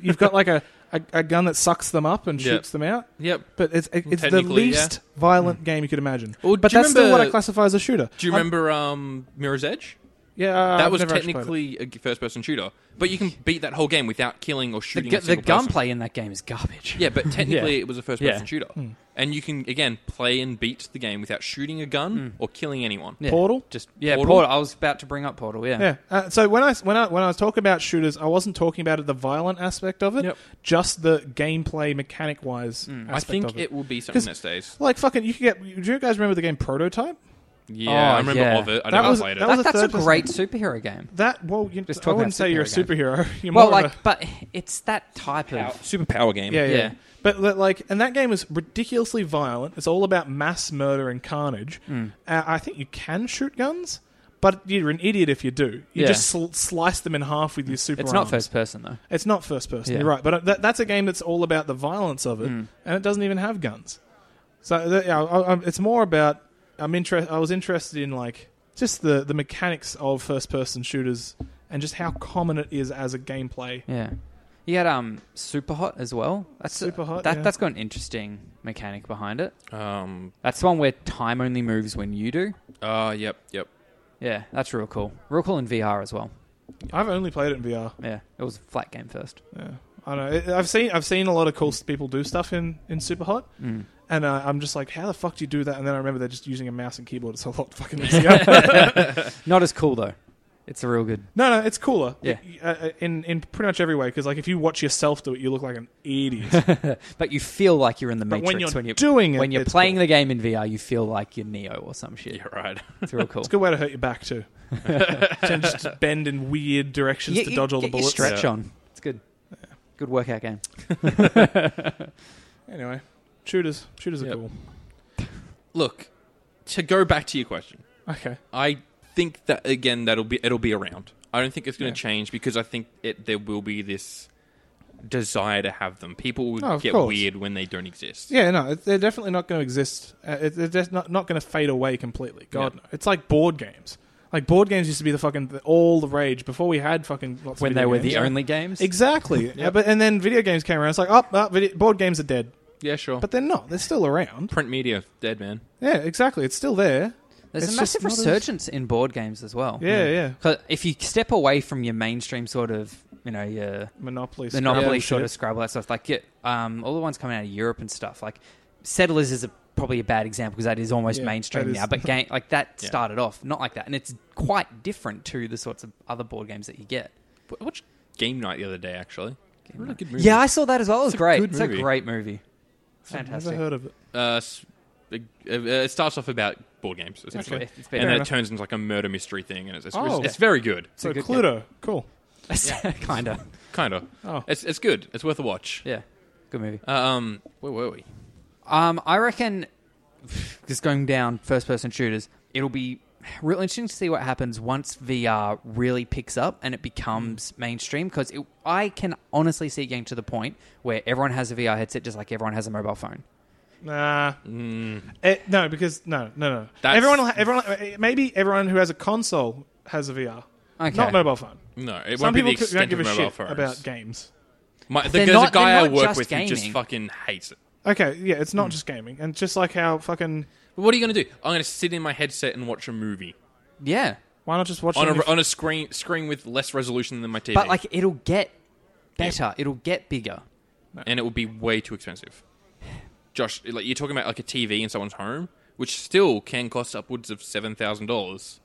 Speaker 2: You've got like a, a, a gun that sucks them up and
Speaker 1: Yeah.
Speaker 2: shoots them out.
Speaker 1: Yep.
Speaker 2: But it's it- it's the
Speaker 1: Technically, yeah.
Speaker 2: least violent
Speaker 4: Hmm.
Speaker 2: game you could imagine.
Speaker 1: Well,
Speaker 2: but
Speaker 1: do you
Speaker 2: that's still what I
Speaker 1: remember-
Speaker 2: classify as a shooter.
Speaker 1: Do you
Speaker 2: I'm-
Speaker 1: remember um, Mirror's Edge?
Speaker 2: yeah, uh,
Speaker 1: That
Speaker 2: I've
Speaker 1: was
Speaker 2: never actually played it.
Speaker 1: technically a first-person shooter, but you can beat that whole game without killing or
Speaker 4: the,
Speaker 1: shooting.
Speaker 4: gu-
Speaker 1: a
Speaker 4: the
Speaker 1: single person.
Speaker 4: gunplay in that game is garbage.
Speaker 1: Yeah, but technically it was a first-person
Speaker 4: Yeah.
Speaker 1: shooter,
Speaker 2: Hmm.
Speaker 1: and you can again play and beat the game without shooting a gun
Speaker 2: Hmm.
Speaker 1: or killing anyone.
Speaker 4: Yeah.
Speaker 2: Portal?
Speaker 4: Just yeah,
Speaker 1: Portal?
Speaker 4: Portal. I was about to bring up Portal. Yeah,
Speaker 2: Yeah. Uh, so when I when I when I was talking about shooters, I wasn't talking about the violent aspect of it,
Speaker 1: Yep. Hmm.
Speaker 2: just the gameplay mechanic wise.
Speaker 1: I think it.
Speaker 2: of it.
Speaker 1: will be something
Speaker 2: 'Cause-
Speaker 1: that stays.
Speaker 2: Like fucking, you could get. Do you guys remember the game Prototype?
Speaker 1: Yeah,
Speaker 4: Oh,
Speaker 1: I remember
Speaker 4: yeah.
Speaker 1: of it. I
Speaker 2: That
Speaker 1: never
Speaker 2: was-
Speaker 1: played it.
Speaker 2: that was-
Speaker 4: That- that's a
Speaker 2: third-person-
Speaker 4: great superhero game.
Speaker 2: That well, you,
Speaker 4: Just
Speaker 2: I
Speaker 4: talking
Speaker 2: wouldn't
Speaker 4: about
Speaker 2: say you're a
Speaker 4: superhero
Speaker 2: superhero. You're
Speaker 4: Well,
Speaker 2: more of
Speaker 4: like,
Speaker 2: a-
Speaker 4: but it's that type of
Speaker 1: superpower game.
Speaker 2: Yeah, yeah.
Speaker 4: Yeah.
Speaker 2: But li- like, and that game is ridiculously
Speaker 3: Hmm.
Speaker 2: violent. It's all about mass murder and carnage. Uh, I think you can shoot guns, But you're an idiot if you do. You
Speaker 3: Yeah.
Speaker 2: just sl- slice them in half with your super.
Speaker 3: It's not
Speaker 2: arms.
Speaker 3: first person though.
Speaker 2: It's not first person.
Speaker 3: Yeah.
Speaker 2: You're right, but uh, that, that's a game that's all about the violence of it,
Speaker 3: Mm.
Speaker 2: and it doesn't even have guns. So that, yeah, I, I, it's more about I'm interest. I was interested in like just the the mechanics of first person shooters and just how common it is as a gameplay.
Speaker 3: Yeah. You had um super hot as well. That's
Speaker 2: Super Hot,
Speaker 3: That
Speaker 2: yeah.
Speaker 3: that's got an interesting mechanic behind it.
Speaker 1: Um.
Speaker 3: That's the one where time only moves when you do.
Speaker 1: Uh. Yep. Yep.
Speaker 3: Yeah, that's real cool. Real cool in VR as well.
Speaker 2: I've only played it in VR.
Speaker 3: Yeah, it was a flat game first.
Speaker 2: Yeah. I don't know. It- I've seen I've seen a lot of cool s- people do stuff in in Super Hot,
Speaker 3: Mm.
Speaker 2: and uh, I'm just like, how the fuck do you do that? And then I remember they're just using a mouse and keyboard. It's a lot fucking easier.
Speaker 3: Not as cool though. It's a real good.
Speaker 2: No, no, it's cooler.
Speaker 3: Yeah.
Speaker 2: Uh, uh, in in pretty much every way because like if you watch yourself do it, you look like an idiot.
Speaker 3: But you feel like you're in the
Speaker 2: but
Speaker 3: Matrix
Speaker 2: when you're,
Speaker 3: when you're
Speaker 2: doing it,
Speaker 3: when you're
Speaker 2: it's
Speaker 3: playing
Speaker 2: cool.
Speaker 3: the game in VR. You feel like you're Neo or some shit.
Speaker 1: Yeah. Right.
Speaker 3: It's real cool.
Speaker 2: it's a good way to hurt your back too. Tend to just bend in weird directions
Speaker 3: Get-
Speaker 2: to dodge all the
Speaker 3: get your
Speaker 2: bullets.
Speaker 3: stretch
Speaker 1: Yeah.
Speaker 3: on. It's good. Good workout game.
Speaker 2: Anyway, shooters, shooters are
Speaker 1: Yep.
Speaker 2: cool.
Speaker 1: Look. To go back to your question,
Speaker 2: Okay,
Speaker 1: I think that again that'll be it'll be around. I don't think it's going
Speaker 2: Yeah.
Speaker 1: to change because I think it there will be this desire to have them. People will
Speaker 2: Oh, of
Speaker 1: get
Speaker 2: course.
Speaker 1: weird when they don't exist.
Speaker 2: yeah, no, it- they're definitely not going to exist. Uh, it- They're just not not going to fade away completely. God,
Speaker 1: Yeah.
Speaker 2: no. It's like board games. Like board games used to be the fucking all the rage before we had fucking lots
Speaker 3: When
Speaker 2: of
Speaker 3: they
Speaker 2: video
Speaker 3: were
Speaker 2: games.
Speaker 3: the only games.
Speaker 2: Exactly, yeah, but and then video games came around. It's like, oh, oh video, board games are dead,
Speaker 1: Yeah, sure.
Speaker 2: but they're not. They're still around.
Speaker 1: Print media, dead man.
Speaker 2: Yeah, exactly. It's still there.
Speaker 3: There's
Speaker 2: It's
Speaker 3: a massive
Speaker 2: just not as-
Speaker 3: resurgence in board games as well. Mm.
Speaker 2: Yeah, yeah.
Speaker 3: 'Cause if you step away from your mainstream sort of, you know, your
Speaker 2: Monopoly.
Speaker 3: Monopoly
Speaker 2: Scrabble
Speaker 3: sort
Speaker 2: shit.
Speaker 3: of Scrabble that stuff, like yeah, um, all the ones coming out of Europe and stuff, like Settlers is a, probably a bad example because that is almost
Speaker 2: Yeah,
Speaker 3: mainstream
Speaker 2: that is-
Speaker 3: now. But game like that
Speaker 1: Yeah.
Speaker 3: started off not like that, and it's quite different to the sorts of other board games that you get.
Speaker 1: Wh- I watched Game Night the other day actually. really good movie.
Speaker 3: Yeah, I saw that as well. It was
Speaker 1: It's a
Speaker 3: great.
Speaker 1: good
Speaker 3: It's a
Speaker 1: movie.
Speaker 3: great movie.
Speaker 2: I've never
Speaker 3: Fantastic.
Speaker 2: heard of it.
Speaker 1: Uh, s- uh, it starts off about board games essentially,
Speaker 3: It's, it's
Speaker 1: and
Speaker 3: been
Speaker 1: then it
Speaker 2: enough.
Speaker 1: turns into like a murder mystery thing, and it's it's,
Speaker 2: Oh.
Speaker 1: it's very good,
Speaker 2: So
Speaker 3: good
Speaker 2: Cluedo, cool.
Speaker 3: kind of
Speaker 1: kind of.
Speaker 2: Oh,
Speaker 1: It's it's good. It's worth a watch.
Speaker 3: yeah, good movie.
Speaker 1: Um, where were we?
Speaker 3: Um, I reckon just going down first person shooters, it'll be real interesting to see what happens once VR really picks up and it becomes mainstream because I can honestly see it getting to the point where everyone has a VR headset just like everyone has a mobile phone.
Speaker 2: nah,
Speaker 1: Mm,
Speaker 2: Eh, no, because no, no, no.
Speaker 1: That's-
Speaker 2: everyone, will ha- everyone, eh, maybe everyone who has a console has a VR,
Speaker 3: Okay.
Speaker 2: not mobile phone.
Speaker 1: no, it
Speaker 2: Some
Speaker 1: won't be the
Speaker 2: people c- don't
Speaker 1: extent
Speaker 2: give
Speaker 1: of
Speaker 2: a
Speaker 1: mobile
Speaker 2: shit
Speaker 1: phones.
Speaker 2: about games.
Speaker 1: My, the,
Speaker 3: They're
Speaker 1: there's
Speaker 3: not-
Speaker 1: a guy
Speaker 3: they're
Speaker 1: I
Speaker 3: not
Speaker 1: work
Speaker 3: just
Speaker 1: with who just
Speaker 3: gaming.
Speaker 1: fucking hates it.
Speaker 2: Okay, yeah, it's
Speaker 1: Hmm.
Speaker 2: not just gaming, and just like how fucking
Speaker 1: But what are you going to do? I'm going to sit in my headset and watch a movie
Speaker 3: Yeah.
Speaker 2: why not just watch
Speaker 1: on
Speaker 2: it
Speaker 1: a,
Speaker 2: on your
Speaker 1: on a screen screen with less resolution than my TV,
Speaker 3: But like it'll get better, it'll get bigger.
Speaker 1: and it would be way too expensive. Josh, like you're talking about like a TV in someone's home, which still can cost upwards of seven thousand dollars,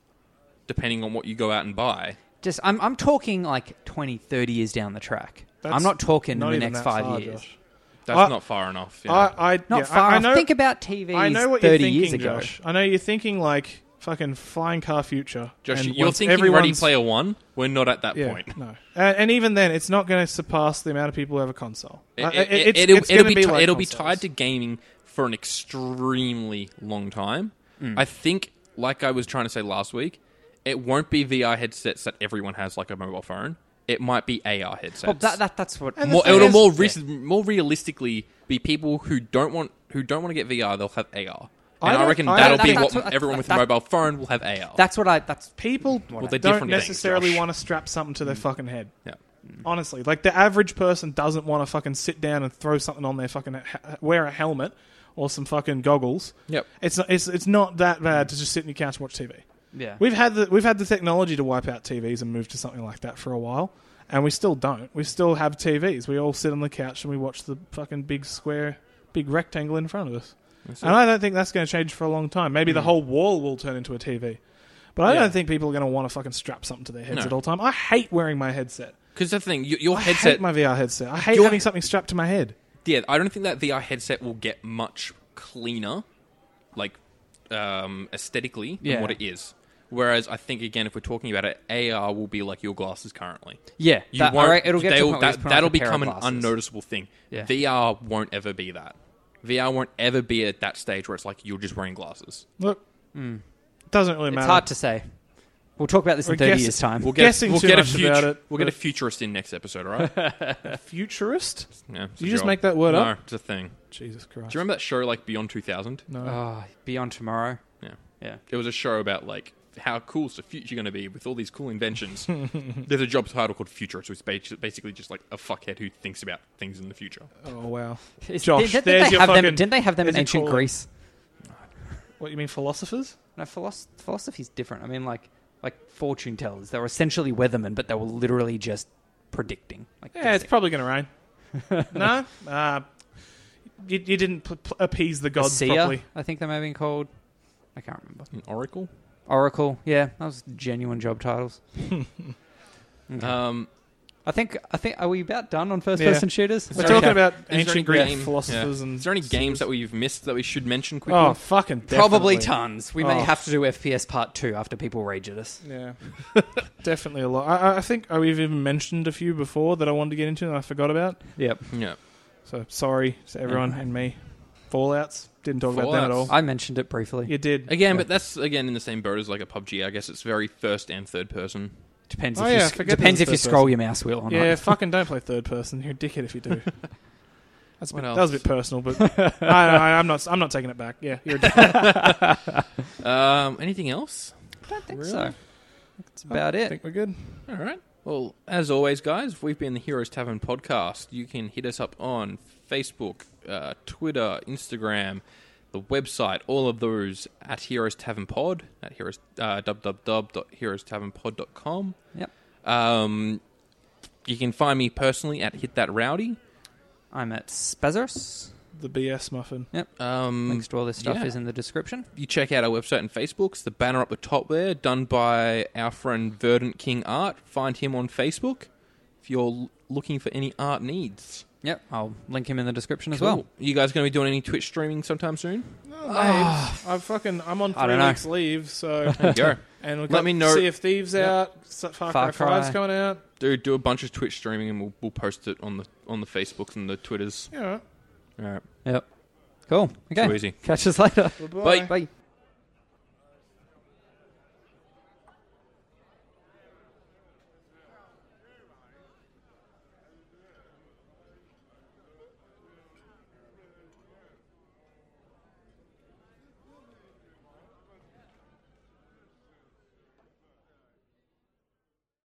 Speaker 1: depending on what you go out and buy.
Speaker 3: Just I'm I'm talking like 20, 30 years down the track.
Speaker 2: That's
Speaker 3: I'm not talking
Speaker 2: not
Speaker 3: the
Speaker 2: even
Speaker 3: next
Speaker 2: that
Speaker 3: 5
Speaker 2: far,
Speaker 3: years.
Speaker 2: Josh.
Speaker 1: That's
Speaker 2: I-
Speaker 1: not far enough. Yeah.
Speaker 2: I, I,
Speaker 3: Not
Speaker 2: yeah,
Speaker 3: far
Speaker 2: I, I
Speaker 3: off.
Speaker 2: know,
Speaker 3: Think about TVs
Speaker 2: I know what
Speaker 3: 30
Speaker 2: you're thinking,
Speaker 3: years ago.
Speaker 2: Josh. I know you're thinking like fucking flying car future.
Speaker 1: Josh,
Speaker 2: and
Speaker 1: you're
Speaker 2: once
Speaker 1: thinking Ready
Speaker 2: everyone's-
Speaker 1: Player One. We're not at that point.
Speaker 2: No, and, and even then, it's not going to surpass the amount of people who have a console. Uh,
Speaker 1: It,
Speaker 2: it's-
Speaker 1: will
Speaker 2: it's
Speaker 1: it'll
Speaker 2: gonna
Speaker 1: be, ti-
Speaker 2: like
Speaker 1: it'll be
Speaker 2: consoles.
Speaker 1: tied to gaming for an extremely long time.
Speaker 2: Mm.
Speaker 1: I think, like I was trying to say last week, it won't be VR headsets that everyone has, like a mobile phone. It might be AR headsets.
Speaker 3: Well, that, that that's what
Speaker 2: And the
Speaker 1: more,
Speaker 2: thing
Speaker 1: it'll
Speaker 2: is-
Speaker 1: more, re- more realistically be people who don't want who don't want to get VR. They'll have AR, and
Speaker 2: I
Speaker 1: I,
Speaker 2: don't-
Speaker 1: reckon
Speaker 2: I-
Speaker 1: that'll
Speaker 3: that-
Speaker 1: be
Speaker 3: that's
Speaker 1: what,
Speaker 3: what-
Speaker 1: everyone with
Speaker 3: that-
Speaker 1: a mobile phone will have AR.
Speaker 3: that's what I that's
Speaker 2: people
Speaker 3: Well,
Speaker 1: they're
Speaker 2: don't
Speaker 1: different things,
Speaker 2: necessarily
Speaker 1: Josh. Hmm.
Speaker 2: want to strap something to their fucking head.
Speaker 1: yeah.
Speaker 2: Honestly, like the average person doesn't want to fucking sit down and throw something on their fucking ha- wear a helmet or some fucking goggles.
Speaker 1: Yep.
Speaker 2: It's not, it's it's not that bad to just sit in your couch and watch TV.
Speaker 3: yeah.
Speaker 2: We've had the we've had the technology to wipe out TVs and move to something like that for a while, and we still don't. We still have TVs. We all sit on the couch and we watch the fucking big square, big rectangle in front of us.
Speaker 1: That's
Speaker 2: And I don't think that's going to change for a long time. Maybe the whole wall will turn into a TV. But I
Speaker 1: Hmm. Yeah.
Speaker 2: don't think people are going to want to fucking strap something to their heads
Speaker 1: No.
Speaker 2: at all time. I hate wearing my headset.
Speaker 1: Because the thing, y- your
Speaker 2: I
Speaker 1: headset
Speaker 2: hate my VR headset. I hate
Speaker 1: Your-
Speaker 2: having something strapped to my head.
Speaker 1: yeah, I don't think that VR headset will get much cleaner, like um, aesthetically,
Speaker 3: Yeah.
Speaker 1: than what it is. Whereas I think again, if we're talking about it, AR will be like your glasses currently.
Speaker 3: Yeah,
Speaker 1: You
Speaker 3: that-
Speaker 1: won't.
Speaker 3: alright, it'll get to a
Speaker 1: they'll-
Speaker 3: point where
Speaker 1: that,
Speaker 3: you just put on
Speaker 1: that'll
Speaker 3: like a pair of
Speaker 1: become an
Speaker 3: glasses.
Speaker 1: unnoticeable thing.
Speaker 3: Yeah.
Speaker 1: VR won't ever be that. VR won't ever be at that stage where Hmm. it's like you're just wearing glasses.
Speaker 2: Look, doesn't really
Speaker 3: It's
Speaker 2: matter.
Speaker 3: hard to say. We'll talk about this
Speaker 2: We're
Speaker 3: in 30
Speaker 2: guessing-
Speaker 3: years' time.
Speaker 1: We'll get,
Speaker 2: Guessing
Speaker 1: we'll
Speaker 2: too
Speaker 1: get a
Speaker 2: much
Speaker 1: future,
Speaker 2: about it,
Speaker 1: We'll get a
Speaker 2: but-
Speaker 1: futurist in next episode, all right?
Speaker 2: Futurist?
Speaker 1: Yeah, it's
Speaker 2: Did
Speaker 1: a
Speaker 2: you just
Speaker 1: job.
Speaker 2: make that word
Speaker 1: no,
Speaker 2: up?
Speaker 1: it's a thing.
Speaker 2: Jesus Christ.
Speaker 1: Do you Uh, remember that show like Beyond 2000?
Speaker 2: No.
Speaker 3: Ah, Beyond Tomorrow.
Speaker 1: Yeah.
Speaker 3: Yeah.
Speaker 1: It was a show about like how cool's the future going to be with all these cool inventions. There's a job title called futurist, which is basi- basically just like a fuckhead who thinks about things in the future.
Speaker 2: oh wow.
Speaker 3: It's-
Speaker 2: Josh,
Speaker 3: didn't,
Speaker 2: there's
Speaker 3: they
Speaker 2: your
Speaker 3: have
Speaker 2: fucking-
Speaker 3: them, didn't they have them
Speaker 2: there's
Speaker 3: in
Speaker 2: your
Speaker 3: ancient
Speaker 2: calling.
Speaker 3: Greece?
Speaker 2: What you mean philosophers?
Speaker 3: No, philosophy, philosophy's different. I mean, like like fortune tellers. They were essentially weathermen, but they were literally just predicting. Like,
Speaker 2: Yeah, it's
Speaker 3: guessing.
Speaker 2: probably going to rain. no, uh, you, you didn't pl- pl- appease the
Speaker 3: A
Speaker 2: gods
Speaker 3: seer,
Speaker 2: properly.
Speaker 3: I think they may have been called. I can't remember.
Speaker 1: An oracle?
Speaker 3: Oracle. Yeah, that was genuine job titles. Okay.
Speaker 1: Um,
Speaker 3: I think. I think. Are we about done on first
Speaker 2: Yeah.
Speaker 3: person shooters?
Speaker 2: We're
Speaker 1: there any-
Speaker 3: Okay.
Speaker 2: talking about
Speaker 1: there any
Speaker 2: ancient Greek
Speaker 1: game-
Speaker 2: philosophers and.
Speaker 1: is there any games that we've missed that we should mention quickly?
Speaker 2: Oh, fucking
Speaker 3: Probably
Speaker 2: definitely.
Speaker 3: tons. We may
Speaker 2: Oh.
Speaker 3: have to do FPS part two after people rage at us.
Speaker 2: Yeah, definitely a lot. I, I- I think oh, we've even mentioned a few before that I wanted to get into and I forgot about.
Speaker 3: Yep.
Speaker 1: Yeah.
Speaker 2: So sorry to everyone and me. Fallouts didn't talk about them at
Speaker 1: Mm-hmm. Fallouts.
Speaker 2: all.
Speaker 3: I mentioned it briefly.
Speaker 2: you did.
Speaker 1: Again, but that's again in the same boat as like a PUBG. I guess it's very first and third person.
Speaker 3: Depends
Speaker 2: Oh,
Speaker 3: if you
Speaker 2: yeah,
Speaker 3: sc-
Speaker 2: forget
Speaker 3: depends
Speaker 2: this
Speaker 3: if
Speaker 2: is
Speaker 3: you
Speaker 2: first
Speaker 3: scroll
Speaker 2: person.
Speaker 3: your mouse wheel or
Speaker 2: yeah,
Speaker 3: not.
Speaker 2: fucking don't play third person. You're a dickhead if you do. That's a
Speaker 1: What
Speaker 2: bit, that was a bit personal, but I, I, I'm not. I'm not taking it back. Yeah, you're a dickhead.
Speaker 1: Um, anything else?
Speaker 3: I don't think
Speaker 2: Really?
Speaker 3: so. That's about
Speaker 2: I
Speaker 3: it.
Speaker 2: think we're good.
Speaker 1: All right. Well, as always, guys, we've been the Heroes Tavern podcast. You can hit us up on Facebook, uh, Twitter, Instagram, the website, all of those at Heroes Tavern Pod at heroes uh, www.heroestavernpod.com.
Speaker 3: Yep.
Speaker 1: Um, you can find me personally at Hit That Rowdy.
Speaker 3: I'm at Spazos.
Speaker 2: The BS muffin.
Speaker 1: Um,
Speaker 3: Links to all this stuff
Speaker 1: yeah.
Speaker 3: is in the description.
Speaker 1: you check out our website and Facebook. It's the banner up the top there, done by our friend Verdant King Art. Find him on Facebook if you're l- looking for any art needs.
Speaker 3: Yep. I'll link him in the description as
Speaker 1: Cool.
Speaker 3: well.
Speaker 1: you guys going to be doing any Twitch streaming sometime soon?
Speaker 2: I'm fucking. I'm on
Speaker 3: Oh, I
Speaker 2: three
Speaker 3: don't know.
Speaker 2: weeks leave, so
Speaker 1: There you go.
Speaker 2: and we've
Speaker 1: Let
Speaker 2: got
Speaker 1: me know-
Speaker 2: Sea of Thieves out. S- Far, Cry
Speaker 3: Far Cry.
Speaker 2: 5's coming out.
Speaker 1: Do do a bunch of Twitch streaming and we'll, we'll post it on the on the Facebooks and the Twitters.
Speaker 2: Yeah.
Speaker 1: All right,
Speaker 3: Yep. Cool. Okay.
Speaker 1: too easy.
Speaker 3: Catch us later.
Speaker 2: Bye-bye.
Speaker 1: Bye.
Speaker 3: Bye.